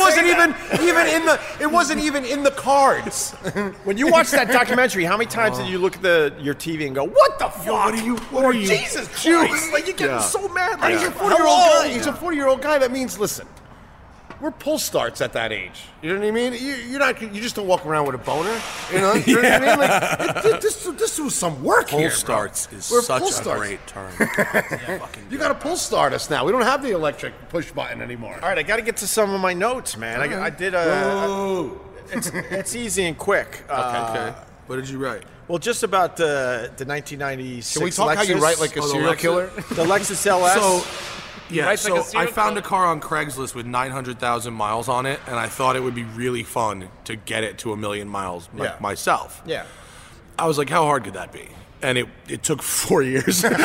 [SPEAKER 2] wasn't even even in the it wasn't even in the cards.
[SPEAKER 4] When you watch that documentary, how many times did you look at the your TV and go, "What the fuck?
[SPEAKER 3] what are you- what are you-
[SPEAKER 4] Jesus Christ! Like you're getting
[SPEAKER 3] Yeah.
[SPEAKER 4] so mad.
[SPEAKER 2] And
[SPEAKER 4] Like
[SPEAKER 2] he's a
[SPEAKER 4] how
[SPEAKER 2] forty-year-old guy.
[SPEAKER 4] old?
[SPEAKER 2] He's a forty-year-old guy. That means, listen, we're pull starts at that age. You know what I mean? You, you're not. You just don't walk around with a boner. You know, you know what I mean? Like, it, this, this was some work
[SPEAKER 3] Pull
[SPEAKER 2] here. bro.
[SPEAKER 3] starts is
[SPEAKER 2] We're
[SPEAKER 3] such
[SPEAKER 2] pull
[SPEAKER 3] a
[SPEAKER 2] starts.
[SPEAKER 3] great term.
[SPEAKER 2] You got to pull start us now. We don't have the electric push button anymore.
[SPEAKER 4] All right, I got to get to some of my notes, man. I, I did a. it's, it's easy and quick. Uh,
[SPEAKER 3] okay. What did you write?
[SPEAKER 4] Well, just about the the 1996.
[SPEAKER 2] Can we talk
[SPEAKER 4] Lexus,
[SPEAKER 2] how you write like a
[SPEAKER 3] Oh, the
[SPEAKER 2] serial
[SPEAKER 3] Lexus?
[SPEAKER 2] killer?
[SPEAKER 4] the Lexus LS?
[SPEAKER 3] So, yeah,
[SPEAKER 6] writes like
[SPEAKER 3] so
[SPEAKER 6] a
[SPEAKER 3] I
[SPEAKER 6] serial
[SPEAKER 3] found a
[SPEAKER 6] killer.
[SPEAKER 3] car on Craigslist with 900,000 miles on it, and I thought it would be really fun to get it to a million miles my-
[SPEAKER 4] Yeah.
[SPEAKER 3] myself.
[SPEAKER 4] yeah.
[SPEAKER 3] I was like, how hard could that be? And it, it took four years.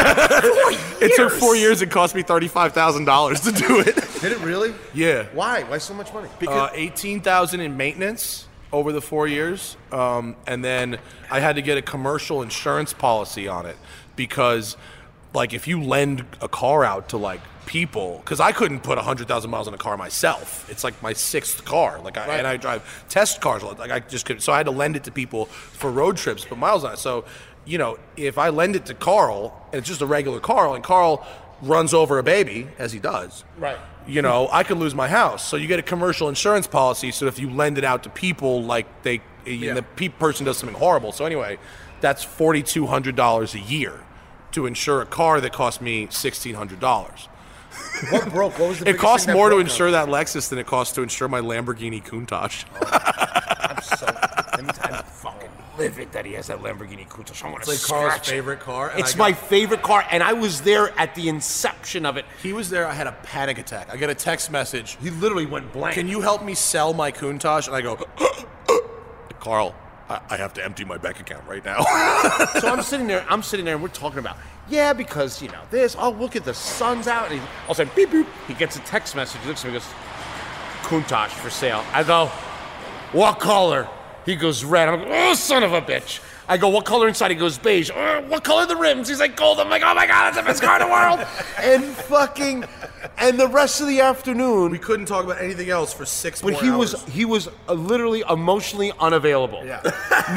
[SPEAKER 3] It took four years. It cost me $35,000 to do it.
[SPEAKER 2] Did it really?
[SPEAKER 3] Yeah.
[SPEAKER 2] Why? Why so much money?
[SPEAKER 3] Uh, 18,000 in maintenance over the four years. Um, and then I had to get a commercial insurance policy on it because, like, if you lend a car out to, like, people, because I couldn't put 100,000 miles on a car myself. It's like my sixth car. Like, I, and I drive test cars. a lot. Like, I just could So I had to lend it to people for road trips, but miles on it. So, you know, if I lend it to Carl, and it's just a regular Carl, and Carl runs over a baby, as he does.
[SPEAKER 2] Right.
[SPEAKER 3] You know, I could lose my house. So you get a commercial insurance policy. So if you lend it out to people, like they, and the pe- person does something horrible. So anyway, that's forty two hundred dollars a year to insure a car that cost me sixteen hundred dollars.
[SPEAKER 2] What broke? What was the
[SPEAKER 3] It
[SPEAKER 2] biggest
[SPEAKER 3] costs
[SPEAKER 2] thing that
[SPEAKER 3] more to
[SPEAKER 2] broke,
[SPEAKER 3] insure that Lexus than it costs to insure my Lamborghini Countach.
[SPEAKER 2] though? I'm fucking livid that he has that Lamborghini Countach. I want to
[SPEAKER 3] favorite car.
[SPEAKER 2] It's my favorite car, and I was there at the inception of it.
[SPEAKER 3] He was there. I had a panic attack. I got a text message.
[SPEAKER 2] He literally went blank.
[SPEAKER 3] Can you help me sell my Countach? And I go, Carl, I, I have to empty my bank account right now.
[SPEAKER 2] so I'm sitting there, I'm sitting there, and we're talking about, yeah, because you know this. Oh, look at the sun's out. And he, all of a sudden, beep beep. He gets a text message. He looks at me, and goes, "Kuntash for sale." I go, "What color?" He goes, "Red." I'm like, "Oh, son of a bitch." I go, "What color inside?" He goes, "Beige." "Oh, what color are the rims? He's like, "Gold." I'm like, "Oh my god, that's the best car in the world!" and fucking, and the rest of the afternoon,
[SPEAKER 3] We couldn't talk about anything else for six.
[SPEAKER 2] But
[SPEAKER 3] more
[SPEAKER 2] he
[SPEAKER 3] hours.
[SPEAKER 2] was he was uh, literally emotionally unavailable. Yeah.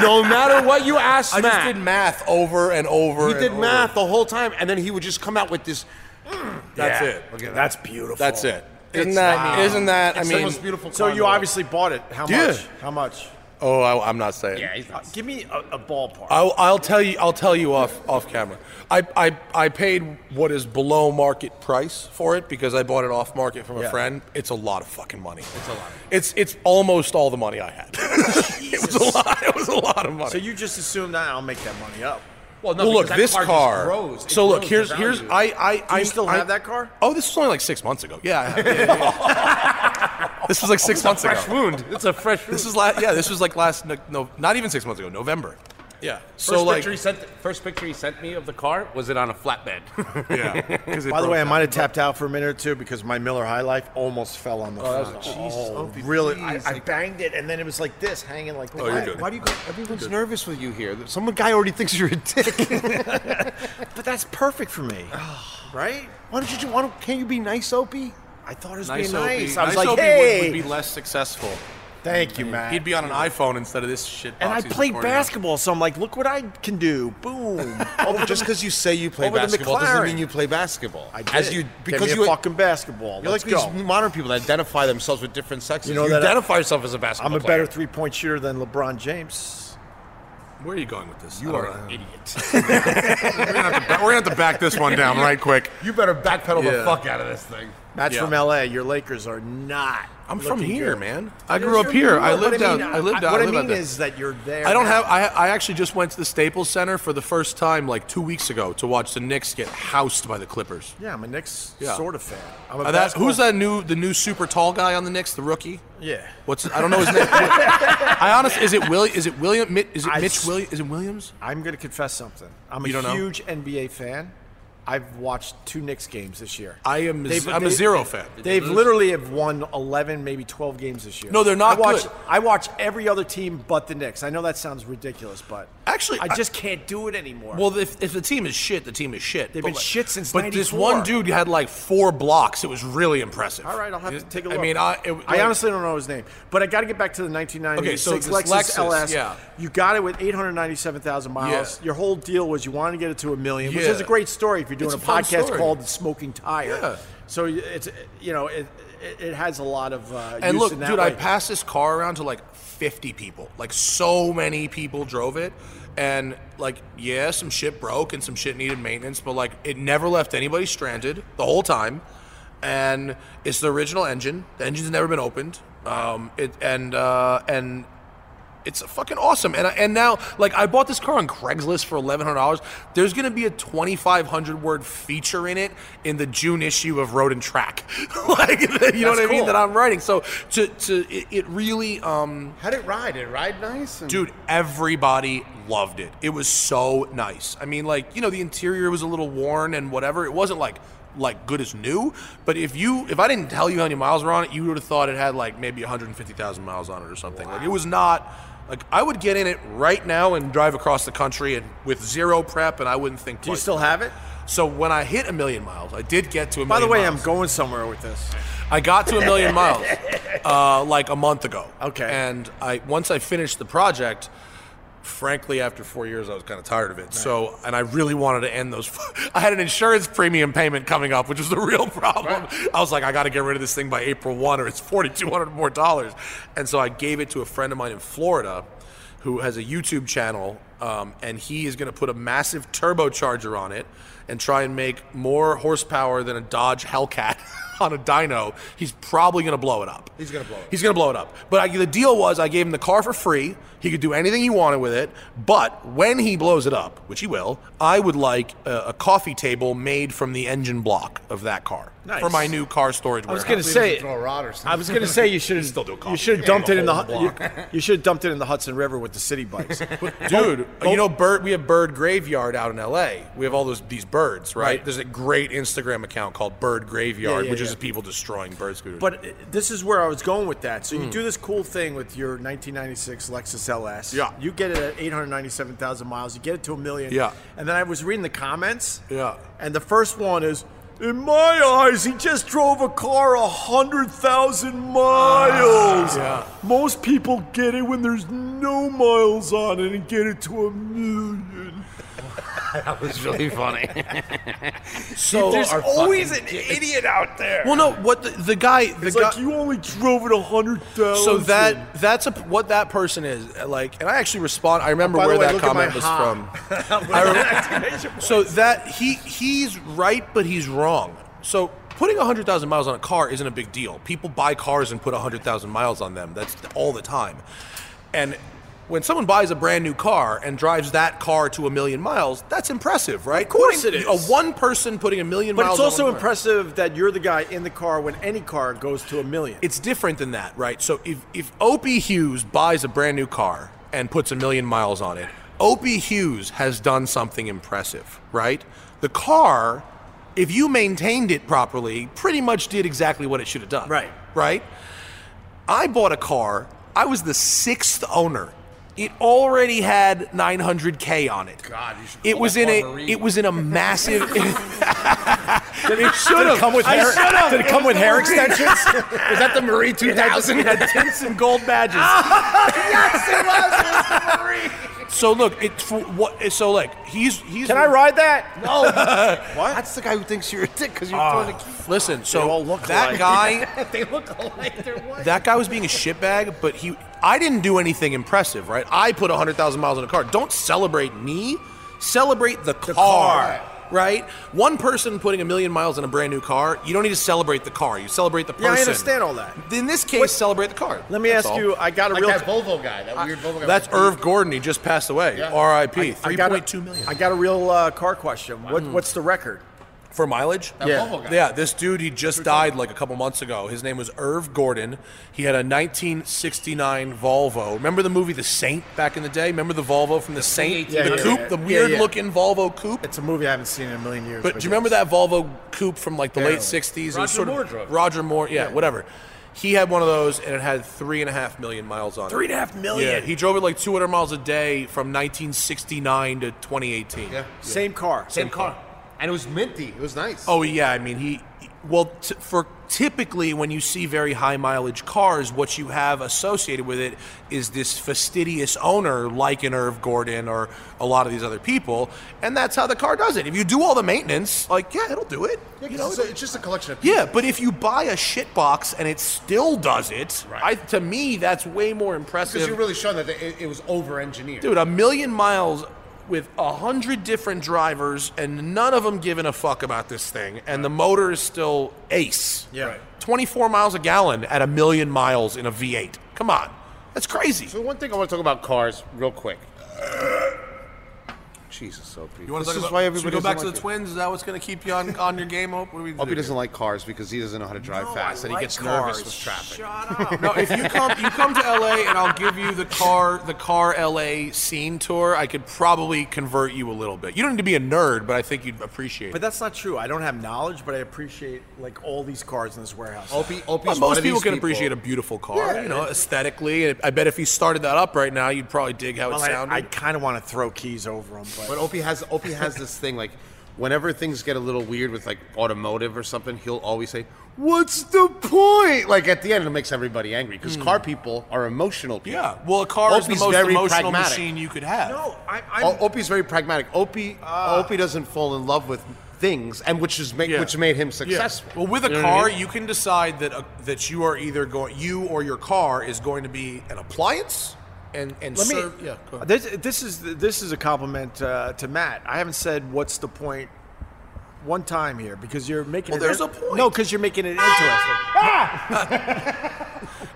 [SPEAKER 2] no matter what you asked
[SPEAKER 3] I just
[SPEAKER 2] Matt,
[SPEAKER 3] did math over and over.
[SPEAKER 2] he
[SPEAKER 3] and
[SPEAKER 2] did
[SPEAKER 3] over.
[SPEAKER 2] math the whole time, and then he would just come out with this.
[SPEAKER 3] That's it.
[SPEAKER 4] That's beautiful.
[SPEAKER 3] That's it. Isn't that? Isn't that? I
[SPEAKER 2] It's the
[SPEAKER 3] mean,
[SPEAKER 2] most beautiful.
[SPEAKER 4] So
[SPEAKER 2] car in the
[SPEAKER 4] you
[SPEAKER 2] world.
[SPEAKER 4] obviously bought it. How
[SPEAKER 3] Yeah.
[SPEAKER 4] much? How much?
[SPEAKER 3] oh, I, I'm not saying.
[SPEAKER 2] Yeah, he's
[SPEAKER 4] Uh,
[SPEAKER 2] not-
[SPEAKER 4] give me a, a ballpark.
[SPEAKER 3] I'll, I'll tell you. I'll tell you off off camera. I, I I paid what is below market price for it because I bought it off market from a friend. It's a lot of fucking money. It's a lot. It's it's almost all the money I had. it was a lot. It was a lot of money.
[SPEAKER 4] so you just assume that I'll make that money up.
[SPEAKER 2] Well, no,
[SPEAKER 3] well, look,
[SPEAKER 2] because that car.
[SPEAKER 3] this car.
[SPEAKER 2] just grows. It
[SPEAKER 3] So look,
[SPEAKER 2] grows in
[SPEAKER 3] here's here's
[SPEAKER 2] value.
[SPEAKER 3] I I I
[SPEAKER 4] you still
[SPEAKER 3] I-
[SPEAKER 4] have that car?
[SPEAKER 3] Oh, this was only like six months ago. Yeah, I have. Yeah, yeah, yeah. this was like six months ago.
[SPEAKER 2] fresh wound. It's a fresh wound.
[SPEAKER 3] This is last. Yeah, this was like last. No, no, not even six months ago. November. Yeah.
[SPEAKER 2] first
[SPEAKER 3] so like.
[SPEAKER 2] picture he sent. First picture he sent me of the car was it on a flatbed.
[SPEAKER 3] Yeah.
[SPEAKER 4] By the way, I might have tapped out for a minute or two because my Miller High Life almost fell on the oh, front. oh, really? I, I banged it, and then it was like this, hanging like. Oh,
[SPEAKER 3] you're good.
[SPEAKER 2] Why do you? Go, everyone's nervous with you here. Some guy already thinks you're a dick.
[SPEAKER 4] But that's perfect for me, right?
[SPEAKER 2] why don't you? Why don't? Can't you be nice, Opie?
[SPEAKER 4] I thought it was
[SPEAKER 3] Nice
[SPEAKER 4] being
[SPEAKER 3] OP.
[SPEAKER 4] nice. I was
[SPEAKER 3] Nice
[SPEAKER 4] like,
[SPEAKER 3] OP would-
[SPEAKER 4] hey,
[SPEAKER 3] would, be less successful.
[SPEAKER 4] thank you, man.
[SPEAKER 3] He'd be on an iPhone instead of this shit.
[SPEAKER 4] and I
[SPEAKER 3] box he's
[SPEAKER 4] played
[SPEAKER 3] recording on.
[SPEAKER 4] basketball, so I'm like, look what I can do. Boom.
[SPEAKER 2] Oh, just because you say you play
[SPEAKER 4] Over the
[SPEAKER 2] basketball doesn't
[SPEAKER 4] McLaren.
[SPEAKER 2] mean you play basketball.
[SPEAKER 4] I did.
[SPEAKER 2] As you because
[SPEAKER 4] Give me
[SPEAKER 2] you
[SPEAKER 4] a fucking basketball.
[SPEAKER 2] You're
[SPEAKER 4] Let's
[SPEAKER 2] like
[SPEAKER 4] go.
[SPEAKER 2] these modern people that identify themselves with different sexes. You,
[SPEAKER 4] know that I-
[SPEAKER 2] identify yourself as a basketball
[SPEAKER 4] I'm a
[SPEAKER 2] player.
[SPEAKER 4] better three point shooter than LeBron James.
[SPEAKER 3] Where are you going with this?
[SPEAKER 2] You
[SPEAKER 3] I
[SPEAKER 2] are
[SPEAKER 3] don't know.
[SPEAKER 2] an idiot.
[SPEAKER 3] We're gonna, have to, ba- we're gonna have to back this one down right quick.
[SPEAKER 2] You better backpedal
[SPEAKER 3] Yeah.
[SPEAKER 2] the fuck out of this thing.
[SPEAKER 4] Matt's
[SPEAKER 3] Yeah.
[SPEAKER 4] from LA. Your Lakers are not.
[SPEAKER 3] I'm from
[SPEAKER 4] looking
[SPEAKER 3] here,
[SPEAKER 4] good.
[SPEAKER 3] man. I
[SPEAKER 4] Yes,
[SPEAKER 3] grew up
[SPEAKER 4] you're-
[SPEAKER 3] here.
[SPEAKER 4] you
[SPEAKER 3] I
[SPEAKER 4] are, but
[SPEAKER 3] lived out.
[SPEAKER 4] mean,
[SPEAKER 3] I lived out.
[SPEAKER 4] What I
[SPEAKER 3] live out
[SPEAKER 4] mean
[SPEAKER 3] there.
[SPEAKER 4] is that you're there.
[SPEAKER 3] I don't
[SPEAKER 4] now.
[SPEAKER 3] have. I, I actually just went to the Staples Center for the first time like two weeks ago to watch the Knicks get housed by the Clippers.
[SPEAKER 4] Yeah, I'm a Knicks
[SPEAKER 3] Yeah.
[SPEAKER 4] sort of fan. I'm a
[SPEAKER 3] Uh, that,
[SPEAKER 4] basketball-
[SPEAKER 3] who's that new the new super tall guy on the Knicks, the rookie?
[SPEAKER 4] Yeah.
[SPEAKER 3] What's I don't know his name. I honestly is it Will is it William Mi- is it
[SPEAKER 4] I
[SPEAKER 3] Mitch
[SPEAKER 4] s-
[SPEAKER 3] Williams is it Williams?
[SPEAKER 4] I'm going to confess something. I'm a
[SPEAKER 3] You don't know?
[SPEAKER 4] huge NBA fan. I've watched two Knicks games this year.
[SPEAKER 3] I am a
[SPEAKER 4] They've-
[SPEAKER 3] z- I'm a
[SPEAKER 4] they-
[SPEAKER 3] zero fan.
[SPEAKER 4] They've literally have won 11, maybe 12 games this year.
[SPEAKER 3] No, they're not
[SPEAKER 4] I watch,
[SPEAKER 3] good.
[SPEAKER 4] I watch every other team but the Knicks. I know that sounds ridiculous, but
[SPEAKER 3] Actually,
[SPEAKER 4] I
[SPEAKER 3] I-
[SPEAKER 4] just can't do it anymore.
[SPEAKER 3] Well, if, if the team is shit, the team is shit.
[SPEAKER 4] They've
[SPEAKER 3] But
[SPEAKER 4] been
[SPEAKER 3] like-
[SPEAKER 4] shit since
[SPEAKER 3] But this
[SPEAKER 4] 94.
[SPEAKER 3] one dude had like four blocks. It was really impressive.
[SPEAKER 4] all right, I'll have to take a look.
[SPEAKER 3] I mean, I it,
[SPEAKER 4] I honestly don't know his name, but I got to get back to the 1996
[SPEAKER 3] Okay, so this
[SPEAKER 4] Lexus, LS.
[SPEAKER 3] Lexus, yeah.
[SPEAKER 4] You got it with 897,000 miles.
[SPEAKER 3] Yeah.
[SPEAKER 4] Your whole deal was you wanted to get it to a million, which
[SPEAKER 3] Yeah.
[SPEAKER 4] is a great story if you doing
[SPEAKER 3] It's
[SPEAKER 4] a,
[SPEAKER 3] a fun
[SPEAKER 4] podcast
[SPEAKER 3] story.
[SPEAKER 4] called Smoking Tire.
[SPEAKER 3] Yeah.
[SPEAKER 4] So it's you know it it it has a lot of uh,
[SPEAKER 3] And
[SPEAKER 4] use
[SPEAKER 3] look,
[SPEAKER 4] in
[SPEAKER 3] dude,
[SPEAKER 4] that
[SPEAKER 3] I
[SPEAKER 4] way.
[SPEAKER 3] passed this car around to like 50 people. Like so many people drove it. And like, yeah, some shit broke and some shit needed maintenance, but like it never left anybody stranded the whole time. And it's the original engine. The engine's never been opened. Um, it and uh, and it's fucking awesome. And I- and now, like, I bought this car on Craigslist for eleven hundred dollars. There's gonna be a twenty five hundred word feature in it in the June issue of Road and Track. like, you know what I mean? That I'm writing. So to to it, it really, um,
[SPEAKER 5] How'd it ride? Did it ride nice? And-
[SPEAKER 3] dude, everybody loved it. It was so nice. I mean, like, you know, the interior was a little worn and whatever. It wasn't like like good as new. But if you if I didn't tell you how many miles were on it, you would have thought it had like maybe 150,000 miles on it or something. Like it was not like I would get in it right now and drive across the country and with zero prep and I wouldn't think
[SPEAKER 4] Do you
[SPEAKER 3] twice.
[SPEAKER 4] still have it?
[SPEAKER 3] So when I hit a million miles, I did get to a million
[SPEAKER 4] By the way,
[SPEAKER 3] miles.
[SPEAKER 4] I'm going somewhere with this.
[SPEAKER 3] I got to a million miles uh, like a month ago.
[SPEAKER 4] Okay.
[SPEAKER 3] And I once I finished the project, frankly, after four years, I was kind of tired of it. So, and I really wanted to end those. I had an insurance premium payment coming up, which was the real problem. I was like, I got to get rid of this thing by April one, or it's forty two hundred more dollars. And so I gave it to a friend of mine in Florida, who has a YouTube channel, um, and he is going to put a massive turbocharger on it and try and make more horsepower than a Dodge Hellcat. On a dyno, he's probably gonna blow it up. He's gonna blow it. He's gonna blow it up. But I, the deal was, I gave him the car for free. He could do anything he wanted with it. But when he blows it up, which he will, I would like a, a coffee table made from the engine block of that car
[SPEAKER 4] Nice.
[SPEAKER 3] for my new car storage.
[SPEAKER 4] I was
[SPEAKER 3] warehouse.
[SPEAKER 4] gonna say
[SPEAKER 5] throw a rod or
[SPEAKER 4] I was gonna say you should
[SPEAKER 3] still do a coffee
[SPEAKER 4] you should have
[SPEAKER 3] table,
[SPEAKER 4] dumped it in the
[SPEAKER 3] whole
[SPEAKER 4] Hu- you, you should have dumped it in the Hudson River with the city bikes.
[SPEAKER 3] dude you know bird we have bird graveyard out in la we have all those these birds right,
[SPEAKER 4] Right.
[SPEAKER 3] there's a great instagram account called bird
[SPEAKER 4] Yeah,
[SPEAKER 3] graveyard
[SPEAKER 4] yeah,
[SPEAKER 3] which is
[SPEAKER 4] yeah.
[SPEAKER 3] people destroying bird scooters
[SPEAKER 4] But uh, this is where I was going with that. So
[SPEAKER 3] Hmm.
[SPEAKER 4] you do this cool thing with your 1996 Lexus LS.
[SPEAKER 3] Yeah.
[SPEAKER 4] You get it at 897,000 miles. You get it to a million.
[SPEAKER 3] Yeah.
[SPEAKER 4] And then I was reading the comments.
[SPEAKER 3] Yeah.
[SPEAKER 4] And the first one is, in my eyes, he just drove a car a hundred thousand miles.
[SPEAKER 3] Ah, Yeah.
[SPEAKER 4] Most people get it when there's no miles on it and get it to a million.
[SPEAKER 2] It's really funny.
[SPEAKER 3] so
[SPEAKER 4] There's
[SPEAKER 3] our-
[SPEAKER 4] always an idiot out there.
[SPEAKER 3] well no what the, the guy the
[SPEAKER 4] It's
[SPEAKER 3] guy
[SPEAKER 4] like you only drove it a hundred thousand.
[SPEAKER 3] so that that's a, what that person is like and i actually respond i remember
[SPEAKER 4] By the
[SPEAKER 3] where
[SPEAKER 4] way,
[SPEAKER 3] that
[SPEAKER 4] look at my
[SPEAKER 3] comment was
[SPEAKER 4] ha.
[SPEAKER 3] from So that he he's right, but he's wrong. So putting hundred thousand miles on a car isn't a big deal. People buy cars and put hundred thousand miles on them. That's all the time. And when someone buys a brand new car and drives that car to a million miles, that's impressive, right? Of
[SPEAKER 4] course it is.
[SPEAKER 3] A one person putting a million
[SPEAKER 4] But
[SPEAKER 3] miles.
[SPEAKER 4] it's
[SPEAKER 3] on
[SPEAKER 4] also
[SPEAKER 3] one car.
[SPEAKER 4] impressive that you're the guy in the car when any car goes to a million.
[SPEAKER 3] It's different than that, right? So if if Opie Hughes buys a brand new car and puts a million miles on it, Opie Hughes has done something impressive, right? The car, if you maintained it properly, pretty much did exactly what it should have done.
[SPEAKER 4] Right.
[SPEAKER 3] Right? I bought a car. I was the sixth owner. It already had 900k on it. God, you should. It was in a. It was in a massive. it should have
[SPEAKER 4] come with
[SPEAKER 3] I
[SPEAKER 4] hair-
[SPEAKER 3] should have.
[SPEAKER 4] did it come with hair extensions?
[SPEAKER 3] was that the Marie 2000? It had tints and gold badges. So look, it's for what. So like, he's he's.
[SPEAKER 4] Can I ride that?
[SPEAKER 5] No. what? Ah. That's the guy who thinks you're a dick because you're throwing a key.
[SPEAKER 3] Listen,
[SPEAKER 4] all
[SPEAKER 3] so
[SPEAKER 4] look
[SPEAKER 3] that
[SPEAKER 4] alike.
[SPEAKER 3] guy,
[SPEAKER 5] They look alike. They're white.
[SPEAKER 3] that guy was being a shitbag, but he, I didn't do anything impressive, right? I put hundred thousand miles on a car. Don't celebrate me, celebrate the car,
[SPEAKER 4] car.
[SPEAKER 3] right? One person putting a million miles on a brand new car, you don't need to celebrate the car. You celebrate the person.
[SPEAKER 4] Yeah, I understand all that.
[SPEAKER 3] In this case, celebrate the car.
[SPEAKER 4] Let me
[SPEAKER 3] That's
[SPEAKER 4] ask
[SPEAKER 3] all.
[SPEAKER 4] you. I got a
[SPEAKER 5] Like
[SPEAKER 4] real.
[SPEAKER 5] that Volvo guy. That weird Volvo guy.
[SPEAKER 3] That's Irv Gordon. He just passed away.
[SPEAKER 5] Yeah.
[SPEAKER 3] R.I.P.
[SPEAKER 4] I
[SPEAKER 3] Three
[SPEAKER 4] got
[SPEAKER 3] point
[SPEAKER 4] a,
[SPEAKER 3] two million
[SPEAKER 4] I got a real uh, car question. What,
[SPEAKER 3] Mm.
[SPEAKER 4] What's the record?
[SPEAKER 3] for mileage.
[SPEAKER 5] That
[SPEAKER 4] Yeah.
[SPEAKER 5] Volvo guy.
[SPEAKER 3] Yeah, this dude, he just died like a couple months ago. His name was Irv Gordon. He had a 1969 Volvo. Remember the movie The Saint back in the day? Remember the Volvo from The, Saint?
[SPEAKER 5] Yeah,
[SPEAKER 3] the
[SPEAKER 5] yeah,
[SPEAKER 3] coupe,
[SPEAKER 4] yeah.
[SPEAKER 3] the
[SPEAKER 4] Yeah,
[SPEAKER 3] weird
[SPEAKER 4] yeah.
[SPEAKER 3] looking Volvo coupe?
[SPEAKER 4] It's a movie I haven't seen in a million years.
[SPEAKER 3] But do you remember that Volvo coupe from like the late
[SPEAKER 4] Barely.
[SPEAKER 3] 60s?
[SPEAKER 2] Roger Moore
[SPEAKER 3] of,
[SPEAKER 2] drove it.
[SPEAKER 3] Roger Moore, yeah, whatever. He had one of those and it had three and a half million miles on
[SPEAKER 4] Three
[SPEAKER 3] it.
[SPEAKER 4] and a half million.
[SPEAKER 3] Yeah, he drove it like 200 miles a day from 1969 to 2018.
[SPEAKER 5] Yeah.
[SPEAKER 4] Same car.
[SPEAKER 3] Same car.
[SPEAKER 5] And it was minty. It was nice.
[SPEAKER 3] Oh yeah, I mean he Well, t- for typically when you see very high mileage cars, what you have associated with it is this fastidious owner like an Irv Gordon or a lot of these other people, and that's how the car does it. If you do all the maintenance, like yeah, it'll do it. you know,
[SPEAKER 10] it's, a- it's just a collection of people.
[SPEAKER 3] yeah, but if you buy a shit box and it still does it, I, to me that's way more impressive.
[SPEAKER 10] Because you're really showing that they, it, it was over engineered.
[SPEAKER 3] Dude, a million miles with a hundred different drivers and none of them giving a fuck about this thing, and the motor is still ace.
[SPEAKER 4] Yeah. Right.
[SPEAKER 3] 24 miles a gallon at a million miles in a V8. Come on. That's crazy.
[SPEAKER 2] So one thing I want to talk about cars real quick. Jesus, Opie.
[SPEAKER 3] You want
[SPEAKER 2] this is why everybody
[SPEAKER 3] go back to
[SPEAKER 2] doesn't
[SPEAKER 3] the
[SPEAKER 2] like you.
[SPEAKER 3] twins? Is that what's going to keep you on, on your game? Hope? What do we do
[SPEAKER 2] Opie
[SPEAKER 3] here?
[SPEAKER 2] doesn't like cars because he doesn't know how to drive
[SPEAKER 3] No,
[SPEAKER 2] fast,
[SPEAKER 3] I
[SPEAKER 2] and he
[SPEAKER 3] like
[SPEAKER 2] gets nervous
[SPEAKER 3] cars.
[SPEAKER 2] with traffic.
[SPEAKER 3] Shut up. no, if you come, you come to LA, and I'll give you the car, the car LA scene tour. I could probably convert you a little bit. You don't need to be a nerd, but I think you'd appreciate
[SPEAKER 4] But
[SPEAKER 3] it.
[SPEAKER 4] that's not true. I don't have knowledge, but I appreciate like all these cars in this warehouse.
[SPEAKER 10] Opie, Opie's
[SPEAKER 3] Well,
[SPEAKER 10] one
[SPEAKER 3] most
[SPEAKER 10] of these
[SPEAKER 3] people can appreciate a beautiful car,
[SPEAKER 4] Yeah,
[SPEAKER 3] you know, aesthetically. And I bet if he started that up right now, you'd probably dig how
[SPEAKER 4] Well,
[SPEAKER 3] it sounded.
[SPEAKER 4] I, I kind of want to throw keys over them, but,
[SPEAKER 2] But Opie has Opie has this thing like, whenever things get a little weird with like automotive or something, he'll always say, "What's the point?" Like at the end, it makes everybody angry because car people are emotional. People.
[SPEAKER 3] Hmm. yeah. Well, a car is the
[SPEAKER 2] Opie's
[SPEAKER 3] most
[SPEAKER 2] very
[SPEAKER 3] emotional
[SPEAKER 2] pragmatic.
[SPEAKER 3] machine you could have.
[SPEAKER 4] no, I, I'm, Ah.
[SPEAKER 2] O- Opie's very pragmatic. Opie Opie doesn't fall in love with things, and which is ma-
[SPEAKER 3] Yeah.
[SPEAKER 2] which made him
[SPEAKER 3] Yeah.
[SPEAKER 2] successful.
[SPEAKER 3] Well, with a
[SPEAKER 2] You know what I
[SPEAKER 3] car,
[SPEAKER 2] mean?
[SPEAKER 3] you can decide that uh, that you are either going, you or your car is going to be an appliance and and
[SPEAKER 4] Let me-
[SPEAKER 3] serve. yeah, go ahead.
[SPEAKER 4] This, this is this is a compliment uh, to Matt. I haven't said what's the point one time here because you're making.
[SPEAKER 3] Well,
[SPEAKER 4] it
[SPEAKER 3] there's a point.
[SPEAKER 4] No, because you're making it interesting.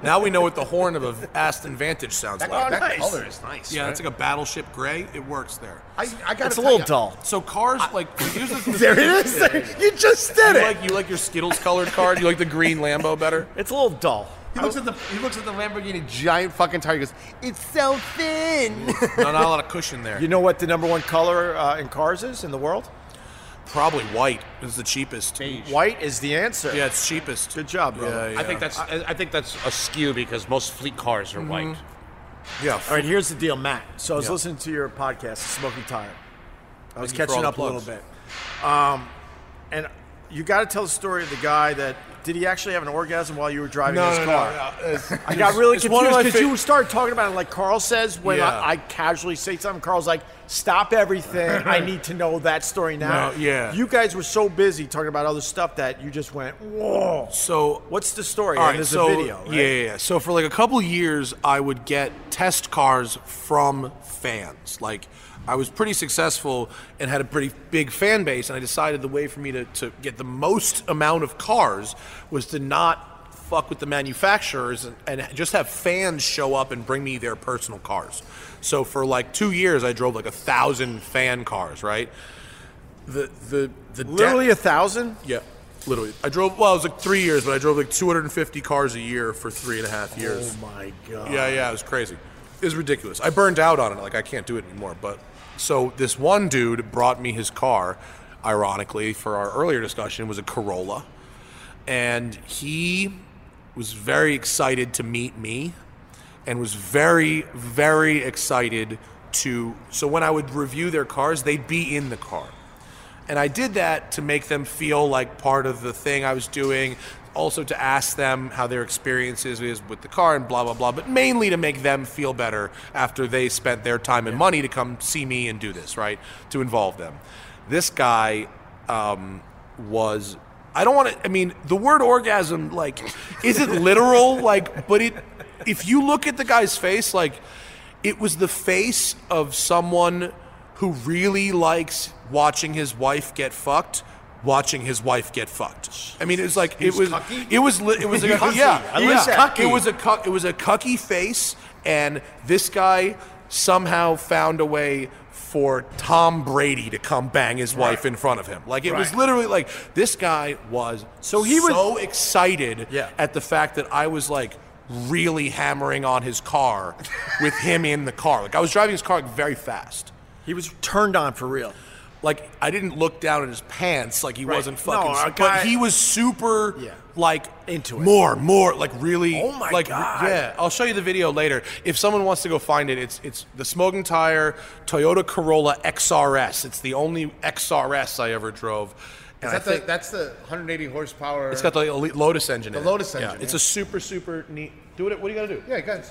[SPEAKER 3] Now we know what the horn of an Aston Vantage sounds like.
[SPEAKER 10] That
[SPEAKER 4] nice.
[SPEAKER 10] color is nice.
[SPEAKER 3] Yeah, it's like a battleship gray. It works there.
[SPEAKER 2] I, I got
[SPEAKER 4] It's a little dull.
[SPEAKER 3] So cars, like here's the,
[SPEAKER 2] There it is. you just did
[SPEAKER 3] You
[SPEAKER 2] it.
[SPEAKER 3] like you like your Skittles colored car? Do you like the green Lambo better?
[SPEAKER 4] It's a little dull.
[SPEAKER 2] he looks at the he looks at the Lamborghini giant fucking tire. He goes, "It's so thin."
[SPEAKER 3] No, not a lot of cushion there.
[SPEAKER 4] You know what the number one color uh, in cars is in the world?
[SPEAKER 3] Probably white is the cheapest.
[SPEAKER 4] White is the answer.
[SPEAKER 3] Yeah, it's cheapest.
[SPEAKER 4] Good job, brother.
[SPEAKER 3] Yeah, yeah.
[SPEAKER 2] I think that's I, I think that's a skew because most fleet cars are white.
[SPEAKER 3] yeah.
[SPEAKER 4] All right, here's the deal, Matt. So I was
[SPEAKER 3] Yeah.
[SPEAKER 4] listening to your podcast, Smoky Tire. I was
[SPEAKER 3] Thank you for
[SPEAKER 4] catching
[SPEAKER 3] all the
[SPEAKER 4] up a little
[SPEAKER 3] plugs.
[SPEAKER 4] bit. Um, and you got to tell the story of the guy that did he actually have an orgasm while you were driving his car? I got really confused because you started talking about it like Carl says when
[SPEAKER 3] Yeah.
[SPEAKER 4] I, I casually say something. Carl's like, "Stop everything! I need to know that story now."
[SPEAKER 3] No, yeah.
[SPEAKER 4] You guys were so busy talking about other stuff that you just went, "Whoa!"
[SPEAKER 3] So
[SPEAKER 4] What's the story?
[SPEAKER 3] All
[SPEAKER 4] And
[SPEAKER 3] right,
[SPEAKER 4] there's
[SPEAKER 3] so
[SPEAKER 4] a video. Right?
[SPEAKER 3] yeah, yeah, yeah. So for like a couple years, I would get test cars from fans. Like I was pretty successful and had a pretty big fan base, and I decided the way for me to, to get the most amount of cars was to not fuck with the manufacturers and, and just have fans show up and bring me their personal cars. So for like two years, I drove like a thousand fan cars. Right. The the the de-
[SPEAKER 4] Literally a thousand.
[SPEAKER 3] yeah, literally. I drove. Well, it was like three years, but I drove like 250 cars a year for three and a half years.
[SPEAKER 4] Oh my god.
[SPEAKER 3] yeah, yeah, it was crazy. It was ridiculous. I burned out on it. Like I can't do it anymore. But so this one dude brought me his car. Ironically, for our earlier discussion, was a Corolla, and he was very excited to meet me, and was very, very excited to. So when I would review their cars, they'd be in the car. And I did that to make them feel like part of the thing I was doing, also to ask them how their experiences is with the car and blah blah blah, but mainly to make them feel better after they spent their time and money to come see me and do this, right? To involve them. This guy um, was I don't want to I mean, the word orgasm like isn't literal like but it if you look at the guy's face like it was the face of someone who really likes watching his wife get fucked watching his wife get fucked i mean it was like it was it was li- it was like a, yeah,
[SPEAKER 4] I
[SPEAKER 3] yeah.
[SPEAKER 4] like that.
[SPEAKER 3] it was a cuck, it was a cucky face and this guy somehow found a way for Tom Brady to come bang his wife in front of him like it was literally like this guy was so
[SPEAKER 4] he was-
[SPEAKER 3] so excited
[SPEAKER 4] Yeah.
[SPEAKER 3] at the fact that I was like really hammering on his car with him in the car. Like I was driving his car like, very fast.
[SPEAKER 4] He was turned on for real.
[SPEAKER 3] Like I didn't look down at his pants like he wasn't
[SPEAKER 4] No,
[SPEAKER 3] fucking
[SPEAKER 4] our guy-
[SPEAKER 3] but he was super
[SPEAKER 4] Yeah.
[SPEAKER 3] like
[SPEAKER 4] Into it.
[SPEAKER 3] More, more like really
[SPEAKER 4] Oh my
[SPEAKER 3] like,
[SPEAKER 4] God.
[SPEAKER 3] Yeah, I'll show you the video later. If someone wants to go find it, it's it's the Smoking Tire Toyota Corolla XRS. It's the only XRS I ever drove.
[SPEAKER 10] Is that the, that's the 180 horsepower.
[SPEAKER 3] It's got the elite Lotus engine. The in it.
[SPEAKER 10] Lotus
[SPEAKER 3] Yeah,
[SPEAKER 10] engine,
[SPEAKER 3] it's a super super neat. Do it. What do you gotta do?
[SPEAKER 10] yeah, guys.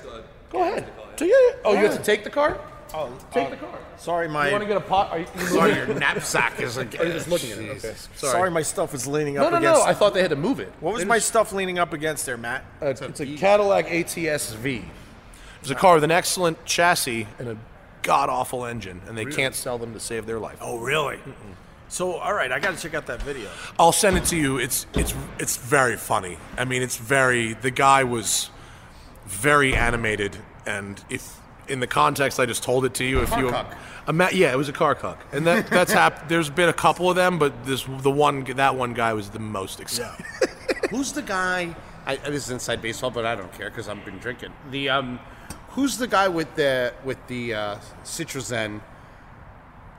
[SPEAKER 3] Go ahead. Do you? Oh, you have to take the car. Oh, take the car.
[SPEAKER 4] Sorry,
[SPEAKER 3] You want
[SPEAKER 4] my
[SPEAKER 3] to get a pot? Are you, you
[SPEAKER 2] Sorry, your knapsack is like.
[SPEAKER 3] are you just looking at it? Okay.
[SPEAKER 4] sorry. my stuff was leaning
[SPEAKER 3] No,
[SPEAKER 4] up
[SPEAKER 3] no,
[SPEAKER 4] against.
[SPEAKER 3] no. I thought they had to move it.
[SPEAKER 4] what was my stuff leaning up against there, Matt?
[SPEAKER 3] Uh, it's, a Cadillac ATS-V. It's a car with an excellent chassis and a god awful engine, and they can't sell them to save their life.
[SPEAKER 4] Oh, really? So, all right, I got to check out that video.
[SPEAKER 3] I'll send it to you. It's it's it's very funny. I mean, it's very. The guy was very animated, and if in the context I just told it to you, if you. Ima- yeah, it was a car cuck, and that that's happened. There's been a couple of them, but this the one that one guy was the most exciting.
[SPEAKER 2] Who's the guy? I, this is inside baseball, but I don't care because I've been drinking. The um, who's the guy with the with the uh, Citroen,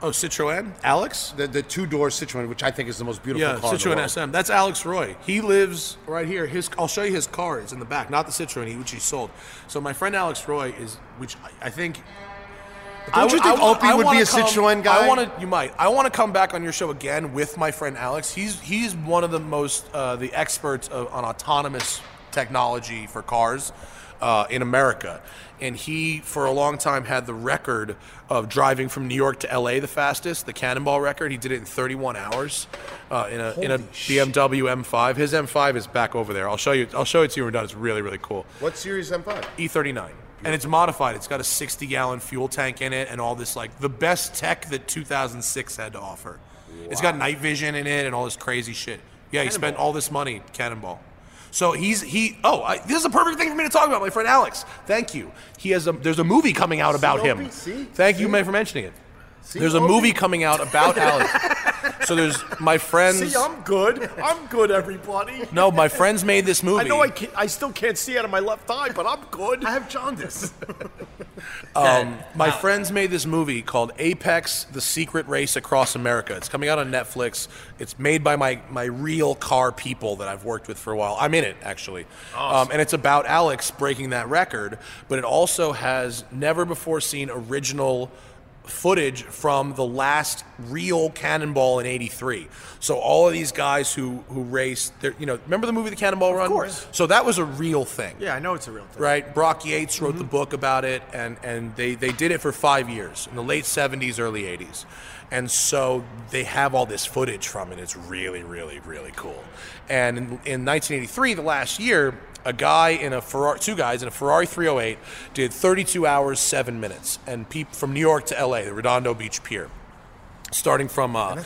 [SPEAKER 3] Oh, Citroen, Alex.
[SPEAKER 2] the, the two door Citroen, which I think is the most beautiful
[SPEAKER 3] Yeah,
[SPEAKER 2] car. in the
[SPEAKER 3] Citroen
[SPEAKER 2] world.
[SPEAKER 3] SM. That's Alex Roy. He lives right here. His I'll show you his car. It's in the back, not the Citroen, he- which he sold. So my friend Alex Roy is, which I- I think.
[SPEAKER 2] don't you think
[SPEAKER 3] wa-
[SPEAKER 2] Opie would be
[SPEAKER 3] wanna
[SPEAKER 2] a Citroen guy?
[SPEAKER 3] I want to. You might. I want to come back on your show again with my friend Alex. He's he's one of the most uh, the experts of, on autonomous technology for cars uh, in America, and he for a long time had the record of driving from New York to L.A. the fastest, the Cannonball record. He did it in 31 hours uh, in a in a BMW M5. His M5 is back over there. I'll show you. I'll show it to you when we're done. It's really really cool.
[SPEAKER 10] What series M5?
[SPEAKER 3] E39. E And it's modified. It's got a 60 gallon fuel tank in it and all this, like, the best tech that 2006 had to offer. It's got night vision in it and all this crazy shit. Yeah, he spent all this money, Cannonball. So he's, he, oh, I, this is a perfect thing for me to talk about, my friend Alex. Thank you. He has a, there's a movie coming out about him. Thank you, man, for mentioning it. there's a movie coming out about Alex. so there's my friends.
[SPEAKER 4] See, I'm good. I'm good, everybody.
[SPEAKER 3] no, my friends made this movie.
[SPEAKER 4] I know I, can, I still can't see out of my left eye, but I'm good.
[SPEAKER 10] I have jaundice.
[SPEAKER 3] Um, my friends made this movie called Apex: The Secret Race Across America. It's coming out on Netflix. It's made by my my real car people that I've worked with for a while. I'm in it actually, um, and it's about Alex breaking that record. But it also has never before seen original footage from the last real cannonball in 83 so all of these guys who who raced they're- you know remember the movie the cannonball run of
[SPEAKER 4] course.
[SPEAKER 3] so that was a real thing
[SPEAKER 4] Yeah, I know it's a real thing.
[SPEAKER 3] right? Brock Yates wrote the book about it, and, and they, they did it for five years in the late 70s, early 80s. And so they have all this footage from it. It's really, really, really cool. And in, in 1983, the last year, a guy in a Ferrari, two guys in a Ferrari 308 did 32 hours, seven minutes, and peep from New York to LA, the Redondo Beach Pier. Starting from uh, the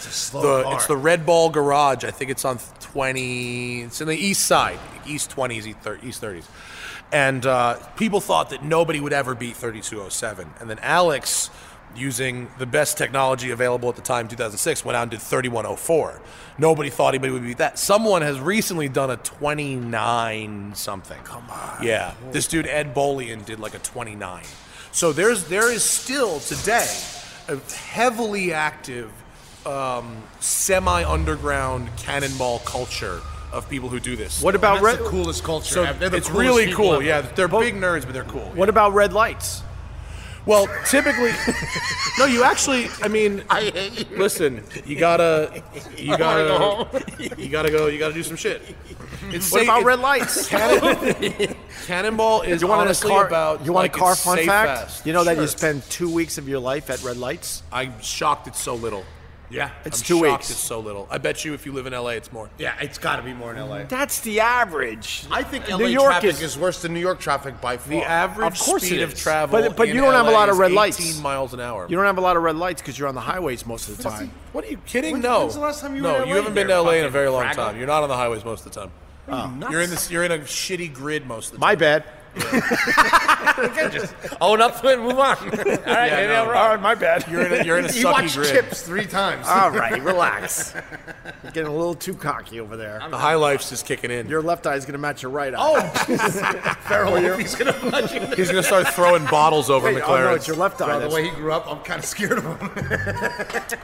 [SPEAKER 3] it's the Red Ball Garage. I think it's on twenty. It's in the east side, east twenties, east thir- east thirties, and uh, people thought that nobody would ever beat thirty two oh seven. And then Alex, using the best technology available at the time, two thousand six, went out and did thirty one oh four. Nobody thought anybody would beat that. Someone has recently done a twenty nine something. Come on. Yeah, this dude Ed Bolian did like a twenty nine. So there's there is still today a heavily active, um, semi underground cannonball culture of people who do this.
[SPEAKER 4] What about red?
[SPEAKER 10] That's the coolest culture.
[SPEAKER 3] So
[SPEAKER 10] ever. They're the
[SPEAKER 3] it's
[SPEAKER 10] coolest
[SPEAKER 3] really
[SPEAKER 10] people
[SPEAKER 3] cool.
[SPEAKER 10] ever.
[SPEAKER 3] Yeah, they're big nerds, but they're cool.
[SPEAKER 4] What about red lights?
[SPEAKER 3] Well, typically, no. You actually, I mean, I hate you. Listen, you gotta, you gotta, you gotta go. You gotta do some shit. It's
[SPEAKER 4] What
[SPEAKER 3] safe-
[SPEAKER 4] about
[SPEAKER 3] it-
[SPEAKER 4] red lights?
[SPEAKER 3] Cannon, cannonball is
[SPEAKER 4] You want
[SPEAKER 3] honestly
[SPEAKER 4] a car?
[SPEAKER 3] about.
[SPEAKER 4] you want
[SPEAKER 3] like,
[SPEAKER 4] a car
[SPEAKER 3] it's
[SPEAKER 4] fun
[SPEAKER 3] safe
[SPEAKER 4] fact?
[SPEAKER 3] fast.
[SPEAKER 4] You know that you
[SPEAKER 3] Sure.
[SPEAKER 4] spend two weeks of your life at red lights.
[SPEAKER 3] I'm shocked it's so little. Yeah,
[SPEAKER 4] It's
[SPEAKER 3] I'm
[SPEAKER 4] two
[SPEAKER 3] shocked
[SPEAKER 4] weeks.
[SPEAKER 3] It's so little. I bet you if you live in LA, it's more.
[SPEAKER 10] Yeah, it's got to be more in LA.
[SPEAKER 4] That's the average.
[SPEAKER 10] I think
[SPEAKER 4] New
[SPEAKER 10] LA
[SPEAKER 4] York
[SPEAKER 10] traffic
[SPEAKER 4] is-
[SPEAKER 10] is, worse than New York traffic by far.
[SPEAKER 3] The average
[SPEAKER 4] Of course
[SPEAKER 3] speed
[SPEAKER 4] it
[SPEAKER 3] of
[SPEAKER 4] is.
[SPEAKER 3] travel,
[SPEAKER 4] But- but you
[SPEAKER 3] in
[SPEAKER 4] don't have a lot
[SPEAKER 3] LA
[SPEAKER 4] of red
[SPEAKER 3] is
[SPEAKER 4] lights.
[SPEAKER 3] 18 miles an hour.
[SPEAKER 4] You don't have a lot of red lights because you're on the highways most of the time.
[SPEAKER 3] what are you kidding?
[SPEAKER 10] When-
[SPEAKER 3] no.
[SPEAKER 10] when's the last time you
[SPEAKER 3] no,
[SPEAKER 10] were in
[SPEAKER 3] you
[SPEAKER 10] LA?
[SPEAKER 3] haven't been
[SPEAKER 10] They're
[SPEAKER 3] to LA in a
[SPEAKER 10] fucking
[SPEAKER 3] very long
[SPEAKER 10] fragile.
[SPEAKER 3] time. You're not on the highways most of the time. You're in this. You're in a shitty grid most of the time. Oh,
[SPEAKER 4] My bad.
[SPEAKER 2] Own up to it, and move on. All right, maybe
[SPEAKER 3] no.
[SPEAKER 2] I'm wrong.
[SPEAKER 4] All right, my bad.
[SPEAKER 3] You're in a, you're in a
[SPEAKER 10] He
[SPEAKER 3] sucky
[SPEAKER 10] watched
[SPEAKER 3] grid.
[SPEAKER 10] Chips three times.
[SPEAKER 4] All right, relax. You're getting a little too cocky over there.
[SPEAKER 3] The high life's just kicking in.
[SPEAKER 4] Your left eye is going to match your right eye. Oh,
[SPEAKER 3] He's gonna start throwing bottles over
[SPEAKER 4] wait, oh no,
[SPEAKER 3] McLaren.
[SPEAKER 4] it's your left eye.
[SPEAKER 10] Bro, the
[SPEAKER 4] That's-
[SPEAKER 10] way he grew up, I'm kind of scared of him.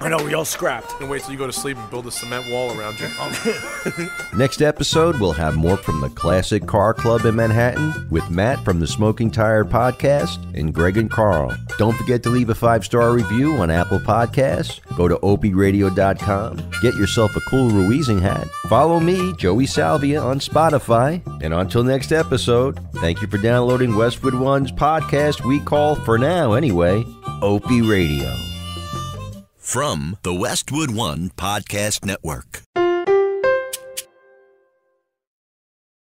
[SPEAKER 4] I know we all scrapped.
[SPEAKER 3] and wait till you go to sleep and build a cement wall around you.
[SPEAKER 11] Next episode, we'll have more from the Classic Car Club in Manhattan with Matt from the Smoking Tire Podcast and Greg and Carl. Don't forget to leave a five star review on Apple Podcasts. Go to opradio.com. Get yourself a cool Ruizing hat. Follow me, Joey Salvia, on Spotify. And until next episode, thank you for downloading Westwood One's podcast we call, for now anyway, Opie Radio.
[SPEAKER 1] From the Westwood One Podcast Network.